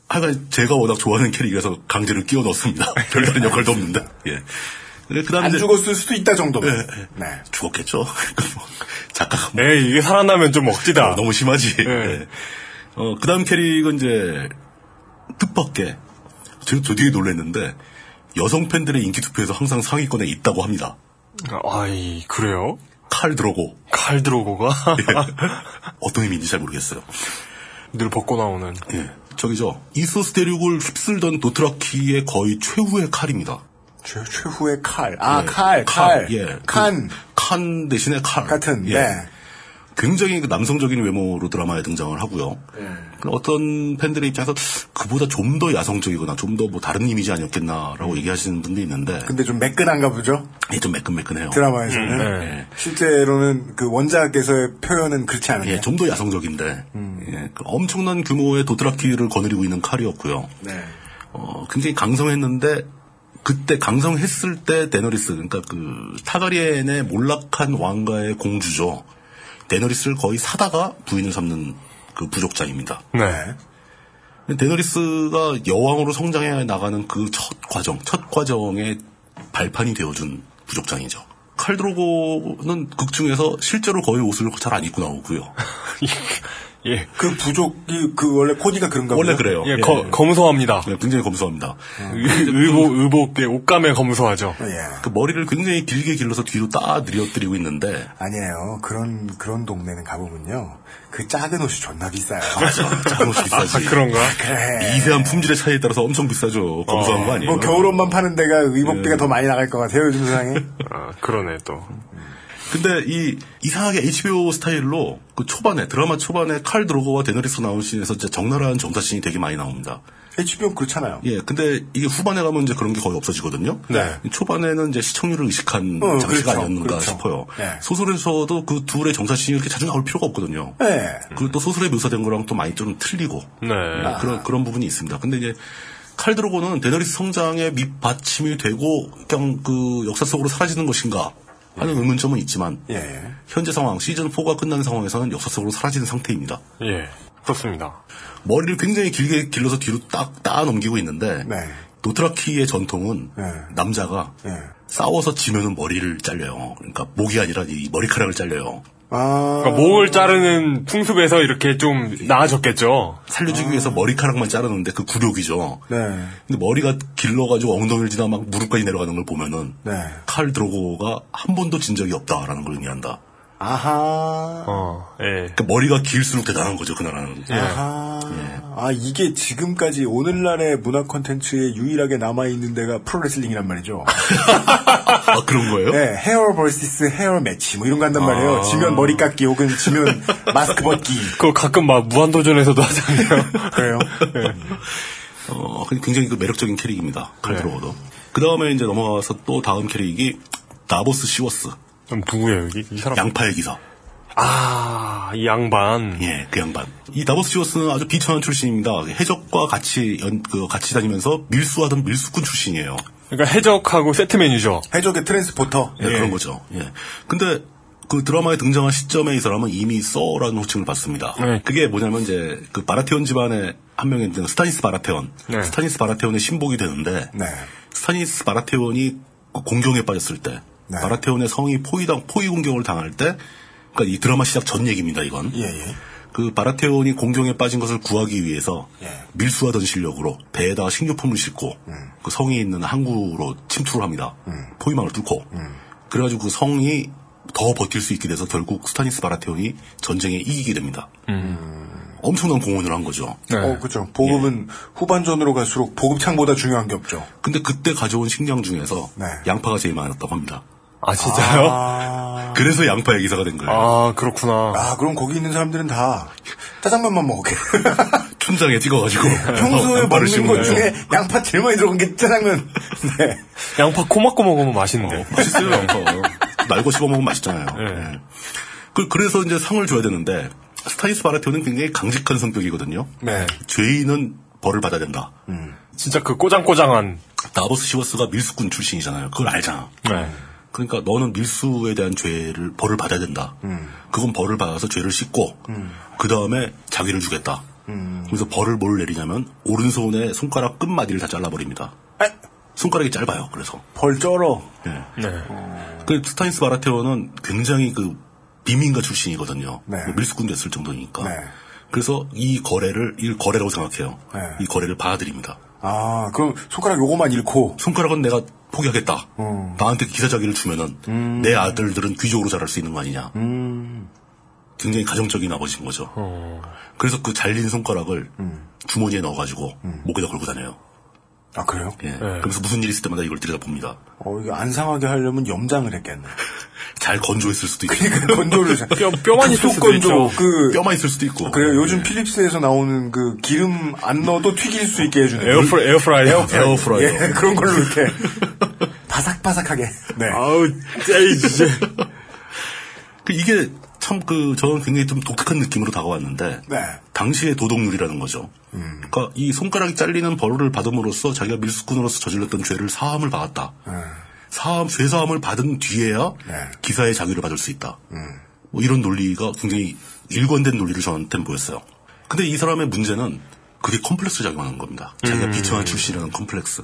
Speaker 4: 하여간 제가 워낙 좋아하는 캐릭이라서 강제로 끼워 넣었습니다. 별다른 역할도 없는데. 예. 그다음에
Speaker 3: 예. 안
Speaker 4: 이제-
Speaker 3: 죽었을 수도 있다 정도면.
Speaker 4: 예, 예.
Speaker 3: 네.
Speaker 4: 죽었겠죠. 뭐, 작가.
Speaker 2: 네, 이게 살아나면 좀 억지다.
Speaker 4: 너무 심하지.
Speaker 3: 네.
Speaker 4: 예. 어, 그 다음 캐릭은 이제, 뜻밖의, 저, 저 되게 놀랐는데, 여성 팬들의 인기 투표에서 항상 상위권에 있다고 합니다.
Speaker 2: 아이, 그래요?
Speaker 4: 칼 드로고. 예.
Speaker 2: 칼 드로고가?
Speaker 4: 어떤 의미인지 잘 모르겠어요.
Speaker 2: 늘 벗고 나오는.
Speaker 4: 예. 저기죠. 이소스 대륙을 휩쓸던 도트라키의 거의 최후의 칼입니다.
Speaker 3: 최, 최후의 칼. 아,
Speaker 4: 예.
Speaker 3: 칼, 칼.
Speaker 4: 예.
Speaker 3: 칸.
Speaker 4: 그, 칸 대신에 칼.
Speaker 3: 같은,
Speaker 4: 예.
Speaker 3: 네.
Speaker 4: 굉장히 그 남성적인 외모로 드라마에 등장을 하고요.
Speaker 3: 예.
Speaker 4: 그 어떤 팬들의 입장에서 그보다 좀 더 야성적이거나 좀 더 뭐 다른 이미지 아니었겠나라고
Speaker 3: 음.
Speaker 4: 얘기하시는 분도 있는데
Speaker 3: 근데 좀 매끈한가 보죠?
Speaker 4: 예, 좀 매끈매끈해요.
Speaker 3: 그 드라마에서는. 네.
Speaker 4: 예.
Speaker 3: 실제로는 그 원작에서의 표현은 그렇지 않은데.
Speaker 4: 예, 좀 더 야성적인데
Speaker 3: 음.
Speaker 4: 예, 그 엄청난 규모의 도드라키를 거느리고 있는 칼이었고요.
Speaker 3: 네.
Speaker 4: 어, 굉장히 강성했는데 그때 강성했을 때 데너리스 그러니까 그 타가리엔의 몰락한 왕가의 공주죠. 데너리스를 거의 사다가 부인을 삼는 그 부족장입니다.
Speaker 2: 네.
Speaker 4: 근데 데너리스가 여왕으로 성장해 나가는 그 첫 과정, 첫 과정의 발판이 되어준 부족장이죠. 칼드로고는 극 중에서 실제로 거의 옷을 잘 안 입고 나오고요.
Speaker 2: 예.
Speaker 3: 그 부족이, 그 원래 코디가 그런가
Speaker 4: 원래
Speaker 3: 보죠?
Speaker 4: 그래요.
Speaker 2: 예, 검 검소합니다.
Speaker 4: 네, 굉장히 검소합니다.
Speaker 2: 의복, 의복, 예, 옷감에 검소하죠.
Speaker 3: 예.
Speaker 4: 그 머리를 굉장히 길게 길러서 뒤로 따 늘여뜨리고 있는데
Speaker 3: 아니에요. 그런, 그런 동네는 가보면요. 그 작은 옷이 존나 비싸요.
Speaker 4: 작은 옷이 비싸지.
Speaker 2: 아, 그런가?
Speaker 3: 그래.
Speaker 4: 미세한 품질의 차이에 따라서 엄청 비싸죠. 검소한 거
Speaker 3: 예.
Speaker 4: 아니에요? 예.
Speaker 3: 뭐 겨울옷만 파는 데가 의복비가 더 많이 나갈 것 같아요, 요즘 세상에.
Speaker 2: 아, 그러네, 또.
Speaker 4: 근데 이 이상하게 HBO 스타일로 그 초반에 드라마 초반에 칼 드로거와 데너리스 나온 씬에서 진짜 적나라한 정사씬이 되게 많이 나옵니다.
Speaker 3: HBO 는 그렇잖아요.
Speaker 4: 예, 근데 이게 후반에 가면 이제 그런 게 거의 없어지거든요.
Speaker 2: 네.
Speaker 4: 초반에는 이제 시청률을 의식한
Speaker 3: 어,
Speaker 4: 장치가
Speaker 3: 그렇죠.
Speaker 4: 아니었는가
Speaker 3: 그렇죠.
Speaker 4: 싶어요.
Speaker 3: 네.
Speaker 4: 소설에서도 그 둘의 정사씬이 그렇게 자주 나올 필요가 없거든요.
Speaker 3: 네.
Speaker 4: 그리고 또 소설에 묘사된 거랑 또 많이 좀 틀리고
Speaker 2: 네.
Speaker 4: 예, 그런 그런 부분이 있습니다. 근데 이제 칼드로고는 데너리스 성장의 밑받침이 되고 그냥 그 역사 속으로 사라지는 것인가 하는 의문점은 있지만
Speaker 3: 예, 예.
Speaker 4: 현재 상황 시즌 4가 끝난 상황에서는 역사 속으로 사라지는 상태입니다.
Speaker 2: 예. 그렇습니다.
Speaker 4: 머리를 굉장히 길게 길러서 뒤로 딱 따 넘기고 있는데
Speaker 3: 네.
Speaker 4: 도트라키의 전통은
Speaker 3: 네.
Speaker 4: 남자가
Speaker 3: 예.
Speaker 4: 싸워서 지면은 머리를 잘려요. 그러니까 목이 아니라 이 머리카락을 잘려요.
Speaker 3: 아,
Speaker 2: 그러니까 목을 자르는 풍습에서 이렇게 좀 나아졌겠죠.
Speaker 4: 살려주기 위해서 머리카락만 자르는데 그 굴욕이죠.
Speaker 3: 네.
Speaker 4: 근데 머리가 길러가지고 엉덩이를 지나 막 무릎까지 내려가는 걸 보면은
Speaker 3: 네.
Speaker 4: 칼 드로고가 한 번도 진 적이 없다라는 걸 의미한다.
Speaker 3: 아하.
Speaker 2: 어, 예.
Speaker 4: 그러니까 머리가 길수록 대단한 거죠 그 나라는.
Speaker 3: 아하. 예. 아, 이게 지금까지 오늘날의 문화 콘텐츠에 유일하게 남아있는 데가 프로레슬링이란 말이죠.
Speaker 4: 아 그런 거예요? 아.
Speaker 3: 네, 헤어 vs 헤어 매치 뭐 이런 거 한단 말이에요. 지면 머리 깎기 혹은 지면 마스크 벗기.
Speaker 2: 그거 가끔 막 무한도전에서도 하잖아요. 네.
Speaker 3: 그래요.
Speaker 4: 어, 굉장히 그 매력적인 캐릭입니다.
Speaker 2: 네.
Speaker 4: 칼 드로고도. 그 다음에 이제 넘어가서 또 다음 캐릭이 나보스 시워스
Speaker 2: 그럼 누구예요, 여기? 이 사람.
Speaker 4: 양파의 기사.
Speaker 2: 아, 이 양반.
Speaker 4: 예, 그 양반. 이 나보스 시워스는 아주 비천한 출신입니다. 해적과 같이 연, 그 같이 다니면서 밀수하던 밀수꾼 출신이에요.
Speaker 2: 그러니까 해적하고 세트 메뉴죠.
Speaker 3: 해적의 트랜스포터.
Speaker 2: 네.
Speaker 4: 예, 그런 거죠. 예. 근데 그 드라마에 등장한 시점에 이 사람은 이미 써라는 호칭을 받습니다.
Speaker 2: 네.
Speaker 4: 그게 뭐냐면 이제 그 바라테온 집안의 한 명이 있는 스타니스 바라테온.
Speaker 2: 네.
Speaker 4: 스타니스 바라테온의 신복이 되는데
Speaker 3: 네.
Speaker 4: 스타니스 바라테온이 그 공경에 빠졌을 때
Speaker 3: 네.
Speaker 4: 바라테온의 성이 포위당 포위 공격을 당할 때 그러니까 이 드라마 시작 전 얘기입니다, 이건.
Speaker 3: 예, 예.
Speaker 4: 그 바라테온이 공경에 빠진 것을 구하기 위해서
Speaker 3: 예. 음.
Speaker 4: 밀수하던 실력으로 배에다가 식료품을 싣고 그 성이 있는 항구로 침투를 합니다. 포위망을 뚫고
Speaker 3: 음.
Speaker 4: 그래가지고 그 성이 더 버틸 수 있게 돼서 결국 스타니스 바라테온이 전쟁에 이기게 됩니다. 엄청난 공헌을 한 거죠.
Speaker 3: 어, 그죠.
Speaker 4: 예.
Speaker 3: 보급은 후반전으로 갈수록 보급창보다 중요한 게 없죠.
Speaker 4: 근데 그때 가져온 식량 중에서
Speaker 3: 네.
Speaker 4: 양파가 제일 많았다고 합니다.
Speaker 2: 아, 진짜요?
Speaker 4: 그래서 양파 얘기사가 된 거예요.
Speaker 2: 아, 그렇구나.
Speaker 3: 아, 그럼 거기 있는 사람들은 다 짜장면만 먹게.
Speaker 4: 어, 춘장에 찍어가지고.
Speaker 3: 네.
Speaker 4: 네.
Speaker 3: 평소에 먹는 것 중에 양파 제일 많이 들어간 게 짜장면. 네.
Speaker 2: 양파 코막고 먹으면 맛있는데.
Speaker 4: 맛있어요, 양파. 네. 날고 씹어 먹으면 맛있잖아요.
Speaker 3: 네.
Speaker 4: 예. 그, 그래서 이제 상을 줘야 되는데, 스타니스 바라테오는 굉장히 강직한 성격이거든요.
Speaker 2: 네.
Speaker 4: 죄인은 벌을 받아야 된다.
Speaker 2: 진짜 그 꼬장꼬장한.
Speaker 4: 나보스 시워스가 밀수꾼 출신이잖아요. 그걸 알잖아.
Speaker 2: 네.
Speaker 4: 그러니까 너는 밀수에 대한 죄를 벌을 받아야 된다. 그건 벌을 받아서 죄를 씻고 그 다음에 자기를 주겠다. 그래서 벌을 뭘 내리냐면 오른손에 손가락 끝마디를 다 잘라버립니다. 손가락이 짧아요. 그래서 예.
Speaker 3: 벌 쩔어.
Speaker 2: 네.
Speaker 4: 그 스타인스 바라테오는 굉장히 그 비민가 출신이거든요. 뭐 밀수꾼 됐을 정도니까. 그래서 이 거래를 이 거래라고 생각해요. 이 거래를 받아들입니다.
Speaker 3: 아, 그럼 손가락 요거만 잃고.
Speaker 4: 손가락은 내가 포기하겠다. 나한테 기사자기를 주면은
Speaker 3: 어. 음.
Speaker 4: 내 아들들은 귀족으로 자랄 수 있는 거 아니냐.
Speaker 3: 음. 어.
Speaker 4: 굉장히 가정적인 아버지인 거죠. 그래서 그 잘린 손가락을
Speaker 3: 음.
Speaker 4: 주머니에 넣어가지고 목에다 걸고 다녀요.
Speaker 3: 아, 그래요?
Speaker 4: 예. 그래서 무슨 일이 있을 때마다 이걸 들여다봅니다.
Speaker 3: 어, 이거 안 상하게 하려면 염장을 했겠네.
Speaker 4: 잘 건조했을 수도 있고.
Speaker 3: 그러니까 건조를 잘- 뼈- 뼈만 있을 수도 있죠. 그-
Speaker 4: 뼈만 네. 있을 수도 있고.
Speaker 3: 그래요. 요즘 필립스에서 나오는 그 기름 안 넣어도 튀길 수 있게 해주는.
Speaker 2: 에어프라- 에어프라이어.
Speaker 3: 에어프라이어.
Speaker 4: 에어프라이어.
Speaker 3: 예, 그런 걸로 이렇게. 바삭바삭하게. 네.
Speaker 2: 아우, 에이, 진짜.
Speaker 4: 그 이게 참 그, 저는 굉장히 좀 독특한 느낌으로 다가왔는데,
Speaker 3: 네.
Speaker 4: 당시의 도덕률이라는 거죠. 그러니까 이 손가락이 잘리는 벌을 받음으로써 자기가 밀수꾼으로서 저질렀던 죄를 사함을 받았다. 사함, 죄 사함을 받은 뒤에야
Speaker 2: 네.
Speaker 4: 기사의 자유를 받을 수 있다.
Speaker 2: 음.
Speaker 4: 뭐 이런 논리가 굉장히 일관된 논리를 저한테 보였어요. 근데 이 사람의 문제는 그게 컴플렉스 작용하는 겁니다. 자기가
Speaker 2: 음.
Speaker 4: 비천한 출신이라는 컴플렉스.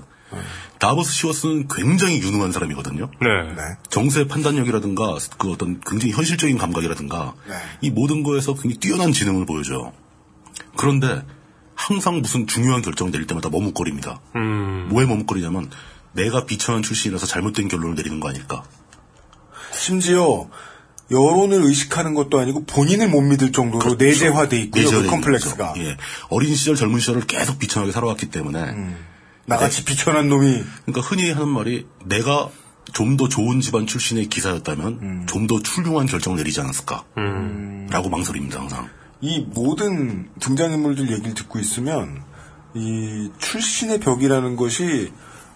Speaker 4: 다보스 시워스는 굉장히 유능한 사람이거든요.
Speaker 2: 네.
Speaker 4: 정세 판단력이라든가 그 어떤 굉장히 현실적인 감각이라든가
Speaker 2: 네.
Speaker 4: 이 모든 거에서 굉장히 뛰어난 지능을 보여줘요. 그런데 항상 무슨 중요한 결정 내릴 때마다 머뭇거립니다.
Speaker 2: 음.
Speaker 4: 뭐에 머뭇거리냐면 내가 비천한 출신이라서 잘못된 결론을 내리는 거 아닐까.
Speaker 3: 심지어 여론을 의식하는 것도 아니고 본인을 못 믿을 정도로 내재화돼 있고요.
Speaker 4: 내재화돼
Speaker 3: 그
Speaker 4: 있는
Speaker 3: 컴플렉스가.
Speaker 4: 거죠. 예. 어린 시절 젊은 시절을 계속 비천하게 살아왔기 때문에
Speaker 3: 음. 나같이 비천한 놈이
Speaker 4: 그러니까 흔히 하는 말이 내가 좀 더 좋은 집안 출신의 기사였다면
Speaker 3: 음.
Speaker 4: 좀 더 훌륭한 결정을 내리지 않았을까. 라고 망설입니다 항상.
Speaker 3: 이 모든 등장인물들 얘기를 듣고 있으면 이 출신의 벽이라는 것이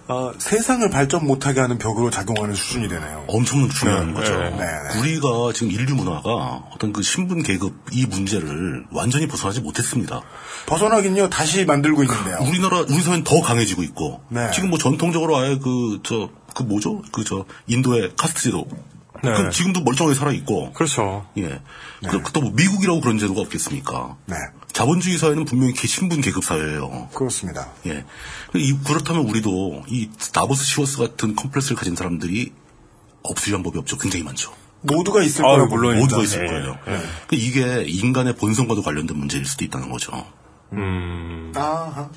Speaker 3: 아, 세상을 발전 못하게 하는 벽으로 작용하는 수준이 되네요.
Speaker 4: 엄청 중요한
Speaker 3: 네,
Speaker 4: 거죠.
Speaker 3: 네, 네.
Speaker 4: 우리가 지금 인류 문화가 어떤 그 신분 계급 이 문제를 완전히 벗어나지 못했습니다.
Speaker 3: 벗어나긴요 다시 만들고 있는데요.
Speaker 4: 우리나라 우리 사회는 더 강해지고 있고
Speaker 3: 네.
Speaker 4: 지금 뭐 전통적으로 아예 그 저 그 뭐죠 그 저 인도의 카스트제도
Speaker 2: 네.
Speaker 4: 그 지금도 멀쩡하게 살아 있고
Speaker 2: 그렇죠.
Speaker 4: 예. 그또뭐 미국이라고 그런 제도가 없겠습니까?
Speaker 3: 네.
Speaker 4: 자본주의 사회는 분명히 개- 신분 계급 사회예요.
Speaker 3: 그렇습니다.
Speaker 4: 예. 이- 그렇다면 우리도 이 나보스 시워스 같은 컴플렉스를 가진 사람들이 없을 방법이 없죠. 굉장히 많죠.
Speaker 3: 모두가 있을
Speaker 4: 아유,
Speaker 3: 거라고
Speaker 4: 물론입니다. 모두가 있을
Speaker 2: 네.
Speaker 3: 예,
Speaker 4: 거예요.
Speaker 3: 예.
Speaker 4: 그 이게 인간의 본성과도 관련된 문제일 수도 있다는 거죠.
Speaker 3: 아하.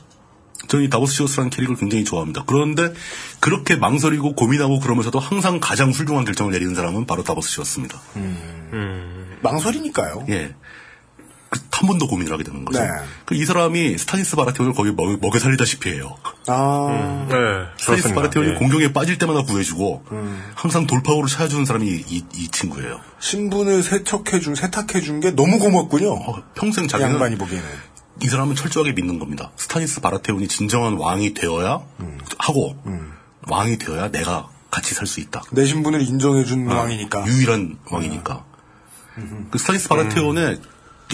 Speaker 4: 저는 이 다보스 시오스라는 캐릭터를 굉장히 좋아합니다. 그런데 그렇게 망설이고 고민하고 그러면서도 항상 가장 훌륭한 결정을 내리는 사람은 바로 다보스 시오스입니다.
Speaker 3: 망설이니까요.
Speaker 4: 예. 그, 한 번 더 고민을 하게 되는 거죠.
Speaker 3: 네.
Speaker 4: 그 이 사람이 스타니스 바라테온을 거의 먹, 먹여 살리다시피 해요.
Speaker 3: 아.
Speaker 2: 네.
Speaker 4: 스타니스
Speaker 2: 그렇습니다.
Speaker 4: 바라테온이
Speaker 2: 예.
Speaker 4: 공격에 빠질 때마다 구해주고
Speaker 3: 음.
Speaker 4: 항상 돌파구를 찾아주는 사람이 이, 이 친구예요.
Speaker 3: 신분을 세척해준, 세탁해준 게 너무 고맙군요.
Speaker 4: 어, 평생 자기는
Speaker 3: 양반이 보기에는.
Speaker 4: 이 사람은 철저하게 믿는 겁니다. 스타니스 바라테온이 진정한 왕이 되어야 하고 왕이 되어야 내가 같이 살 수 있다.
Speaker 3: 내 신분을 인정해준 왕이니까. 음.
Speaker 4: 유일한 왕이니까. 그 스타니스 바라테온의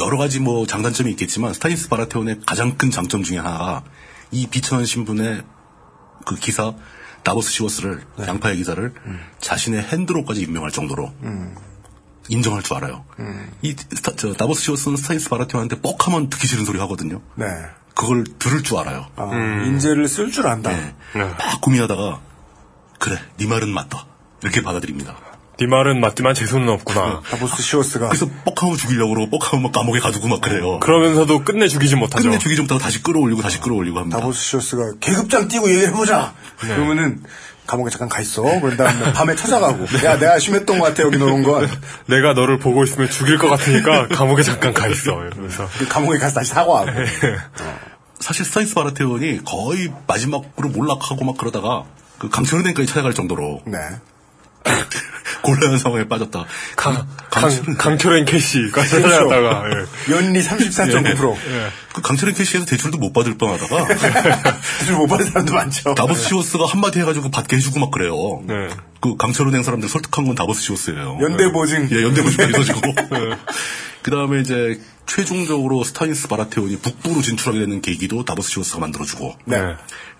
Speaker 4: 여러 가지 뭐 장단점이 있겠지만 스타니스 바라테온의 가장 큰 장점 중에 하나가 이 비천한 신분의 그 기사 나보스 시워스를
Speaker 3: 네.
Speaker 4: 양파의 기사를
Speaker 3: 음.
Speaker 4: 자신의 핸드로까지 임명할 정도로 인정할 줄 알아요.
Speaker 3: 음.
Speaker 4: 이 스타, 저 나보스 시워스는 스타니스 바라테온한테 뻑하면 듣기 싫은 소리 하거든요.
Speaker 3: 네.
Speaker 4: 그걸 들을 줄 알아요. 네.
Speaker 3: 아, 인재를 쓸 줄 안다.
Speaker 4: 막 고민하다가 그래 네 말은 맞다 이렇게 받아들입니다.
Speaker 2: 네 말은 맞지만 재수는 없구나.
Speaker 3: 다보스 시워스가.
Speaker 4: 그래서 뻑하면 죽이려고 그러고 뻑하면 막 감옥에 가두고 막 그래요.
Speaker 2: 그러면서도 끝내 죽이지 못하죠.
Speaker 4: 끝내 죽이지 못하고 다시 끌어올리고 다시 끌어올리고 합니다.
Speaker 3: 다보스 시워스가 계급장 뛰고 얘기해보자! 그러면은, 감옥에 잠깐 가있어. 그런 다음에 밤에 찾아가고. 야, 내가 심했던 것 같아, 여기 놓은 건.
Speaker 2: 내가 너를 보고 있으면 죽일 것 같으니까 감옥에 잠깐 가 있어. 그래서
Speaker 3: 감옥에 가서 다시 사과하고.
Speaker 4: 사실 스타인스 바라테온이 거의 마지막으로 몰락하고 막 그러다가 그 강철은행까지 찾아갈 정도로
Speaker 3: 네.
Speaker 4: 곤란한 상황에 빠졌다. 그 강,
Speaker 2: 강, 강철엔 캐시가
Speaker 4: 그렇죠.
Speaker 2: 찾아갔다가 예.
Speaker 3: 연리 34.9%.
Speaker 4: 그 강철인 캐시에서 대출도 못 받을 뻔하다가
Speaker 3: 대출 못 받은 사람도 많죠.
Speaker 4: 다보스 시오스가 한마디 해가지고 받게 해주고 막 그래요. 그 강철은 행 사람들 설득한 건 다보스 시오스예요.
Speaker 3: 연대 보증.
Speaker 4: 예, 연대 보증 해가지고. 그 다음에 이제 최종적으로 스타인스 바라테온이 북부로 진출하게 되는 계기도 다보스 시오스가 만들어주고.
Speaker 3: 네.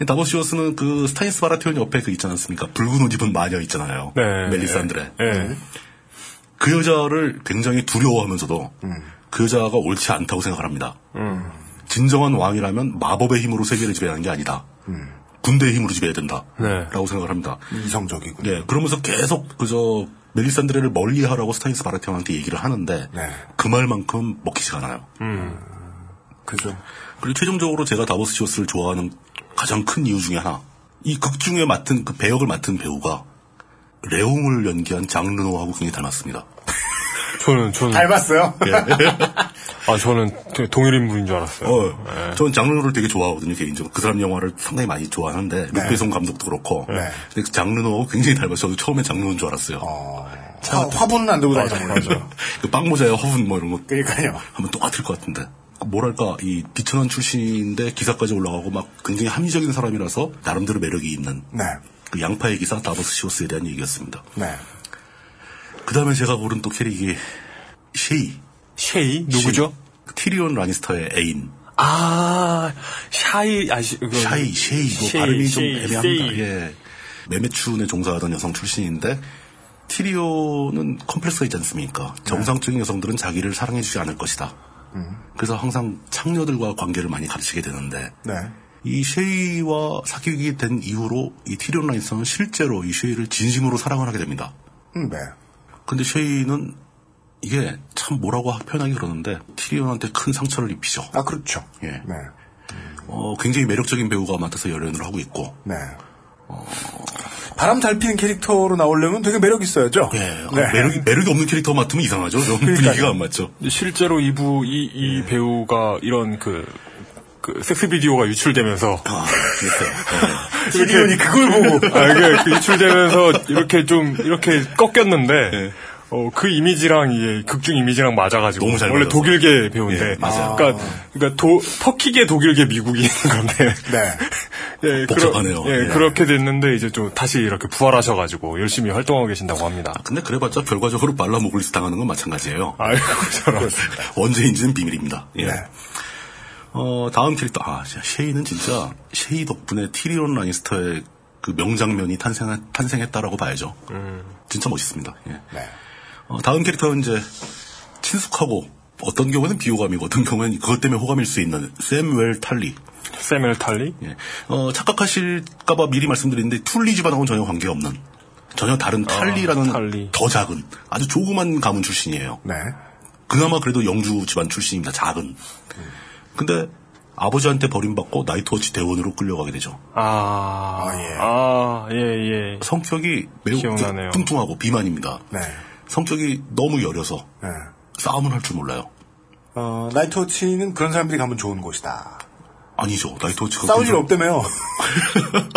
Speaker 4: 다보스 시오스는 그 스타인스 바라테온 옆에 그 있지 않습니까? 붉은 옷 입은 마녀 있잖아요.
Speaker 2: 네.
Speaker 4: 멜리산드레.
Speaker 2: 예.
Speaker 4: 그 여자를 굉장히 두려워하면서도
Speaker 3: 음.
Speaker 4: 그 여자가 옳지 않다고 생각을 합니다. 진정한 왕이라면 마법의 힘으로 세계를 지배하는 게 아니다. 군대의 힘으로 지배해야 된다. 라고 생각을 합니다.
Speaker 3: 음. 네. 이성적이군요.
Speaker 4: 예, 그러면서 계속 그저 멜리산드레를 멀리하라고 스타인스 바라테온한테 얘기를 하는데
Speaker 3: 네.
Speaker 4: 그 말만큼 먹히지가 않아요.
Speaker 3: 음. 그죠.
Speaker 4: 그리고 최종적으로 제가 다보스 시오스를 좋아하는 가장 큰 이유 중에 하나. 이 극 중에 맡은 그 배역을 맡은 배우가 레옹을 연기한 장르노하고 굉장히 닮았습니다.
Speaker 2: 저는 저는 예.
Speaker 3: 닮았어요?
Speaker 2: 네. 아 저는 되게 동일인물인 줄 알았어요.
Speaker 3: 네.
Speaker 4: 어, 저는 장르노를 되게 좋아하거든요, 개인적으로. 그 사람 영화를 상당히 많이
Speaker 3: 네.
Speaker 4: 좋아하는데, 묵배송 감독도 그렇고, 근데 장르노하고 굉장히 닮아서 저도 처음에 장르노인 줄 알았어요.
Speaker 3: 화, 화분은 안 들고 다니잖아요.
Speaker 4: 그 빵모자에 허분 뭐 이런 거.
Speaker 3: 그러니까요.
Speaker 4: 하면 똑같을 것 같은데. 그 뭐랄까, 이 비천한 출신인데 기사까지 올라가고 막 굉장히 합리적인 사람이라서 나름대로 매력이 있는
Speaker 3: 네.
Speaker 4: 그 양파의 기사 다보스 시오스에 대한 얘기였습니다.
Speaker 3: 네.
Speaker 4: 그 다음에 제가 고른 또 캐릭이 쉐이.
Speaker 2: 쉐이? 누구죠?
Speaker 4: 쉐이. 그 티리온 라니스터의 애인.
Speaker 2: 아 샤이 아시 그
Speaker 4: 샤이, 쉐이, 이거
Speaker 2: 쉐이,
Speaker 4: 발음이
Speaker 2: 쉐이,
Speaker 4: 좀 애매합니다.
Speaker 2: 쉐이.
Speaker 4: 예. 매매춘에 종사하던 여성 출신인데, 티리오는 컴플렉스가 있지 않습니까?
Speaker 2: 네.
Speaker 4: 정상적인 여성들은 자기를 사랑해주지 않을 것이다.
Speaker 2: 음.
Speaker 4: 그래서 항상 창녀들과 관계를 많이 가르치게 되는데,
Speaker 3: 네.
Speaker 4: 이 쉐이와 사귀게 된 이후로 이 티리온 라인스는 실제로 이 쉐이를 진심으로 사랑을 하게 됩니다.
Speaker 3: 음, 네.
Speaker 4: 근데 쉐이는 이게 참 뭐라고 표현하기 그러는데 티리온한테 큰 상처를 입히죠.
Speaker 3: 아 그렇죠.
Speaker 4: 예. 어 굉장히 매력적인 배우가 맡아서 열연을 하고 있고.
Speaker 3: 네. 바람 잘 피는 캐릭터로 나오려면 되게 매력 있어야죠.
Speaker 4: 예. 아,
Speaker 3: 네.
Speaker 4: 매력이 매력이 없는 캐릭터 맡으면 이상하죠. 좀 분위기가 안 맞죠.
Speaker 2: 예. 실제로 이부 이, 이 배우가 이런 그, 그 섹스 비디오가 유출되면서
Speaker 4: 네.
Speaker 3: 시리온이 그걸 보고.
Speaker 2: 아, 이게 그 유출되면서 이렇게 좀 이렇게 꺾였는데 어, 그 이미지랑 이게 극중 이미지랑 맞아가지고
Speaker 4: 네. 너무 잘
Speaker 2: 원래
Speaker 4: 맞아서.
Speaker 2: 독일계 배우인데
Speaker 4: 예, 맞아요.
Speaker 2: 그러니까 그러니까 도- 터키계 독일계 미국이 있는 건데
Speaker 3: 네.
Speaker 2: 예,
Speaker 4: 네. 복잡하네요.
Speaker 2: 그러, 예,
Speaker 4: 예.
Speaker 2: 그렇게 됐는데 이제 좀 다시 이렇게 부활하셔가지고 열심히 활동하고 계신다고 합니다.
Speaker 4: 근데 그래봤자 결과적으로 말라모글리스 당하는 건 마찬가지예요.
Speaker 2: 아이고 저런.
Speaker 4: 언제인지는 비밀입니다. 예. 어 다음 캐릭터 아 진짜 쉐이는 진짜 쉐이 덕분에 티리온 라니스터의 그 명장면이 탄생 탄생했다라고 봐야죠. 진짜 멋있습니다. 예. 어, 다음 캐릭터는 이제 친숙하고 어떤 경우에는 비호감이고 어떤 경우에는 그것 때문에 호감일 수 있는 샘웰 탈리.
Speaker 2: 샘웰 탈리?
Speaker 4: 예. 어, 착각하실까봐 미리 말씀드리는데 툴리 집안하고는 전혀 관계없는 전혀
Speaker 2: 아,
Speaker 4: 다른 탈리라는 더 작은 아주 조그만 가문 출신이에요.
Speaker 3: 네.
Speaker 4: 그나마 그래도 영주 집안 출신입니다. 작은. 근데 아버지한테 버림받고 나이트워치 대원으로 끌려가게 되죠.
Speaker 2: 아,
Speaker 4: 예.
Speaker 2: 아, 예, 예.
Speaker 4: 성격이 매우
Speaker 2: 기억나네요.
Speaker 4: 뚱뚱하고 비만입니다. 성격이 너무 여려서
Speaker 3: 네.
Speaker 4: 싸움을 할 줄 몰라요.
Speaker 3: 어, 나이트워치는 그런 사람들이 가면 좋은 곳이다.
Speaker 4: 아니죠. 나이트워치가
Speaker 3: 싸울 일 없다며요.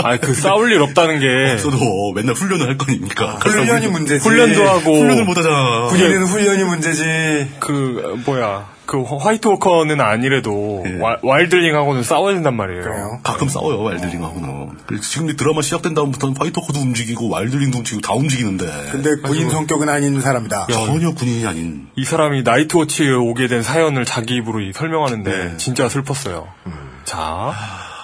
Speaker 2: 아, 그 싸울 일 없다는 게.
Speaker 4: 없어도 맨날 훈련을 할 거니까.
Speaker 3: 아, 훈련이 문제지.
Speaker 2: 그렇죠. 훈련도 하고.
Speaker 4: 훈련을 못하잖아.
Speaker 3: 군인은 훈련이 문제지.
Speaker 2: 그 어, 뭐야 그 화- 화이트 워커는 아니래도 와- 와일드링하고는 싸워야 된단 말이에요.
Speaker 4: 가끔 싸워요 와일드링하고는. 그래서 지금 이 드라마 시작된 다음부터는 파이터코도 움직이고 와일드링도 움직이고 다 움직이는데.
Speaker 3: 근데
Speaker 2: 뭐.
Speaker 3: 군인 성격은 아닌 사람이다.
Speaker 4: 전혀 군인이 아닌.
Speaker 2: 이 사람이 나이트워치에 오게 된 사연을 자기 입으로 이- 설명하는데 진짜 슬펐어요. 자,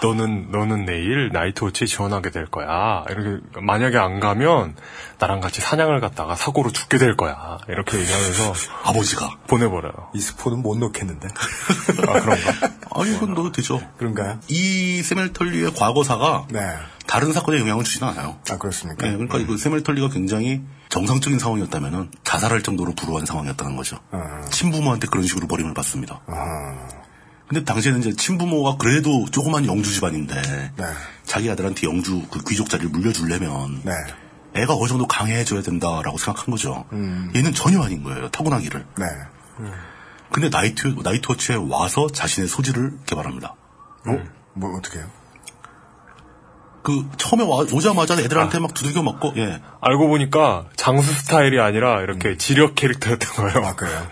Speaker 2: 너는 너는 내일 나이트워치에 지원하게 될 거야. 이렇게 만약에 안 가면 나랑 같이 사냥을 갔다가 사고로 죽게 될 거야. 이렇게 얘기하면서
Speaker 4: 아버지가
Speaker 2: 보내버려요.
Speaker 3: 이 스포는 못 넣겠는데.
Speaker 2: 아 그런가?
Speaker 4: 아니 이건 넣어도 되죠.
Speaker 3: 그런가요?
Speaker 4: 이 세멜털리의 과거사가
Speaker 3: 네.
Speaker 4: 다른 사건에 영향을 주진 않아요.
Speaker 3: 아 그렇습니까?
Speaker 4: 네, 그러니까 그 세멜털리가 굉장히 정상적인 상황이었다면 자살할 정도로 불우한 상황이었다는 거죠.
Speaker 3: 아.
Speaker 4: 친부모한테 그런 식으로 버림을 받습니다. 근데 당시에는 이제 친부모가 그래도 조그만 영주 집안인데 자기 아들한테 영주 그 귀족 자리를 물려주려면
Speaker 3: 네.
Speaker 4: 애가 어느 정도 강해져야 된다라고 생각한 거죠. 얘는 전혀 아닌 거예요. 타고나기를.
Speaker 3: 네.
Speaker 4: 근데 나이트 나이트워치에
Speaker 2: 네.
Speaker 4: 와서 자신의 소질을 개발합니다.
Speaker 3: 어? 뭐 어떻게 해요?
Speaker 4: 그 처음에 와- 오자마자 애들한테 막 두들겨 맞고 예.
Speaker 2: 알고 보니까 장수 스타일이 아니라 이렇게 지력 캐릭터였던 거예요. 아,
Speaker 3: 그래요?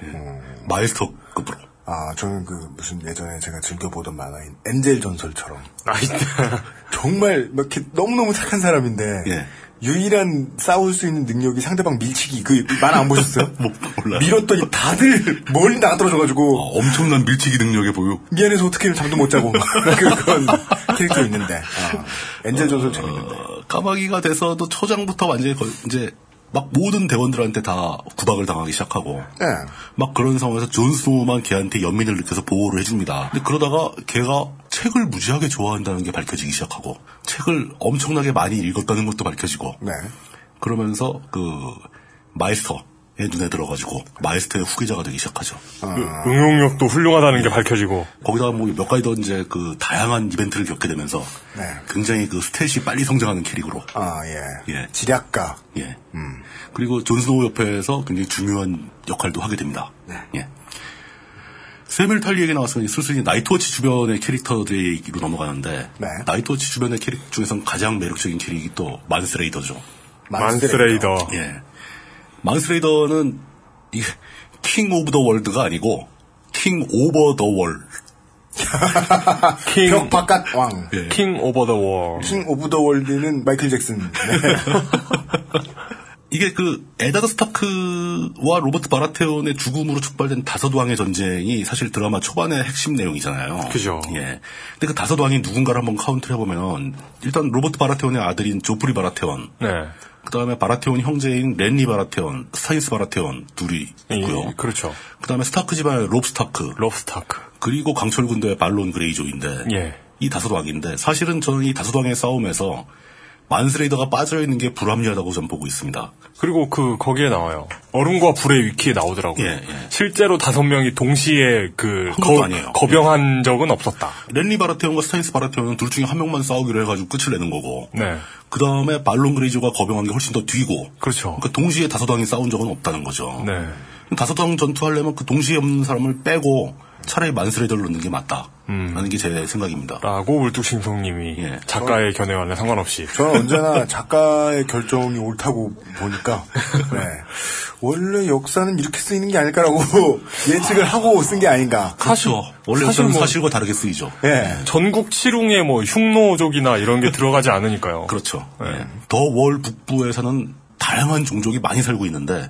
Speaker 4: 마일스터급으로. 그
Speaker 3: 아, 저는 그 무슨 예전에 제가 즐겨보던 만화인 엔젤 전설처럼.
Speaker 2: 아,
Speaker 3: 정말 막 이렇게 너무너무 착한 사람인데.
Speaker 2: 예.
Speaker 4: 예.
Speaker 3: 유일한 싸울 수 있는 능력이 상대방 밀치기. 그 만화 안 보셨어요?
Speaker 4: 뭐, 몰라요.
Speaker 3: 밀었더니 다들 멀리 나가떨어져가지고.
Speaker 4: 엄청난 밀치기 능력의 보유.
Speaker 3: 미안해서 어떻게 잠도 못 자고. 네, 그런 캐릭터 있는데. 어. 엔젤
Speaker 2: 어.
Speaker 3: 전설 재밌는데.
Speaker 4: 어, 까마귀가 돼서도 초장부터 완전히 거- 이제 막 모든 대원들한테 다 구박을 당하기 시작하고
Speaker 3: 네.
Speaker 4: 막 그런 상황에서 존 스노우만 걔한테 연민을 느껴서 보호를 해줍니다. 근데 그러다가 걔가 책을 무지하게 좋아한다는 게 밝혀지기 시작하고 책을 엄청나게 많이 읽었다는 것도 밝혀지고
Speaker 3: 네.
Speaker 4: 그러면서 그 마이스터의 눈에 들어가지고 마이스터의 후계자가 되기 시작하죠.
Speaker 2: 그 응용력도 훌륭하다는 게 밝혀지고
Speaker 4: 거기다가 뭐 몇 가지 더 이제 그 다양한 이벤트를 겪게 되면서
Speaker 3: 네.
Speaker 4: 굉장히 그 스탯이 빨리 성장하는 캐릭으로
Speaker 3: 아, 예.
Speaker 4: 예.
Speaker 3: 지략가.
Speaker 4: 예. 그리고 존스노우 옆에서 굉장히 중요한 역할도 하게 됩니다. 예. 세밀 탈리 얘기 나왔으니 슬슬 이제 나이트워치 주변의 캐릭터들의 얘기로 넘어가는데 나이트워치 주변의 캐릭 중에서 가장 매력적인 캐릭이 또 만스레이더죠.
Speaker 2: 만스레이더. 만스레이더.
Speaker 4: 예. 만스레이더는 이게 킹 오브 더 월드가 아니고 킹 오버 더 월.
Speaker 3: 벽 바깥 왕.
Speaker 4: 예.
Speaker 2: 킹 오버 더 월.
Speaker 3: 킹 오브 더 월드는 마이클 잭슨. 네.
Speaker 4: 이게 그 에다드 스타크와 로버트 바라테온의 죽음으로 촉발된 다섯 왕의 전쟁이 사실 드라마 초반의 핵심 내용이잖아요.
Speaker 2: 그죠.
Speaker 4: 예. 근데 그 다섯 왕이 누군가를 한번 카운트를 해보면 일단 로버트 바라테온의 아들인 조프리 바라테온,
Speaker 2: 네.
Speaker 4: 그 다음에 바라테온 형제인 랜리 바라테온, 스타인스 바라테온 둘이 있고요.
Speaker 2: 그렇죠.
Speaker 4: 그 다음에 스타크 집안의 롭 스타크,
Speaker 2: 롭 스타크,
Speaker 4: 그리고 강철 군대의 발론 그레이조인데
Speaker 2: 예.
Speaker 4: 이 다섯 왕인데 사실은 저는 이 다섯 왕의 싸움에서 만스레이더가 빠져 있는 게 불합리하다고 저는 보고 있습니다.
Speaker 2: 그리고 그 거기에 나와요. 얼음과 불의 위키에 나오더라고요. 실제로 다섯 명이 동시에 그
Speaker 4: 예, 것도
Speaker 2: 거-
Speaker 4: 아니에요.
Speaker 2: 거병한 적은 없었다.
Speaker 4: 랜리 바라테온과 스타인스 바라테온은 둘 중에 한 명만 싸우기로 해가지고 끝을 내는 거고.
Speaker 2: 네.
Speaker 4: 그 다음에 발론 그레이저가 거병한 게 훨씬 더 뒤고.
Speaker 2: 그렇죠.
Speaker 4: 그러니까 동시에 다섯 왕이 싸운 적은 없다는 거죠.
Speaker 2: 네.
Speaker 4: 다섯 왕 전투하려면 그 동시에 없는 사람을 빼고 차라리 만스레이더를 넣는 게 맞다. 라는 게 제 생각입니다.
Speaker 2: 음. 라고 울뚝심송님이
Speaker 4: 예.
Speaker 2: 작가의 견해와는 상관없이.
Speaker 3: 저는 언제나 작가의 결정이 옳다고 보니까 네. 원래 역사는 이렇게 쓰이는 게 아닐까라고 예측을 하고 쓴 게 아닌가.
Speaker 4: 그렇죠. 원래
Speaker 2: 사실
Speaker 4: 역사는
Speaker 2: 뭐-
Speaker 4: 사실과 다르게 쓰이죠.
Speaker 3: 예.
Speaker 2: 전국 칠웅에 뭐 흉노족이나 이런
Speaker 4: 그
Speaker 2: 게 들어가지 않으니까요.
Speaker 4: 그렇죠.
Speaker 2: 네.
Speaker 4: 더 월 북부에서는 다양한 종족이 많이 살고 있는데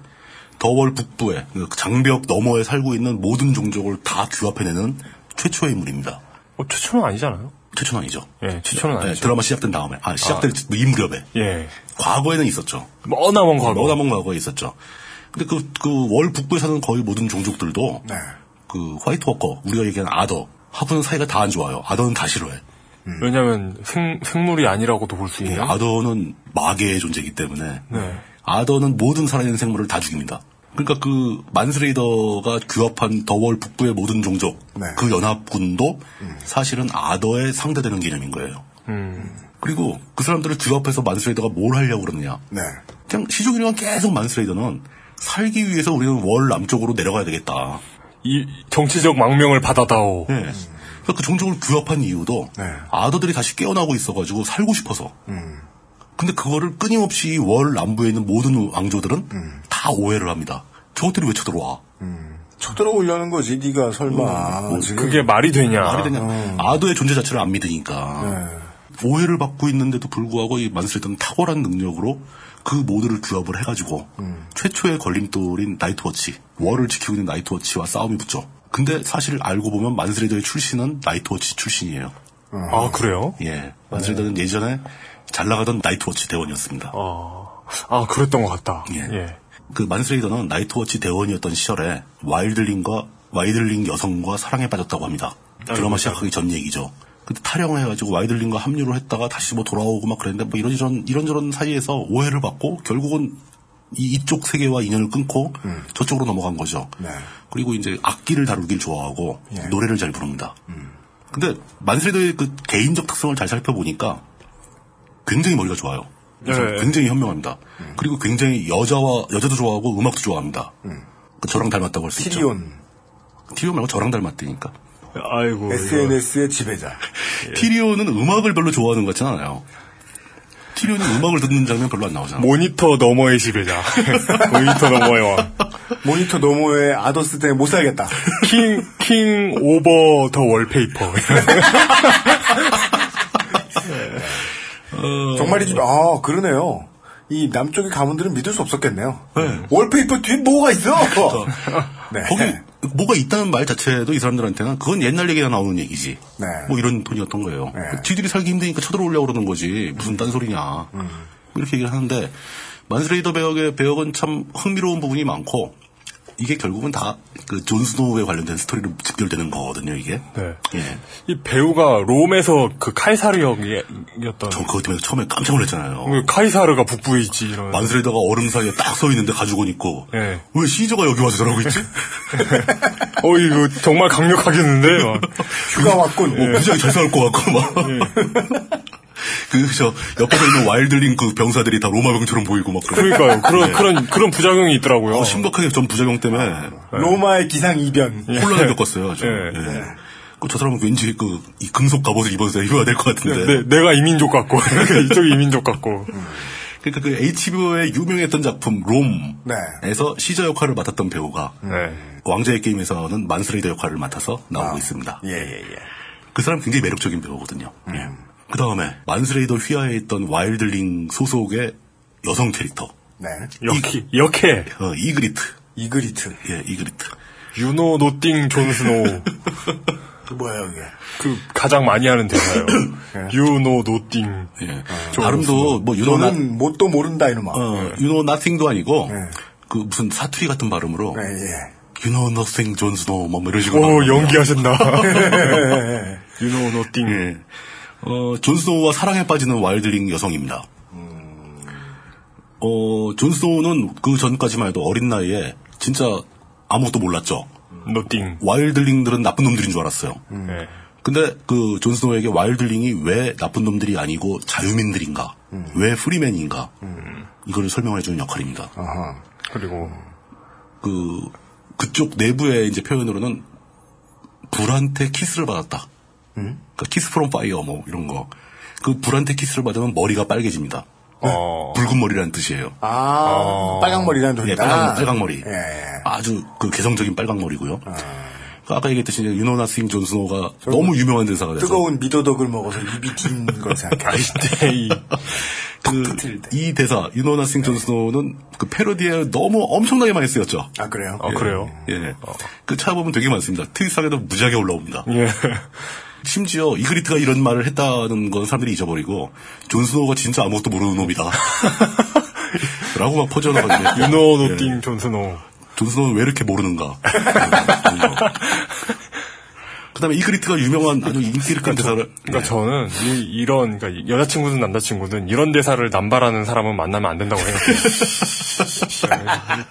Speaker 4: 더 월 북부에 그 장벽 너머에 살고 있는 모든 종족을 다 규합해내는 최초의 인물입니다.
Speaker 2: 어, 최초는 아니잖아요.
Speaker 4: 최초는 아니죠.
Speaker 2: 예, 최초는
Speaker 4: 네,
Speaker 2: 아니죠.
Speaker 4: 드라마 시작된 다음에 아 시작될 이 무렵에
Speaker 2: 예.
Speaker 4: 과거에는 있었죠.
Speaker 2: 머나먼 과거.
Speaker 4: 머나먼 과거에 있었죠. 근데 그 그 월 북부에 사는 거의 모든 종족들도
Speaker 3: 네.
Speaker 4: 그 화이트 워커 우리가 얘기하는 아더 하고는 사이가 다 안 좋아요. 아더는 다 싫어해.
Speaker 2: 왜냐하면 생, 생물이 아니라고도 볼 수 있는. 요
Speaker 4: 예. 아더는 마계의 존재이기 때문에
Speaker 2: 네.
Speaker 4: 아더는 모든 살아있는 생물을 다 죽입니다. 그러니까 그 만스레이더가 규합한 더월 북부의 모든 종족 그 연합군도 사실은 아더에 상대되는 개념인 거예요. 그리고 그 사람들을 규합해서 만스레이더가 뭘 하려고 그러느냐?
Speaker 3: 네.
Speaker 4: 그냥 시종일관 계속 만스레이더는 살기 위해서 우리는 월 남쪽으로 내려가야 되겠다.
Speaker 2: 이 정치적 망명을 받아다오.
Speaker 4: 네. 그러니까 그 종족을 규합한 이유도 아더들이 다시 깨어나고 있어가지고 살고 싶어서. 근데 그거를 끊임없이 월 남부에 있는 모든 왕조들은 다 오해를 합니다. 저것들이 왜 쳐들어와?
Speaker 3: 쳐들어오려는 거지. 네가 설마
Speaker 4: 뭐
Speaker 3: 지금
Speaker 2: 그게 말이 되냐?
Speaker 4: 말이 되냐? 아더의 존재 자체를 안 믿으니까. 오해를 받고 있는데도 불구하고 이 만스레드는 탁월한 능력으로 그 모두를 규합을 해가지고 최초의 걸림돌인 나이트워치, 월을 지키고 있는 나이트워치와 싸움이 붙죠. 근데 사실 알고 보면 만스레더의 출신은 나이트워치 출신이에요.
Speaker 2: 아 그래요?
Speaker 4: 예. 만스레더는 예전에 잘 나가던 나이트워치 대원이었습니다.
Speaker 2: 아 그랬던 것 같다.
Speaker 4: 예. 그 만스레이더는 나이트워치 대원이었던 시절에 와일드링과 와이들링 여성과 사랑에 빠졌다고 합니다. 드라마 시작하기 전 얘기죠. 근데 타령을 해가지고 와이들링과 합류를 했다가 다시 뭐 돌아오고 막 그랬는데 뭐 이런저런 이런저런 사이에서 오해를 받고 결국은 이, 이쪽 세계와 인연을 끊고 저쪽으로 넘어간 거죠.
Speaker 3: 네.
Speaker 4: 그리고 이제 악기를 다루길 좋아하고 노래를 잘 부릅니다. 근데 만스레이더의 그 개인적 특성을 잘 살펴보니까 굉장히 머리가 좋아요. 그래서
Speaker 2: 네.
Speaker 4: 굉장히 현명합니다. 그리고 굉장히 여자와 여자도 좋아하고 음악도 좋아합니다.
Speaker 3: 음.
Speaker 4: 그 저랑 닮았다고 할 수 있죠.
Speaker 3: 티리온.
Speaker 4: 티리온 말고 저랑 닮았다니까.
Speaker 2: 아이고.
Speaker 3: SNS의 지배자. 예.
Speaker 4: 티리온은 음악을 별로 좋아하는 것 같진 않아요. 캐티리온이 음악을 듣는 장면 별로 안
Speaker 3: 뭐,
Speaker 4: 나오잖아.
Speaker 2: 모니터 너머의 지배자. 모니터 너머의 왕.
Speaker 3: 모니터 너머의 아더스 때문에 못 살겠다.
Speaker 2: 킹, 킹 오버 더 월페이퍼.
Speaker 4: 어.
Speaker 3: 정말이지, 아, 그러네요. 이 남쪽의 가문들은 믿을 수 없었겠네요. 월페이퍼 뒤에 뭐가 있어? 네.
Speaker 4: 그렇죠. 거기 뭐가 있다는 말 자체도 이 사람들한테는 그건 옛날 얘기가 나오는 얘기지.
Speaker 3: 네.
Speaker 4: 뭐 이런 돈이었던 거예요. 지들이 살기 힘드니까 쳐들어오려고 그러는 거지. 무슨 딴소리냐. 뭐 이렇게 얘기를 하는데 만스레이더 배역의 배역은 참 흥미로운 부분이 많고 이게 결국은 다 그존 스노우에 관련된 스토리로 직결되는 거거든요, 이게.
Speaker 2: 네.
Speaker 4: 예.
Speaker 2: 이 배우가 롬에서 그 카이사르 역이었던.
Speaker 4: 저 그것 때문에 처음에 깜짝 놀랐잖아요.
Speaker 2: 카이사르가 북부이지 이런.
Speaker 4: 만스레이더가 얼음 사이에 딱 서 있는데 가죽은 있고
Speaker 2: 예.
Speaker 4: 왜 시저가 여기 와서 저러고 있지?
Speaker 2: 어 이거 정말 강력하겠는데. 막.
Speaker 3: 휴가 왔군.
Speaker 4: 뭐 굉장히 잘 싸울 것 같고 막. 그 저 옆에서 있는 와일드링 그 병사들이 다 로마 병처럼 보이고 막 그래요.
Speaker 2: 그러니까요. 그런
Speaker 4: 예.
Speaker 2: 그런 그런 부작용이 있더라고요. 예.
Speaker 4: 어, 심각하게 전 부작용 때문에
Speaker 3: 로마의 기상 이변.
Speaker 2: 네.
Speaker 4: 혼란을 겪었어요. 저. 예. 그저 사람은 왠지 그 이 금속 갑옷을 입어서 입어야 될 것 같은데.
Speaker 2: 네, 내가 이민족 같고 이쪽이 이민족 같고.
Speaker 4: 그러니까 그 HBO의 유명했던 작품
Speaker 3: 네.
Speaker 4: 롬에서 시저 역할을 맡았던 배우가
Speaker 3: 음.
Speaker 4: 왕자의 게임에서는 만스레이더 역할을 맡아서 나오고 있습니다.
Speaker 3: 예, 예, 예.
Speaker 4: 그 사람 굉장히 매력적인 배우거든요. 그 다음에 만스레이더 휘하에 있던 와일드링 소속의 여성 캐릭터
Speaker 3: 네.
Speaker 2: 역해 역해.
Speaker 4: 어, 이그리트.
Speaker 3: 이그리트.
Speaker 4: 예, 이그리트.
Speaker 2: 유노 노띵 존 스노우.
Speaker 3: 그 뭐야, 이게.
Speaker 2: 그 가장 많이 하는 대사예요. 유노 노띵.
Speaker 4: 예. 발음도 뭐 유노 나,
Speaker 3: 너는 뭣도 모른다, 이놈아.
Speaker 4: 어, 유노 나팅도 아니고 그 무슨 사투리 같은 발음으로
Speaker 3: 네, 예.
Speaker 4: 유노 너생 존스노 뭐 이런 식으로
Speaker 2: 오
Speaker 4: 나오는 거예요.
Speaker 2: 연기하셨나.
Speaker 3: 예.
Speaker 2: 유노 노띵.
Speaker 4: 예. 어, 존 스노우와 사랑에 빠지는 와일드링 여성입니다. 어, 존 스노우는 그 전까지만 해도 어린 나이에 진짜 아무것도 몰랐죠.
Speaker 2: 노띵.
Speaker 4: 와일드링들은 나쁜 놈들인 줄 알았어요.
Speaker 2: 네.
Speaker 4: 근데 그 존 스노우에게 와일드링이 왜 나쁜 놈들이 아니고 자유민들인가, 왜 프리맨인가, 이거를 설명해주는 역할입니다.
Speaker 3: 아하.
Speaker 2: 그리고
Speaker 4: 그 그쪽 내부의 이제 표현으로는 불한테 키스를 받았다.
Speaker 3: 음?
Speaker 4: 그러니까 키스 프롬 파이어 뭐 이런 거. 그 불한테 키스를 받으면 머리가 빨개집니다.
Speaker 2: 어.
Speaker 4: 붉은 머리라는 뜻이에요.
Speaker 3: 아, 빨강머리라는
Speaker 4: 예,
Speaker 3: 돈이다.
Speaker 4: 빨강, 빨강머리.
Speaker 3: 예, 아. 예.
Speaker 4: 아주 그 개성적인 빨강머리고요. 그 아까 얘기했듯이 이제 유노나 스 존스노가 너무 유명한 대사가 돼서
Speaker 3: 뜨거운 미더덕을 먹어서 입이 긴걸 생각해.
Speaker 2: 아이때이
Speaker 4: 그,
Speaker 3: 터트릴 때.
Speaker 4: 이 대사 유노나
Speaker 3: 예.
Speaker 4: 스 존스노는 그 패러디에 너무 엄청나게 많이 쓰였죠.
Speaker 3: 아, 그래요?
Speaker 2: 아 그래요.
Speaker 4: 예. 그 찾아보면 되게 많습니다. 트윗상에도 무지하게 올라옵니다.
Speaker 2: 예.
Speaker 4: 심지어 이그리트가 이런 말을 했다는 건 사람들이 잊어버리고 존스노우가 진짜 아무것도 모르는 놈이다. 라고 막 퍼져나가지고
Speaker 2: 유노 노띵 존 스노우.
Speaker 4: 존스노우는 왜 이렇게 모르는가. 그 다음에 이그리트가 유명한 아주 인기를 끈 대사를
Speaker 2: 그러니까 저는 이, 런 그러니까 여자친구든 남자친구든 이런 대사를 남발하는 사람은 만나면 안 된다고 생각해요.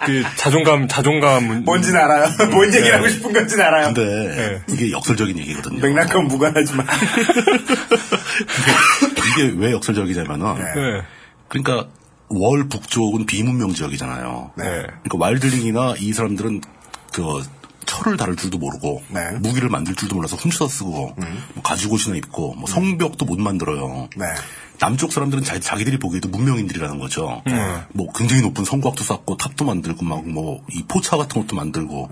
Speaker 2: 그 자존감 자존감
Speaker 3: 뭔진 알아요.
Speaker 4: 예.
Speaker 3: 뭔 얘기를 하고 싶은 건진
Speaker 2: 네.
Speaker 3: 알아요.
Speaker 4: 근데 네. 이게 역설적인 얘기거든요.
Speaker 3: 맥락하고 무관하지만.
Speaker 4: 이게 왜 역설적이냐면은
Speaker 2: 네.
Speaker 4: 그러니까 월 북쪽은 비문명 지역이잖아요.
Speaker 3: 네.
Speaker 4: 그러니까 와일드링이나 이 사람들은 그 철을 다룰 줄도 모르고
Speaker 3: 네. 음.
Speaker 4: 무기를 만들 줄도 몰라서 훔쳐서 쓰고 뭐 가죽 옷이나 입고 뭐 성벽도 못 만들어요.
Speaker 3: 네.
Speaker 4: 남쪽 사람들은 자, 자기들이 보기에도 문명인들이라는 거죠. 뭐 굉장히 높은 성곽도 쌓고 탑도 만들고 막 뭐 이 포차 같은 것도 만들고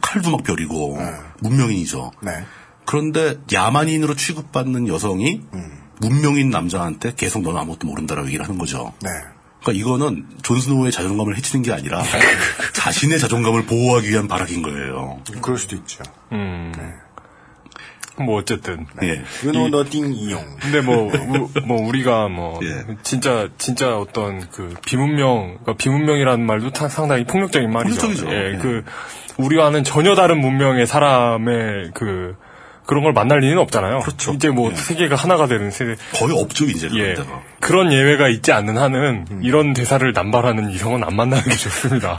Speaker 4: 칼도 막 벼리고 문명인이죠.
Speaker 3: 네.
Speaker 4: 그런데 야만인으로 취급받는 여성이 문명인 남자한테 계속 너는 아무것도 모른다라고 얘기를 하는 거죠.
Speaker 3: 네.
Speaker 4: 그러니까 이거는 존스노우의 자존감을 해치는 게 아니라 자신의 자존감을 보호하기 위한 발악인 거예요.
Speaker 3: 그럴 수도 있죠.
Speaker 2: 음. 뭐 어쨌든.
Speaker 4: 예.
Speaker 3: 유노 너띵 이용.
Speaker 2: 근데 뭐, 우, 뭐 우리가 뭐
Speaker 4: 예.
Speaker 2: 진짜 진짜 어떤 그 비문명, 그러니까 비문명이라는 말도 타- 상당히 폭력적인 말이죠.
Speaker 4: 폭력적이죠.
Speaker 2: 예,
Speaker 4: 예.
Speaker 2: 그 우리와는 전혀 다른 문명의 사람의 그 그런 걸 만날 리는 없잖아요.
Speaker 4: 그렇죠.
Speaker 2: 이제 뭐
Speaker 4: 예. 그렇죠.
Speaker 2: 세계가 하나가 되는 세대.
Speaker 4: 거의 없죠 음. 이제
Speaker 2: 예.
Speaker 4: 그런 데가.
Speaker 2: 그런 예외가 있지 않는 한은 이런 대사를 남발하는 이성은 안 만나는 게 좋습니다.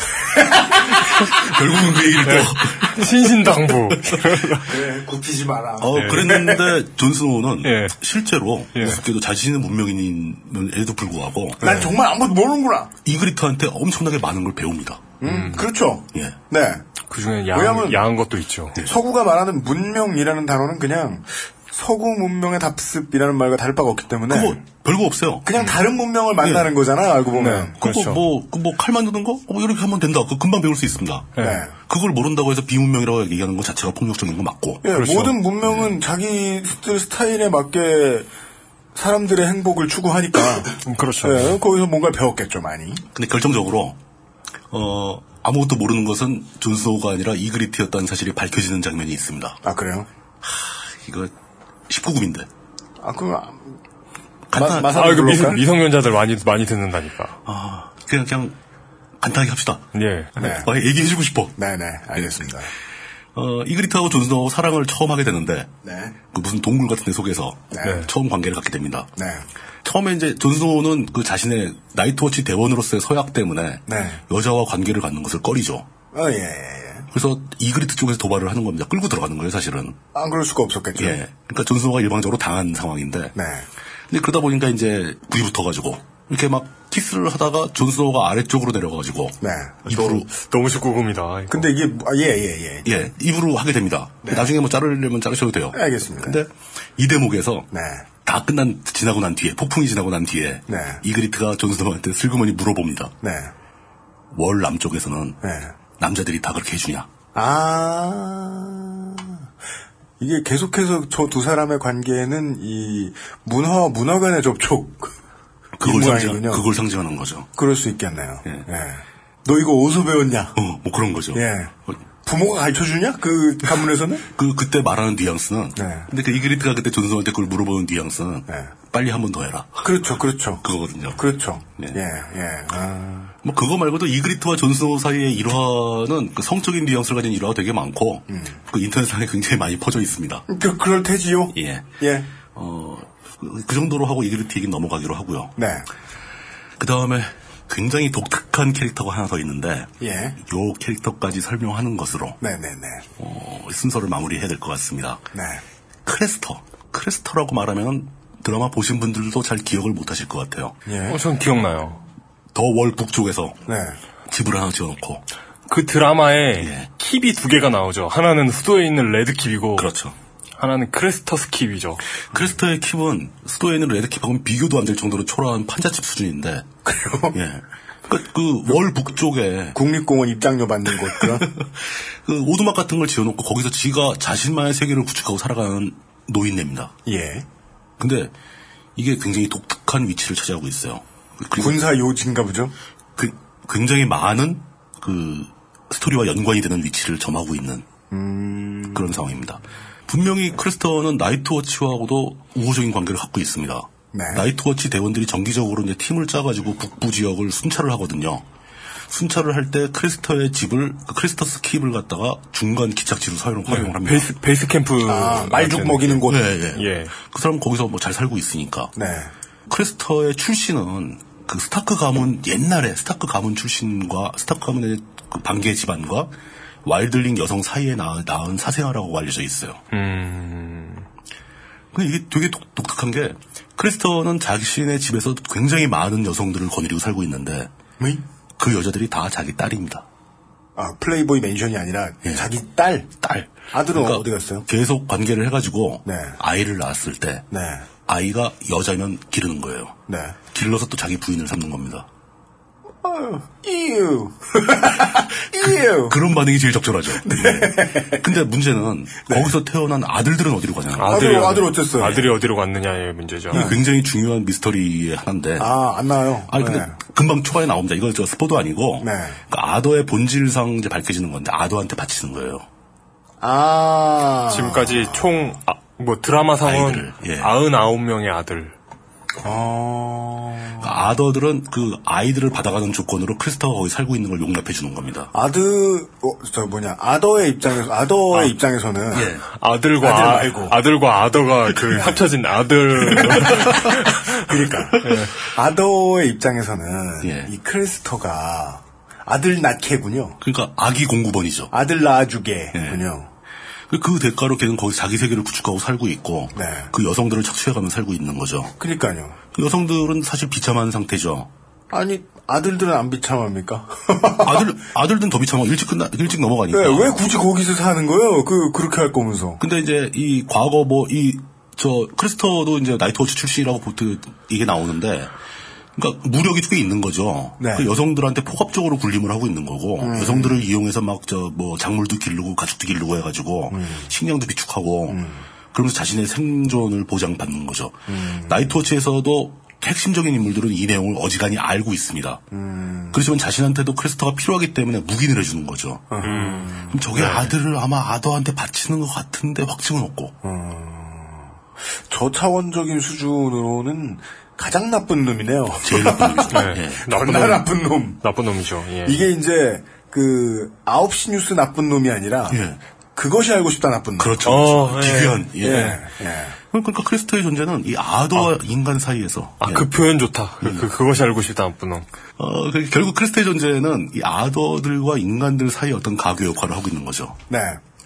Speaker 4: 결국은 그 얘기를 또.
Speaker 2: 신신당부.
Speaker 3: 그래, 네, 굽히지 마라.
Speaker 4: 어, 그랬는데 존스노우는
Speaker 2: 예.
Speaker 4: 실제로
Speaker 2: 예.
Speaker 4: 우습게도 자신은 문명인임에도 불구하고
Speaker 3: 난 네. 정말 아무것도 모르는구나.
Speaker 4: 이그리트한테 엄청나게 많은 걸 배웁니다.
Speaker 3: 음, 그렇죠.
Speaker 4: 예.
Speaker 3: 네.
Speaker 2: 그 중에 야한,
Speaker 3: 왜냐면-
Speaker 2: 야한 것도 있죠.
Speaker 3: 서구가 말하는 문명이라는 단어는 그냥 서구 문명의 답습이라는 말과 다를 바가 없기 때문에
Speaker 4: 그거 별거 없어요.
Speaker 3: 그냥 다른 문명을 만나는 거잖아요. 알고 보면.
Speaker 4: 그거 뭐, 그거 뭐 칼 만드는 거? 어, 이렇게 하면 된다. 그거 금방 배울 수 있습니다.
Speaker 3: 네.
Speaker 4: 그걸 모른다고 해서 비문명이라고 얘기하는 것 자체가 폭력적인 거 맞고.
Speaker 3: 예, 모든 문명은 자기들 스타일에 맞게 사람들의 행복을 추구하니까.
Speaker 4: 그렇죠.
Speaker 2: 네.
Speaker 3: 예, 거기서 뭔가 배웠겠죠, 많이.
Speaker 4: 근데 결정적으로 어, 아무것도 모르는 것은 존스호가 아니라 이그리트였다는 사실이 밝혀지는 장면이 있습니다.
Speaker 3: 아 그래요?
Speaker 4: 이거 19금인데.
Speaker 3: 아, 그,
Speaker 4: 간단,
Speaker 2: 아, 이거 미성, 미성년자들 많이, 많이 듣는다니까.
Speaker 4: 아, 그냥, 그냥, 간단하게 합시다.
Speaker 2: 예.
Speaker 3: 네.
Speaker 4: 어, 얘기해주고 싶어.
Speaker 3: 네네, 알겠습니다.
Speaker 4: 어, 이그리트하고 존스하고 사랑을 처음 하게 되는데,
Speaker 3: 네.
Speaker 4: 그 무슨 동굴 같은 데 속에서
Speaker 3: 네.
Speaker 4: 처음 관계를 갖게 됩니다.
Speaker 3: 네.
Speaker 4: 처음에 이제 존스호는 그 자신의 나이트워치 대원으로서의 서약 때문에
Speaker 3: 네.
Speaker 4: 여자와 관계를 갖는 것을 꺼리죠.
Speaker 3: 어, 예, 예, 예.
Speaker 4: 그래서 이그리트 쪽에서 도발을 하는 겁니다. 끌고 들어가는 거예요, 사실은.
Speaker 3: 안 그럴 수가 없었겠죠.
Speaker 4: 예. 그러니까 존스호가 일방적으로 당한 상황인데.
Speaker 3: 네.
Speaker 4: 근데 그러다 보니까 이제 불이 붙어가지고 이렇게 막 키스를 하다가 존스호가 아래쪽으로 내려가가지고
Speaker 3: 네.
Speaker 4: 입으로
Speaker 2: 너무 19금이다.
Speaker 3: 근데 이게, 아, 예, 예, 예.
Speaker 4: 예, 입으로 하게 됩니다.
Speaker 3: 네.
Speaker 4: 나중에 뭐 자르려면 자르셔도 돼요.
Speaker 3: 알겠습니다.
Speaker 4: 근데 이 대목에서
Speaker 3: 네.
Speaker 4: 다 끝난 지나고 난 뒤에 폭풍이 지나고 난 뒤에
Speaker 3: 네.
Speaker 4: 이그리트가 존스호한테 슬그머니 물어봅니다.
Speaker 3: 네.
Speaker 4: 월 남쪽에서는
Speaker 3: 네.
Speaker 4: 남자들이 다 그렇게 해주냐?
Speaker 3: 아. 이게 계속해서 저 두 사람의 관계는 이 문화와 문화 간의 접촉.
Speaker 4: 그걸
Speaker 3: 이
Speaker 4: 상징
Speaker 3: 모양이군요.
Speaker 4: 그걸 상징하는 거죠.
Speaker 3: 그럴 수 있겠네요.
Speaker 4: 예.
Speaker 3: 너 이거 어디서 배웠냐?
Speaker 4: 어, 뭐 그런 거죠.
Speaker 3: 예. 부모가 가르쳐 주냐? 그 가문에서는?
Speaker 4: 그 그때 말하는 뉘앙스는
Speaker 3: 네.
Speaker 4: 근데 그 이그리트가 그때 존스한테 그걸 물어보는 뉘앙스는 빨리 한 번 더 해라.
Speaker 3: 그렇죠, 그렇죠.
Speaker 4: 그거거든요.
Speaker 3: 네. 그렇죠.
Speaker 4: 예.
Speaker 3: 예, 예. 아.
Speaker 4: 뭐 그거 말고도 이그리트와 존스노 사이의 일화는 그 성적인 뉘앙스를 가진 일화가 되게 많고
Speaker 3: 음.
Speaker 4: 그 인터넷상에 굉장히 많이 퍼져 있습니다.
Speaker 3: 그, 그럴 테지요?
Speaker 4: 예.
Speaker 3: 예.
Speaker 4: 어, 그- 그 정도로 하고 이그리트 얘기 넘어가기로 하고요.
Speaker 3: 네.
Speaker 4: 그 다음에 굉장히 독특한 캐릭터가 하나 더 있는데
Speaker 3: 예.
Speaker 4: 요 캐릭터까지 설명하는 것으로
Speaker 3: 네네네.
Speaker 4: 어, 순서를 마무리해야 될 것 같습니다.
Speaker 3: 네.
Speaker 4: 크레스터. 크레스터라고 말하면 드라마 보신 분들도 잘 기억을 못 하실 것 같아요.
Speaker 2: 어, 전 기억나요.
Speaker 4: 더 월 북쪽에서
Speaker 3: 네.
Speaker 4: 집을 하나 지어놓고
Speaker 2: 그 드라마에 킵이 두 개가 나오죠. 하나는 수도에 있는 레드 킵이고.
Speaker 4: 그렇죠.
Speaker 2: 하나는 크레스터스 킵이죠.
Speaker 4: 크레스터의 킵은 수도에 있는 레드킵하고는 비교도 안 될 정도로 초라한 판자집 수준인데.
Speaker 3: 그래요? 그
Speaker 4: 예. 그, 월 북쪽에.
Speaker 3: 국립공원 입장료 받는 곳, 그런?
Speaker 4: 그 오두막 같은 걸 지어놓고 거기서 지가 자신만의 세계를 구축하고 살아가는 노인네입니다.
Speaker 3: 예.
Speaker 4: 근데 이게 굉장히 독특한 위치를 차지하고 있어요. 그리고
Speaker 3: 군사 요지인가 보죠?
Speaker 4: 그- 굉장히 많은 그 스토리와 연관이 되는 위치를 점하고 있는 그런 상황입니다. 분명히 크리스터는 나이트워치와도 우호적인 관계를 갖고 있습니다.
Speaker 3: 네.
Speaker 4: 나이트워치 대원들이 정기적으로 이제 팀을 짜가지고 북부 지역을 순찰을 하거든요. 순찰을 할 때 크리스터의 집을 그 크리스터스 킵을 갖다가 중간 기착지로 사용, 활용을 합니다.
Speaker 2: 베이스, 베이스 캠프.
Speaker 3: 아, 말죽 먹이는 곳.
Speaker 4: 예, 예.
Speaker 2: 예.
Speaker 4: 그 사람 은 거기서 뭐 잘 살고 있으니까.
Speaker 3: 네.
Speaker 4: 크리스터의 출신은 그 스타크 가문 옛날에 스타크 가문 출신과 스타크 가문의 그 반계 집안과 와일드링 여성 사이에 낳- 낳은 사생아라고 알려져 있어요. 근데 이게 되게 독, 특한게 크리스터는 자신의 집에서 굉장히 많은 여성들을 거느리고 살고 있는데 그 여자들이 다 자기 딸입니다.
Speaker 3: 아, 플레이보이 맨션이 아니라 자기 딸.
Speaker 4: 예. 딸.
Speaker 3: 아들은
Speaker 4: 그러니까
Speaker 3: 어디 갔어요?
Speaker 4: 계속 관계를 해가지고 아이를 낳았을 때
Speaker 3: 네.
Speaker 4: 아이가 여자면 기르는 거예요.
Speaker 3: 네.
Speaker 4: 길러서 또 자기 부인을 삼는 겁니다.
Speaker 3: 아유, 이유. 이유.
Speaker 4: 그런 반응이 제일 적절하죠. 네. 근데 문제는 거기서 태어난 아들들은 예. 어디로 가냐.
Speaker 2: 아들이,
Speaker 3: 네. 아들, 아들 어땠어요?
Speaker 2: 아들이 어디로 갔느냐의 문제죠.
Speaker 4: 이게 굉장히 중요한 미스터리의 하나인데.
Speaker 3: 아, 안 나와요.
Speaker 4: 아니 근데
Speaker 3: 네.
Speaker 4: 금방 초반에 나옵니다. 이거 저 스포도 아니고
Speaker 3: 네.
Speaker 4: 그러니까 아더의 본질상 이제 밝혀지는 건데 아더한테 바치는 거예요.
Speaker 3: 아.
Speaker 2: 지금까지 총, 아, 뭐 드라마상은
Speaker 4: 예.
Speaker 2: 99명의 아들.
Speaker 3: 아.
Speaker 4: 그러니까 아더들은 그 아이들을 받아가는 조건으로 크리스터가 거기 살고 있는 걸 용납해 주는 겁니다.
Speaker 3: 아드, 어, 저 뭐냐, 아더의 입장에서, 아더의 입장에서는.
Speaker 4: 예.
Speaker 2: 아들과
Speaker 3: 아들
Speaker 2: 아,
Speaker 3: 말고.
Speaker 2: 들과 아더가 그 합쳐진 아들
Speaker 3: 그러니까
Speaker 4: 예.
Speaker 3: 아더의 입장에서는 이 크리스터가 아들 낳게군요.
Speaker 4: 그러니까 아기 공구번이죠.
Speaker 3: 아들 낳아주게군요.
Speaker 4: 그- 그 대가로 걔는 거기 자기 세계를 구축하고 살고 있고
Speaker 3: 네.
Speaker 4: 그 여성들을 착취해가며 살고 있는 거죠.
Speaker 3: 그러니까요.
Speaker 4: 그 여성들은 사실 비참한 상태죠.
Speaker 3: 아니 아들들은 안 비참합니까?
Speaker 4: 아들 아들들은 더 비참하고 일찍 끝나 일찍 넘어가니까.
Speaker 3: 네, 왜 굳이 거기서 사는 거예요? 그 그렇게 할 거면서.
Speaker 4: 근데 이제 이 과거 뭐 이 저 크리스터도 이제 나이트워치 출신이라고 보트 이게 나오는데 그러니까 무력이 꽤 있는 거죠.
Speaker 3: 네.
Speaker 4: 그 여성들한테 폭압적으로 굴림을 하고 있는 거고
Speaker 3: 음.
Speaker 4: 여성들을 이용해서 막 저 뭐 작물도 기르고 가축도 기르고 해가지고 식량도 비축하고 그러면서 자신의 생존을 보장받는 거죠. 나이트워치에서도 핵심적인 인물들은 이 내용을 어지간히 알고 있습니다. 그렇지만 자신한테도 크리스터가 필요하기 때문에 묵인을 해주는 거죠. 그럼 저게 아들을 아마 아더한테 바치는 것 같은데 확증은 없고.
Speaker 3: 저차원적인 수준으로는 가장 나쁜 놈이네요.
Speaker 4: 제일 나쁜 놈이죠. 예.
Speaker 3: 넌나 나쁜 놈.
Speaker 2: 나쁜 놈이죠. 예.
Speaker 3: 이게 이제 그 9시 뉴스 나쁜 놈이 아니라 그것이 알고 싶다 나쁜 놈.
Speaker 4: 예. 그렇죠.
Speaker 2: 어,
Speaker 4: 그렇죠.
Speaker 2: 예.
Speaker 4: 기괴한. 예.
Speaker 3: 예,
Speaker 4: 그러니까 크리스터의 존재는 이 아더와 인간 사이에서. 예.
Speaker 2: 아, 그 표현 좋다. 그,
Speaker 4: 음.
Speaker 2: 그, 그것이 알고 싶다, 나쁜 놈.
Speaker 4: 어, 그- 결국 크리스터의 존재는 이 아더들과 인간들 사이의 어떤 가교 역할을 하고 있는 거죠.
Speaker 3: 네.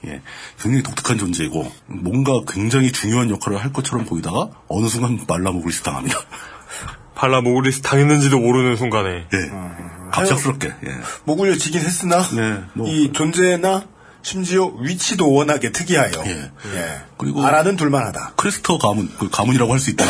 Speaker 4: 예. 굉장히 독특한 존재이고, 뭔가 굉장히 중요한 역할을 할 것처럼 보이다가, 어느 순간 말라모글리스 당합니다.
Speaker 2: 발라 모글리스 당했는지도 모르는 순간에.
Speaker 4: 예.
Speaker 3: 아,
Speaker 4: 갑작스럽게, 예.
Speaker 3: 목을 지긴 했으나
Speaker 4: 네, 뭐.
Speaker 3: 이 존재나 심지어 위치도 워낙에 특이하여. 예.
Speaker 4: 그리고
Speaker 3: 알아는 둘만하다.
Speaker 4: 크리스터 가문, 그 가문이라고 할 수 있다.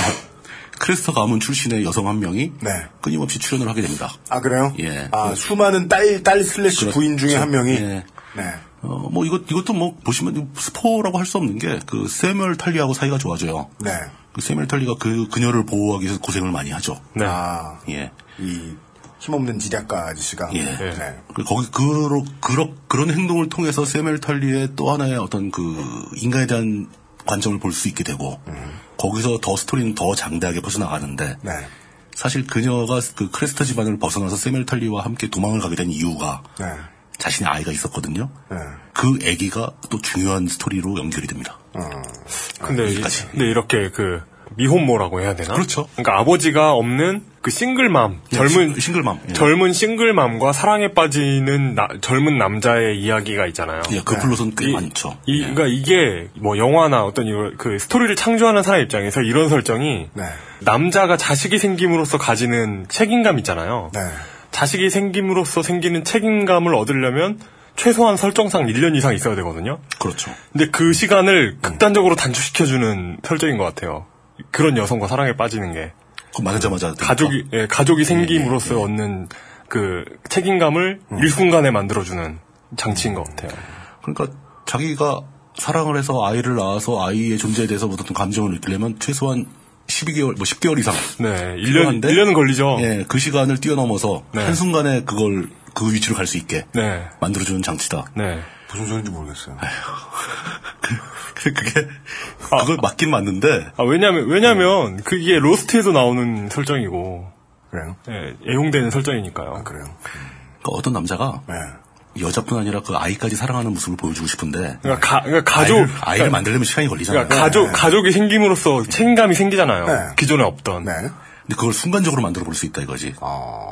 Speaker 4: 크리스터 가문 출신의 여성 한 명이
Speaker 3: 네.
Speaker 4: 끊임없이 출연을 하게 됩니다.
Speaker 3: 아 그래요?
Speaker 4: 예.
Speaker 3: 아 수많은 딸 딸 슬래시 부인 중에 한 명이. 네,
Speaker 4: 예. 어, 뭐 이것 이것도 뭐 보시면 스포라고 할 수 없는 게 그 세멀 탈리하고 사이가 좋아져요.
Speaker 3: 네.
Speaker 4: 그 세멀 탈리가 그 그녀를 보호하기 위해서 고생을 많이 하죠.
Speaker 2: 네.
Speaker 3: 아,
Speaker 4: 예.
Speaker 3: 이 힘없는 지략가 아저씨가.
Speaker 4: 예.
Speaker 3: 네.
Speaker 4: 그 거기 그러, 그러, 그런 행동을 통해서 세멀 탈리의 또 하나의 어떤 그 인간에 대한 관점을 볼 수 있게 되고 거기서 더 스토리는 더 장대하게 퍼져나가는데
Speaker 3: 네.
Speaker 4: 사실 그녀가 그 크레스터 집안을 벗어나서 세멀 탈리와 함께 도망을 가게 된 이유가
Speaker 3: 네.
Speaker 4: 자신의 아이가 있었거든요.
Speaker 3: 네.
Speaker 4: 그 아기가 또 중요한 스토리로 연결이 됩니다.
Speaker 2: 근데, 이- 근데 이렇게 그, 미혼모라고 해야 되나?
Speaker 4: 그렇죠.
Speaker 2: 그러니까 아버지가 없는 그 싱글맘,
Speaker 4: 예,
Speaker 2: 젊은,
Speaker 4: 싱- 싱글맘. 예.
Speaker 2: 젊은 싱글맘과 사랑에 빠지는 나- 젊은 남자의 이야기가 있잖아요.
Speaker 4: 예, 그 예. 플롯은 꽤 많죠.
Speaker 2: 이, 그러니까 이게 뭐 영화나 어떤 이런 그 스토리를 창조하는 사람 입장에서 이런 설정이
Speaker 3: 네.
Speaker 2: 남자가 자식이 생김으로써 가지는 책임감 있잖아요.
Speaker 3: 네.
Speaker 2: 자식이 생김으로써 생기는 책임감을 얻으려면 최소한 설정상 1년 이상 있어야 되거든요.
Speaker 4: 그렇죠.
Speaker 2: 근데 그
Speaker 3: 음.
Speaker 2: 시간을 극단적으로 단축시켜주는 설정인 것 같아요. 그런 여성과 사랑에 빠지는 게
Speaker 4: 그 맞자마자
Speaker 2: 가족이
Speaker 3: 그렇죠.
Speaker 2: 예, 가족이
Speaker 3: 예,
Speaker 2: 생김으로써 얻는 그 책임감을
Speaker 3: 음.
Speaker 2: 일순간에 만들어주는 장치인 것 같아요.
Speaker 4: 그러니까 자기가 사랑을 해서 아이를 낳아서 아이의 존재에 대해서 어떤 감정을 느끼려면 최소한 12개월, 뭐 10개월 이상.
Speaker 2: 네, 1년,
Speaker 4: 필요한데
Speaker 2: 1년은 걸리죠.
Speaker 4: 예, 그 시간을 뛰어넘어서
Speaker 2: 네.
Speaker 4: 한순간에 그걸, 그 위치로 갈 수 있게
Speaker 2: 네.
Speaker 4: 만들어주는 장치다.
Speaker 2: 네.
Speaker 3: 무슨 소리인지 모르겠어요.
Speaker 4: 그게, 아. 그걸 맞긴 맞는데, 그러니까
Speaker 2: 아, 왜냐면, 왜냐면, 그게 로스트에서 나오는 설정이고,
Speaker 3: 그래요?
Speaker 2: 예, 애용되는 설정이니까요.
Speaker 3: 아, 그래요? 네.
Speaker 4: 그러니까 어떤 남자가 여자뿐 아니라 그 아이까지 사랑하는 모습을 보여주고 싶은데,
Speaker 2: 그러니까, 가, 그러니까 가족,
Speaker 4: 아이를, 아이를
Speaker 2: 그러니까-
Speaker 4: 만들려면 시간이 걸리잖아요.
Speaker 2: 그러니까 가족, 가족이 생김으로써 책임감이 생기잖아요.
Speaker 4: 네.
Speaker 2: 기존에 없던.
Speaker 4: 근데 그걸 순간적으로 만들어 볼 수 있다 이거지.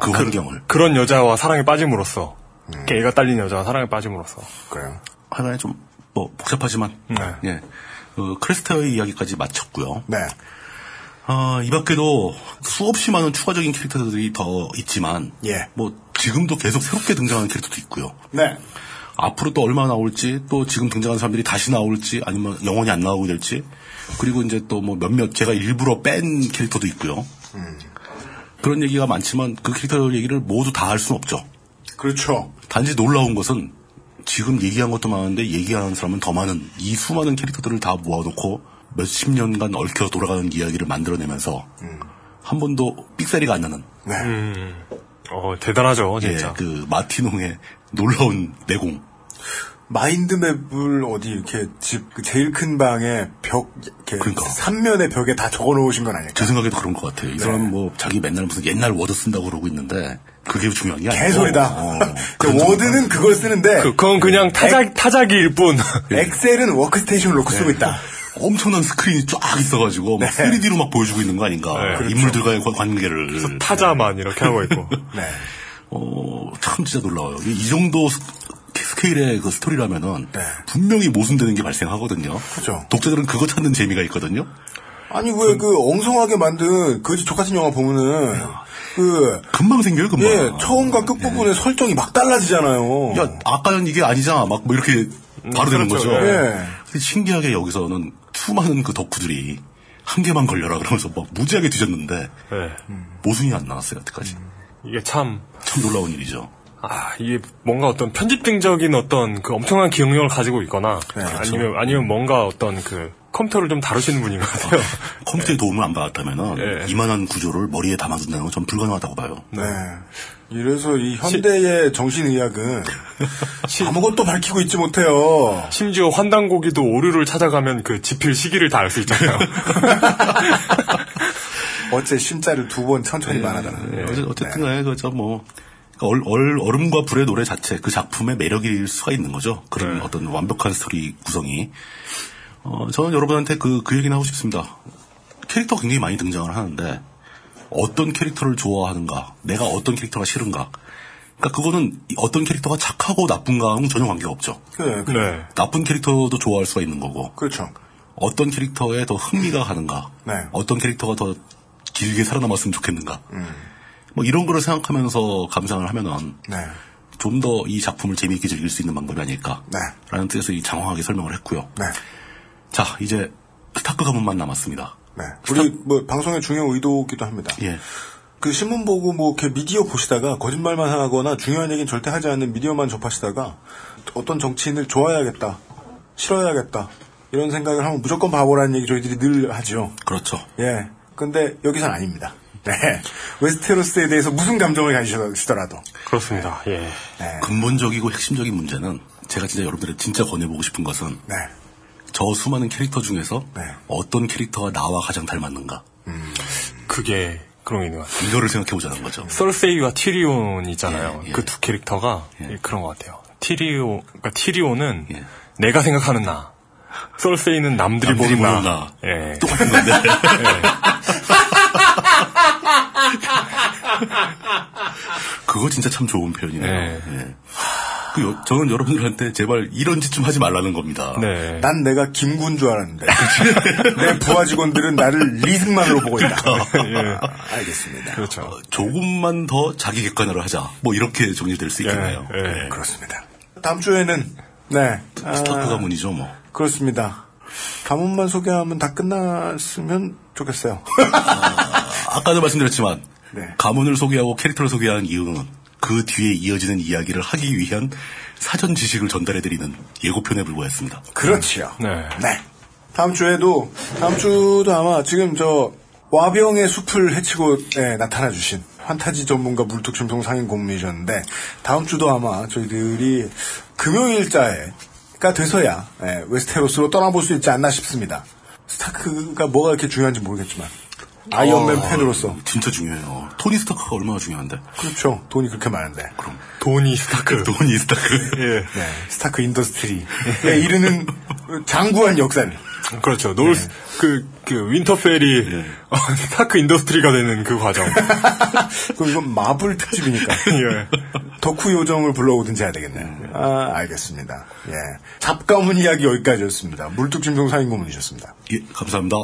Speaker 4: 그 환경을.
Speaker 2: 그런 여자와 사랑에 빠짐으로써, 이렇게 애가 딸린 여자와 사랑에 빠짐으로써.
Speaker 3: 그래요.
Speaker 4: 하나의 좀 뭐 복잡하지만 예. 어, 크리스터의 이야기까지 마쳤고요.
Speaker 3: 네.
Speaker 4: 아, 이 밖에도 수없이 많은 추가적인 캐릭터들이 더 있지만
Speaker 3: 예.
Speaker 4: 뭐 지금도 계속 새롭게 등장하는 캐릭터도 있고요.
Speaker 3: 네.
Speaker 4: 앞으로 또 얼마 나 나올지 또 지금 등장한 사람들이 다시 나올지 아니면 영원히 안 나오게 될지 그리고 이제 또 뭐 몇몇 제가 일부러 뺀 캐릭터도 있고요. 그런 얘기가 많지만 그 캐릭터 얘기를 모두 다 할 수는 없죠.
Speaker 3: 그렇죠.
Speaker 4: 어, 단지 놀라운 것은 지금 얘기한 것도 많은데 얘기하는 사람은 더 많은 이 수많은 캐릭터들을 다 모아놓고 몇십 년간 얽혀 돌아가는 이야기를 만들어내면서 한 번도 삑사리가 안 나는
Speaker 3: 네.
Speaker 2: 음. 어, 대단하죠,
Speaker 4: 예,
Speaker 2: 진짜.
Speaker 4: 그 마티농의 놀라운 내공
Speaker 3: 마인드맵을 어디 이렇게 집그 제일 큰 방에 벽 이렇게
Speaker 4: 그러니까.
Speaker 3: 삼면의 벽에 다 적어 놓으신 건 아닐까?
Speaker 4: 제 생각에도 그런 것 같아요. 이 사람은
Speaker 3: 네.
Speaker 4: 뭐 자기 맨날 무슨 옛날 워드 쓴다고 그러고 있는데 그게 중요한 게 아니고
Speaker 3: 개소리다.
Speaker 4: 어,
Speaker 3: 그 워드는 그걸 쓰는데
Speaker 2: 그, 건 그냥 타작, 타작이일 뿐.
Speaker 4: 예.
Speaker 3: 엑셀은 워크스테이션을
Speaker 4: 네.
Speaker 3: 놓고 쓰고 있다.
Speaker 4: 엄청난 스크린이 쫙 있어가지고
Speaker 3: 네.
Speaker 4: 막 3D로 막 보여주고 있는 거 아닌가
Speaker 2: 그렇죠.
Speaker 4: 인물들과의 관- 관계를
Speaker 2: 타자만 이렇게 하고 있고.
Speaker 3: 네.
Speaker 4: 어, 참 진짜 놀라워요. 이이 정도 스- 스케일의 그 스토리라면은 분명히 모순되는 게 발생하거든요.
Speaker 3: 네. 그죠.
Speaker 4: 독자들은 그거 찾는 재미가 있거든요.
Speaker 3: 아니 왜 그 엉성하게 만든 거지 족같은 영화 보면은 그
Speaker 4: 금방 생겨요, 금방.
Speaker 3: 예, 처음과 끝 부분에 설정이 막 달라지잖아요.
Speaker 4: 네. 야, 아까는 이게 아니잖아. 막 뭐 이렇게 바로 되는
Speaker 3: 그렇죠.
Speaker 4: 거죠.
Speaker 3: 예.
Speaker 4: 근데 신기하게 여기서는 수많은 그 덕후들이 한 개만 걸려라 그러면서 막 무지하게 뒤졌는데
Speaker 3: 음.
Speaker 4: 모순이 안 나왔어요 여태까지.
Speaker 2: 예. 이게 참
Speaker 4: 참 놀라운 일이죠.
Speaker 2: 아, 이게 뭔가 어떤 편집등적인 어떤 그 엄청난 기억력을 가지고 있거나 아니면 아니면 뭔가 어떤 그 컴퓨터를 좀 다루시는 분인 것 같아요.
Speaker 3: 예.
Speaker 4: 컴퓨터의 도움을 안 받았다면 은 이만한 구조를 머리에 담아둔다는 건 전 불가능하다고 봐요.
Speaker 3: 네. 이래서 이 현대의 정신의학은 아무것도 밝히고 있지 못해요.
Speaker 2: 심지어 환단고기도 오류를 찾아가면 그 지필 시기를 다 알 수 있잖아요.
Speaker 3: 어째 심자를 두 번 천천히 말하다는.
Speaker 4: 예, 어째- 어쨌든 간에 그저 뭐 얼, 얼, 얼음과 불의 노래 자체 그 작품의 매력일 수가 있는 거죠. 그런 어떤 완벽한 스토리 구성이. 어, 저는 여러분한테 그, 그 얘기는 하고 싶습니다. 캐릭터 굉장히 많이 등장을 하는데 어떤 캐릭터를 좋아하는가, 내가 어떤 캐릭터가 싫은가. 그러니까 그거는 이 어떤 캐릭터가 착하고 나쁜가는 전혀 관계가 없죠.
Speaker 3: 네, 그래,
Speaker 2: 그래.
Speaker 4: 나쁜 캐릭터도 좋아할 수가 있는 거고.
Speaker 3: 그렇죠.
Speaker 4: 어떤 캐릭터에 더 흥미가 가는가.
Speaker 3: 네.
Speaker 4: 어떤 캐릭터가 더 길게 살아남았으면 좋겠는가.
Speaker 3: 음.
Speaker 4: 뭐 이런 거를 생각하면서 감상을 하면은
Speaker 3: 네.
Speaker 4: 좀 더 이 작품을 재미있게 즐길 수 있는 방법이
Speaker 3: 네.
Speaker 4: 아닐까라는 뜻에서 이 장황하게 설명을 했고요.
Speaker 3: 네.
Speaker 4: 자 이제 스타크 가문만 남았습니다.
Speaker 3: 네. 우리 뭐 방송의 중요 의도기도 합니다.
Speaker 4: 예.
Speaker 3: 그 신문 보고 뭐 이렇게 미디어 보시다가 거짓말만 하거나 중요한 얘기는 절대 하지 않는 미디어만 접하시다가 어떤 정치인을 좋아해야겠다, 싫어해야겠다 이런 생각을 하면 무조건 바보라는 얘기 저희들이 늘 하죠.
Speaker 4: 그렇죠.
Speaker 3: 예. 근데 여기선 아닙니다. 네. 웨스테로스에 대해서 무슨 감정을 가지시더라도
Speaker 2: 그렇습니다. 예.
Speaker 4: 근본적이고 핵심적인 문제는 제가 진짜 여러분들의 진짜 권해보고 싶은 것은
Speaker 3: 네.
Speaker 4: 저 수많은 캐릭터 중에서 어떤 캐릭터가 나와 가장 닮았는가.
Speaker 2: 그게 그런 게 있는 것 같아요.
Speaker 4: 이거를 생각해보자는 거죠.
Speaker 2: 설세이와 티리온이잖아요. 그 두 캐릭터가 예, 그런 것 같아요. 티리오, 그러니까 티리온은
Speaker 4: 예.
Speaker 2: 내가 생각하는 나. 설세이는 남들이,
Speaker 4: 남들이
Speaker 2: 보는 나.
Speaker 4: 보는 나.
Speaker 2: 예.
Speaker 4: 똑같은 건데. 그거 진짜 참 좋은 표현이네요. 예. 그 여- 저는 여러분들한테 제발 이런 짓 좀 하지 말라는 겁니다.
Speaker 2: 네.
Speaker 3: 난 내가 김군 줄 알았는데 내 부하 직원들은 나를 리승만으로 보고 있다.
Speaker 4: 그러니까.
Speaker 3: 네.
Speaker 2: 아,
Speaker 3: 알겠습니다.
Speaker 2: 예. 그렇죠.
Speaker 4: 어, 조금만 더 자기 객관화를 하자. 뭐 이렇게 정리될 수 있겠네요.
Speaker 3: 그렇습니다. 다음 주에는 네 아,
Speaker 4: 스타크 가문이죠, 뭐.
Speaker 3: 그렇습니다. 가문만 소개하면 다 끝났으면 좋겠어요.
Speaker 4: 아까도 말씀드렸지만 가문을 소개하고 캐릭터를 소개하는 이유는 그 뒤에 이어지는 이야기를 하기 위한 사전 지식을 전달해드리는 예고편에 불과했습니다.
Speaker 3: 그렇지요.
Speaker 2: 네.
Speaker 3: 다음 주에도 다음 주도 아마 지금 저 와병의 숲을 헤치고 예, 나타나 주신 환타지 전문가 물뚝심송 상인 고문이셨는데 다음 주도 아마 저희들이 금요일자에가 돼서야 예, 웨스테로스로 떠나볼 수 있지 않나 싶습니다. 스타크가 뭐가 이렇게 중요한지 모르겠지만 아이언맨
Speaker 4: 아,
Speaker 3: 팬으로서
Speaker 4: 진짜 중요해요. 토니 스타크가 얼마나 중요한데.
Speaker 3: 그렇죠. 돈이 그렇게 많은데. 그럼
Speaker 2: 돈이 스타크. 예.
Speaker 4: 돈이 스타크.
Speaker 3: 네. 스타크 인더스트리에 이르는 장구한 역사를.
Speaker 2: 그렇죠. 노을, 그, 그, 윈터펠이 어, 스타크 인더스트리가 되는 그 과정.
Speaker 3: 그럼 이건 마블 특집이니까.
Speaker 2: 예.
Speaker 3: 덕후 요정을 불러오든지 해야 되겠네요. 아, 알겠습니다. 예. 잡가문 이야기 여기까지였습니다. 물뚝심송 사인 고문이셨습니다.
Speaker 4: 예, 감사합니다.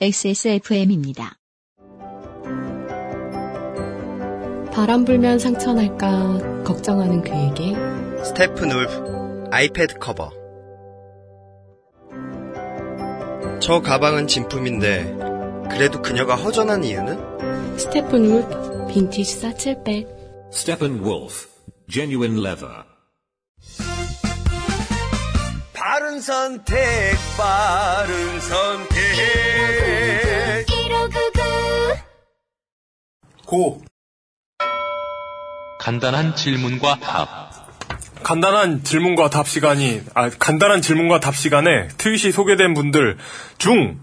Speaker 1: XSFM입니다.
Speaker 6: 바람 불면 상처 날까 걱정하는 그에게
Speaker 5: 스테픈 울프 아이패드 커버 저 가방은 진품인데 그래도 그녀가 허전한 이유는
Speaker 6: 스테픈 울프 빈티지 사칠백
Speaker 7: Steppenwolf, genuine leather.
Speaker 13: 바른 선택, 바른 선택. 1599.
Speaker 3: 고.
Speaker 9: 간단한 질문과 답.
Speaker 2: 간단한 질문과 답 시간이, 아, 간단한 질문과 답 시간에 트윗이 소개된 분들 중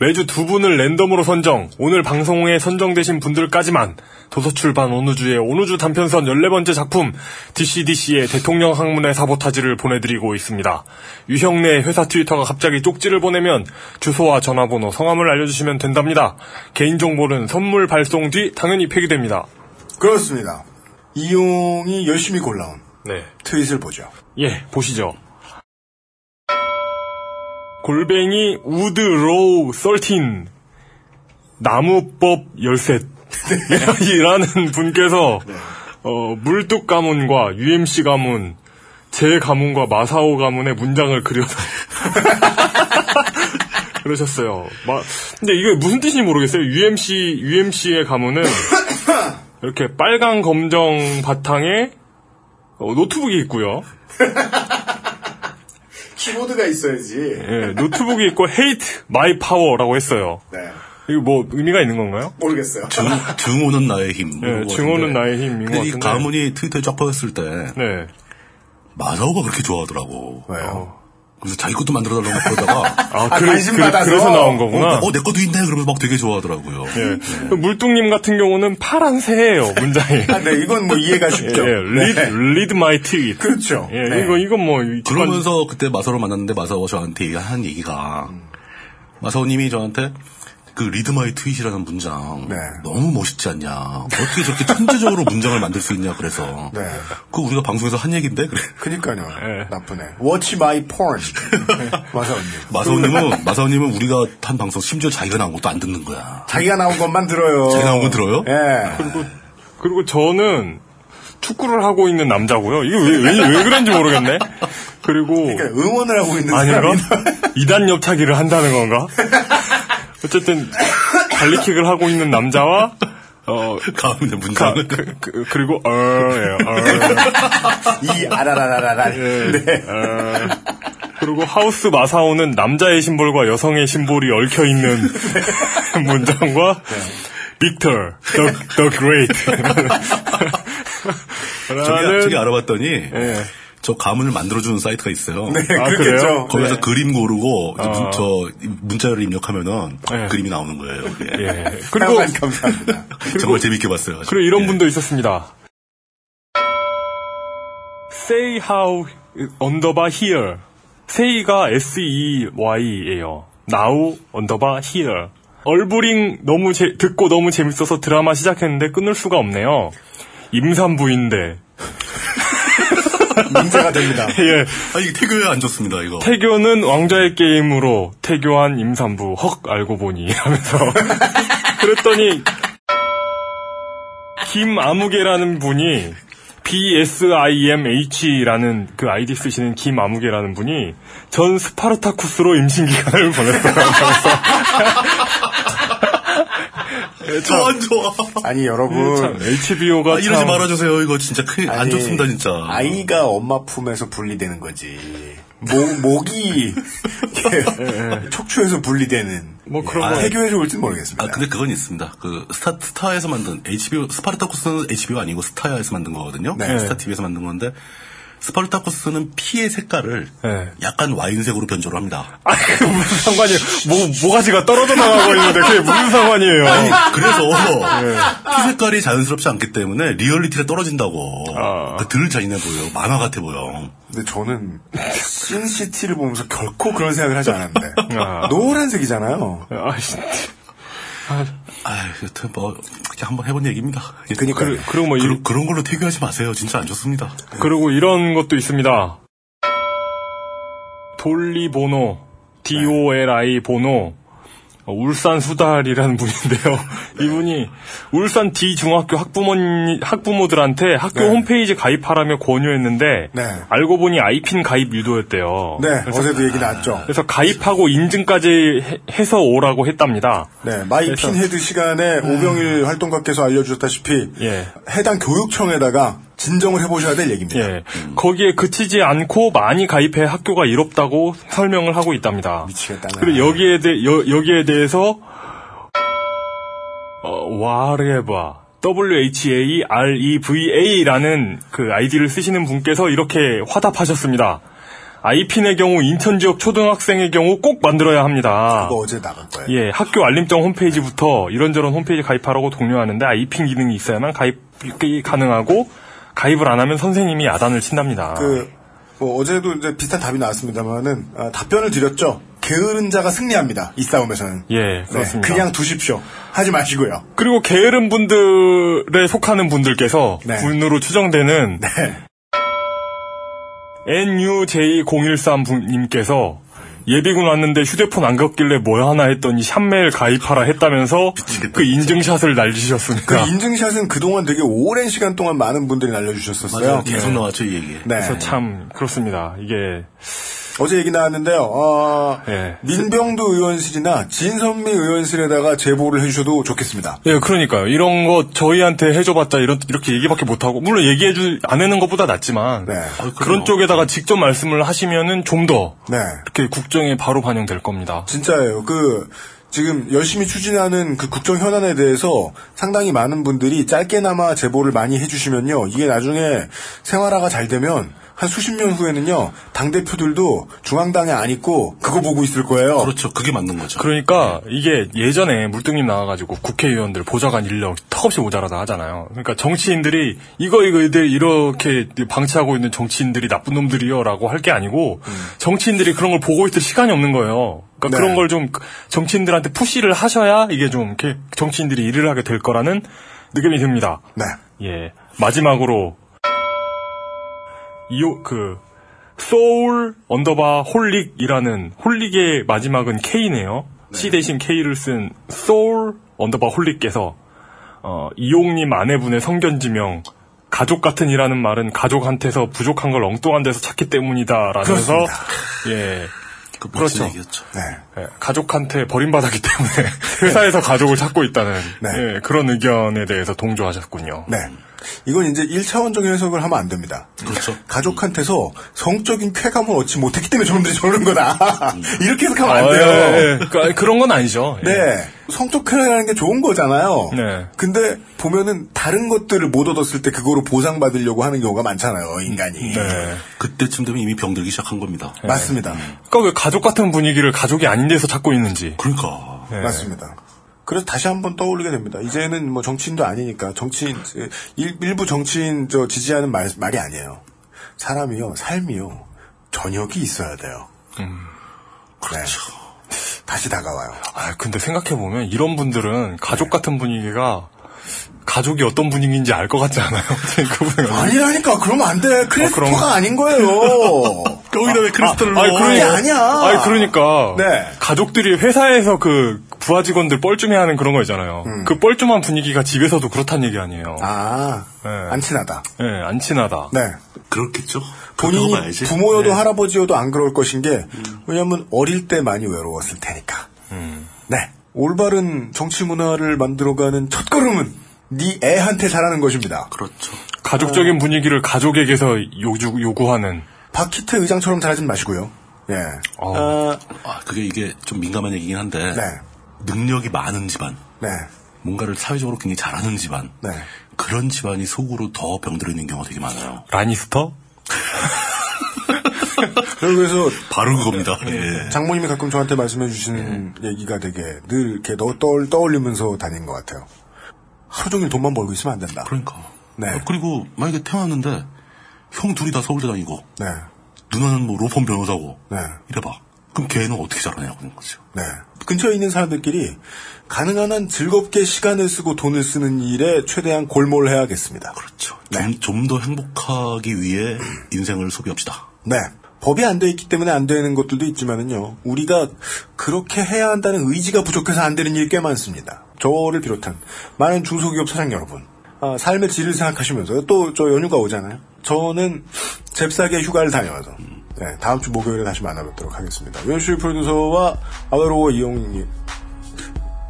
Speaker 2: 매주 두 분을 랜덤으로 선정, 오늘 방송에 선정되신 분들까지만 도서출판 온우주의 온우주 단편선 14번째 작품 DCDC의 대통령 학문의 사보타지를 보내드리고 있습니다. 유형내 회사 트위터가 갑자기 쪽지를 보내면 주소와 전화번호, 성함을 알려주시면 된답니다. 개인정보는 선물 발송 뒤 당연히 폐기됩니다.
Speaker 3: 그렇습니다. 이용이 열심히 골라온
Speaker 2: 네.
Speaker 3: 트윗을 보죠.
Speaker 2: 예, 보시죠. 골뱅이 우드로우 썰틴 나무법 열셋 이라는 분께서 어, 물뚝 가문과 UMC 가문 제 가문과 마사오 가문의 문장을 그려서 그러셨어요. 막 근데 이게 무슨 뜻인지 모르겠어요. UMC UMC의 가문은 이렇게 빨강 검정 바탕에 어, 노트북이 있고요.
Speaker 3: 키보드가 있어야지.
Speaker 2: 예, 노트북이 있고 헤이트 마이 파워라고 했어요.
Speaker 3: 네.
Speaker 2: 이거 뭐 의미가 있는 건가요?
Speaker 3: 모르겠어요.
Speaker 4: 증, 증오는 나의 힘.
Speaker 2: 예, 증오는 나의 힘인 것
Speaker 4: 근데 이
Speaker 2: 같은데.
Speaker 4: 가문이 트위터에 쫙 퍼졌을 때
Speaker 2: 네.
Speaker 4: 마사오가 그렇게 좋아하더라고. 왜요? 그래서 자기 것도 만들어달라고 막 그러다가
Speaker 2: 아, 아, 그래- 관심 그래- 받아서? 뭐, 그래서 나온 거구나.
Speaker 4: 어, 어, 내 것도 있네 그러면서 막 되게 좋아하더라고요. 네.
Speaker 2: 예. 물뚱님 같은 경우는 파란 새예요 문장이.
Speaker 3: 아, 네, 이건 뭐 이해가 쉽죠.
Speaker 2: 예, 예. 리드,
Speaker 4: 네.
Speaker 2: 리드 마이 티. 그렇죠. 예,
Speaker 4: 네.
Speaker 2: 이거 이건 뭐
Speaker 4: 그러면서 그때 마사오 만났는데 마사오가 저한테 한 얘기가 마사오님이 저한테 그 리드마이 트윗이라는 문장
Speaker 2: 네.
Speaker 4: 너무 멋있지 않냐 어떻게 저렇게 천재적으로 문장을 만들 수 있냐 그래서
Speaker 3: 네.
Speaker 4: 그 우리가 방송에서 한 얘긴데 그래
Speaker 3: 그니까요.
Speaker 2: 예.
Speaker 3: 나쁘네. Watch my porn. 그 마사오님.
Speaker 4: 마사오님은 마사오님은 우리가 한 방송 심지어 자기가 나온 것도 안 듣는 거야
Speaker 3: 자기가 나온 것만 들어요.
Speaker 4: 자기가 나온 거 들어요?
Speaker 3: 예.
Speaker 2: 그리고 그리고 저는 축구를 하고 있는 남자고요. 이게 왜 왜 그런지 모르겠네. 그리고
Speaker 3: 응원을 하고 있는
Speaker 2: 아닌가? 이단 옆차기를 한다는 건가? 어쨌든 발리킥을 하고 있는 남자와 어
Speaker 4: 가운데 문장
Speaker 2: 그, 그, 그리고 어예요. 예,
Speaker 3: 이 아라라라라라. 네.
Speaker 2: 그리고 하우스 마사오는 남자의 심볼과 여성의 심볼이 얽혀 있는 문장과 빅터 the, the Great
Speaker 4: 저게, 저게 알아봤더니 저 가문을 만들어주는 사이트가 있어요.
Speaker 3: 네, 아, 그렇겠죠. 그래요?
Speaker 4: 거기서
Speaker 3: 네.
Speaker 4: 그림 고르고 이제 문,
Speaker 3: 아.
Speaker 4: 저 문자를 입력하면은 그림이 나오는 거예요. 그게.
Speaker 2: 그리고
Speaker 3: 감사합니다.
Speaker 4: 정말 재밌게 봤어요. 아주. 예.
Speaker 2: 그리고 이런 분도 있었습니다. Say how 언더바 here. Say가 S-E-Y예요. Now 언더바 here. 얼브링 너무 재- 듣고 너무 재밌어서 드라마 시작했는데 끊을 수가 없네요. 임산부인데.
Speaker 3: 문제가 됩니다.
Speaker 2: 예.
Speaker 4: 아, 이게 태교에 안 좋습니다, 이거.
Speaker 2: 태교는 왕자의 게임으로 태교한 임산부 헉 알고 보니 하면서 그랬더니 김아무개라는 분이 BSIMH라는 그 아이디 쓰시는 김아무개라는 분이 전 스파르타쿠스로 임신 기간을 보냈어요.
Speaker 4: 아, 저안 좋아.
Speaker 3: 아니
Speaker 2: 음,
Speaker 3: 여러분.
Speaker 2: HBO가
Speaker 4: 아, 이러지 말아주세요. 이거 진짜 큰일 안 좋습니다, 진짜.
Speaker 3: 아이가 엄마 품에서 분리되는 거지. 목, 목이 이렇게 척추에서 분리되는. 뭐
Speaker 4: 거.
Speaker 3: 해교해서 올지 모르겠습니다.
Speaker 4: 아, 근데 그건 있습니다. 그, 스타, 스타에서 만든, HBO, 스파르타쿠스는 HBO 아니고 스타에서 만든 거거든요.
Speaker 3: 네.
Speaker 4: 스타TV에서 만든 건데, 스파르타쿠스는 피의 색깔을
Speaker 3: 네.
Speaker 4: 약간 와인색으로 변조를 합니다.
Speaker 3: 아!
Speaker 2: 그 무슨 상관이에요? 뭐, 모가지가 떨어져 나가고 있는데 그게 무슨 상관이에요?
Speaker 4: 아니, 그래서
Speaker 3: 네.
Speaker 4: 피 색깔이 자연스럽지 않기 때문에 리얼리티가 떨어진다고.
Speaker 3: 아.
Speaker 4: 그덜 잔인해 보여. 만화 같아 보여.
Speaker 3: 근데 저는 신시티를 보면서 결코 그런 생각을 하지 않았는데. 노란색이잖아요.
Speaker 4: 아, 여튼 뭐 그냥 한번 해본 얘기입니다.
Speaker 3: 그러니까요.
Speaker 4: 그,
Speaker 2: 그리고 뭐
Speaker 4: 그, 그런 걸로 퇴교하지 마세요. 진짜 안 좋습니다.
Speaker 2: 그리고 이런 것도 있습니다. 돌리보노, D-O-L-I 보노, 어, 울산 수달이라는 분인데요. 이분이 울산 D 중학교 학부모 학부모들한테 학교 홈페이지 가입하라며 권유했는데 알고 보니 아이핀 가입 유도였대요.
Speaker 3: 네, 어제도 얘기 나왔죠.
Speaker 2: 그래서 가입하고 인증까지 해- 해서 오라고 했답니다.
Speaker 3: 네, 마이핀 헤드 시간에 오병일 활동가께서 알려주셨다시피
Speaker 2: 예.
Speaker 3: 해당 교육청에다가 진정을 해보셔야 될 얘기입니다.
Speaker 2: 예. 거기에 그치지 않고 많이 가입해 학교가 이롭다고 설명을 하고 있답니다. 미치겠다.
Speaker 3: 네.
Speaker 2: 그리고 여기에 대 여, 기에 대해서 어, 와레바 W H A R E V A라는 그 아이디를 쓰시는 분께서 이렇게 화답하셨습니다. 아이핀의 경우 인천 지역 초등학생의 경우 꼭 만들어야 합니다.
Speaker 3: 그거 뭐 어제 나간 거예요.
Speaker 2: 예, 학교 알림장 홈페이지부터 이런저런 홈페이지 가입하라고 독려하는데 아이핀 기능이 있어야만 가입이 가능하고 가입을 안 하면 선생님이 야단을 친답니다.
Speaker 3: 그, 뭐 어제도 이제 비슷한 답이 나왔습니다만은 답변을 드렸죠. 게으른 자가 승리합니다. 이 싸움에서는.
Speaker 2: 예,
Speaker 3: 네,
Speaker 2: 그렇습니다.
Speaker 3: 그냥 두십시오. 하지 마시고요.
Speaker 2: 그리고 게으른 분들에 속하는 분들께서 분으로 추정되는 NUJ013 E 분님께서 예비군 왔는데 휴대폰 안 걷길래 뭐 하나 했더니 샵메일 가입하라 했다면서 그 인증샷을
Speaker 3: 그
Speaker 2: 날리셨으니까
Speaker 3: 인증샷은 그동안 되게 오랜 시간 동안 많은 분들이 날려주셨었어요.
Speaker 2: 맞아요. 계속
Speaker 3: 네.
Speaker 4: 나왔죠, 이 얘기.
Speaker 3: 네.
Speaker 2: 그래서 참 그렇습니다. 이게
Speaker 3: 어제 얘기 나왔는데요. 어,
Speaker 2: 예.
Speaker 3: 민병두 의원실이나 진선미 의원실에다가 제보를 해주셔도 좋겠습니다.
Speaker 2: 예, 그러니까요. 이런 거 저희한테 해줘봤자 이런, 이렇게 얘기밖에 못하고, 물론 얘기해줄, 안 해는 것보다 낫지만, 네. 그런 쪽에다가 직접 말씀을 하시면은 좀 더,
Speaker 3: 네.
Speaker 2: 이렇게 국정에 바로 반영될 겁니다.
Speaker 3: 진짜예요. 그 지금 열심히 추진하는 그 국정 현안에 대해서 상당히 많은 분들이 짧게나마 제보를 많이 해주시면요. 이게 나중에 생활화가 잘 되면 한 수십 년 후에는요 당 대표들도 중앙당에 안 있고 그거 보고 있을 거예요.
Speaker 4: 그렇죠. 그게 맞는 거죠. 네.
Speaker 2: 그러니까 이게 예전에 물등님 나와가지고 국회의원들 보좌관 인력 턱없이 모자라다 하잖아요. 그러니까 정치인들이 이거 이거 이들 이렇게 방치하고 있는 정치인들이 나쁜 놈들이요라고 할 게 아니고
Speaker 4: 음.
Speaker 2: 정치인들이 그런 걸 보고 있을 시간이 없는 거예요. 그러니까
Speaker 3: 네.
Speaker 2: 그런 걸 좀 정치인들한테 푸시를 하셔야 이게 좀 이렇게 정치인들이 일을 하게 될 거라는 느낌이 듭니다.
Speaker 3: 네.
Speaker 2: 예. 마지막으로 이오 그 소울 언더바 홀릭이라는 홀릭의 마지막은 K네요. C 대신 K를 쓴 소울 언더바 홀릭께서 어, 이용님 아내분의 성견지명 가족 같은이라는 말은 가족한테서 부족한 걸 엉뚱한 데서 찾기 때문이다라면서
Speaker 4: 그렇습니다.
Speaker 2: 예
Speaker 4: 그
Speaker 2: 그렇죠.
Speaker 4: 멋진 얘기였죠.
Speaker 3: 네.
Speaker 2: 예, 가족한테 버림받았기 때문에 회사에서 가족을 찾고 있다는
Speaker 4: 네.
Speaker 2: 예, 그런 의견에 대해서 동조하셨군요.
Speaker 3: 네. 이건 이제 1차원적인 해석을 하면 안 됩니다.
Speaker 4: 그렇죠.
Speaker 3: 가족한테서 성적인 쾌감을 얻지 못했기 때문에 저놈들이 저러는 거다. 이렇게 해석하면 안
Speaker 2: 아, 예, 예,
Speaker 3: 돼요.
Speaker 2: 예. 그러니까 그런 건 아니죠. 예.
Speaker 3: 네. 성적 쾌감이라는 게 좋은 거잖아요.
Speaker 2: 네.
Speaker 3: 근데 보면은 다른 것들을 못 얻었을 때 그거로 보상받으려고 하는 경우가 많잖아요. 인간이. 네.
Speaker 4: 그때쯤 되면 이미 병들기 시작한 겁니다.
Speaker 3: 맞습니다.
Speaker 2: 그러니까 왜 가족 같은 분위기를 가족이 아닌 데서 찾고 있는지.
Speaker 4: 그러니까.
Speaker 3: 네. 맞습니다. 그래서 다시 한번 떠올리게 됩니다. 이제는 뭐 정치인도 아니니까 정치인 일, 일부 정치인 저 지지하는 말, 말이 아니에요. 사람이요, 삶이요, 저녁이 있어야 돼요. 음. 그렇죠. 다시 다가와요.
Speaker 2: 아, 근데 생각해보면 이런 분들은 가족 같은 분위기가 가족이 어떤 분위기인지 알 것 같지 않아요? 네, 그분은.
Speaker 3: 아니라니까 그러면 안 돼. 크리스토가 아닌 거예요.
Speaker 4: 어, 거기다 왜 크리스토를
Speaker 2: 아니,
Speaker 3: 넣어?
Speaker 2: 그러니까.
Speaker 3: 아니야.
Speaker 2: 아니, 그러니까.
Speaker 3: 네.
Speaker 2: 가족들이 회사에서 그 부하 직원들 뻘쭘해 하는 그런 거 있잖아요. 그 뻘쭘한 분위기가 집에서도 그렇다는 얘기 아니에요.
Speaker 3: 아,
Speaker 4: 네.
Speaker 3: 안 친하다.
Speaker 2: 예, 안 친하다.
Speaker 3: 네.
Speaker 4: 그렇겠죠.
Speaker 3: 본인이
Speaker 4: 그렇다고 봐야지.
Speaker 3: 부모여도
Speaker 4: 네. 음.
Speaker 3: 할아버지여도 안 그럴 것인 게 왜냐하면 어릴 때 많이 외로웠을 테니까. 네. 올바른 정치 문화를 만들어가는 첫 걸음은 네 애한테 잘하는 것입니다.
Speaker 4: 그렇죠.
Speaker 2: 가족적인 분위기를 가족에게서 요구, 요구하는.
Speaker 3: 박희태 의장처럼 잘하진 마시고요. 예.
Speaker 4: 아, 그게 이게 좀 민감한 얘기긴 한데
Speaker 3: 네.
Speaker 4: 능력이 많은 집안,
Speaker 3: 네.
Speaker 4: 뭔가를 사회적으로 굉장히 잘하는 집안,
Speaker 3: 네.
Speaker 4: 그런 집안이 속으로 더 병들어있는 경우가 되게 많아요.
Speaker 2: 라니스터?
Speaker 3: 그래서
Speaker 4: 바로 그겁니다. 예.
Speaker 3: 장모님이 가끔 저한테 말씀해 주시는 얘기가 되게 늘 이렇게 너, 떠, 떠올리면서 다닌 것 같아요. 하루 종일 돈만 벌고 있으면 안 된다.
Speaker 4: 그러니까.
Speaker 3: 네.
Speaker 4: 아, 그리고 만약에 태어났는데 형 둘이 다 서울대 다니고
Speaker 3: 네.
Speaker 4: 누나는 뭐 로펌 변호사고
Speaker 3: 네.
Speaker 4: 이래봐. 그럼 걔는 어떻게 자라냐고 그런 거죠.
Speaker 3: 네. 근처에 있는 사람들끼리 가능한 한 즐겁게 시간을 쓰고 돈을 쓰는 일에 최대한 골몰 해야겠습니다.
Speaker 4: 그렇죠.
Speaker 3: 네.
Speaker 4: 좀 더 행복하기 위해 인생을 소비합시다.
Speaker 3: 네. 법이 안 돼 있기 때문에 안 되는 것들도 있지만은요. 우리가 그렇게 해야 한다는 의지가 부족해서 안 되는 일이 꽤 많습니다. 저를 비롯한 많은 중소기업 사장 여러분. 아, 삶의 질을 생각하시면서 또 저 연휴가 오잖아요. 저는 잽싸게 휴가를 다녀와서 네, 다음 주 목요일에 다시 만나뵙도록 하겠습니다. 연출 프로듀서와 아웨로워 이용님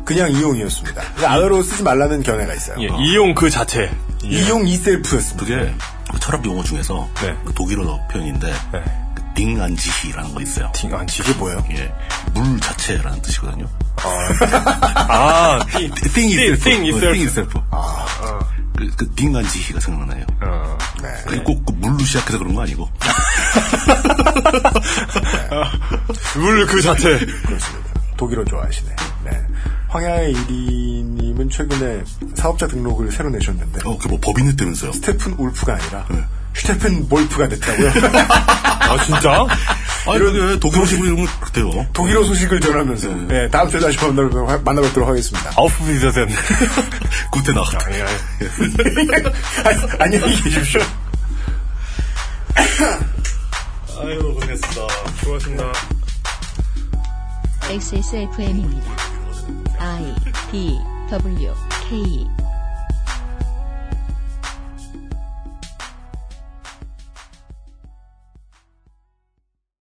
Speaker 3: 그냥 이용이었습니다. 아웨로워 쓰지 말라는 견해가 있어요.
Speaker 2: 예, 이용 그 자체.
Speaker 3: 이용 이셀프였습니다.
Speaker 4: 예. 그게 그 철학 용어 중에서
Speaker 2: 네.
Speaker 4: 그 독일어 표현인데 그 딩안지히라는 거 있어요.
Speaker 2: 딩 안 치고.
Speaker 3: 그게 뭐예요?
Speaker 4: 예, 물 자체라는 뜻이거든요.
Speaker 2: 아, 띵.
Speaker 4: 띵 itself.
Speaker 2: 띵 itself.
Speaker 4: 띵 itself. 그, 그 딩안지히가 생각나네요.
Speaker 2: 어.
Speaker 3: 네.
Speaker 4: 그게 꼭그 물로 시작해서 그런 거 아니고
Speaker 2: 물 그 자체.
Speaker 3: 그렇습니다. 독일어 좋아하시네. 네. 황야의 이리님은 최근에 사업자 등록을 새로 내셨는데
Speaker 4: 어, 그뭐 법인을 뜨면서요.
Speaker 3: 스테픈 울프가 아니라 슈테픈 몰프가 됐다고요.
Speaker 2: 네. 아, 진짜?
Speaker 4: 아, 이런 독일어 식으로 이러면 그래요.
Speaker 3: 독일어 소식을 전하면서 네, 다음 주에 다시 만나뵙도록, 하- 만나뵙도록 하겠습니다.
Speaker 2: 아우프비더센.
Speaker 4: 구테나.
Speaker 3: 아, 안녕히 계십시오.
Speaker 4: 아유 고생했습니다.
Speaker 2: 수고하셨습니다.
Speaker 1: XSFM입니다. I D W K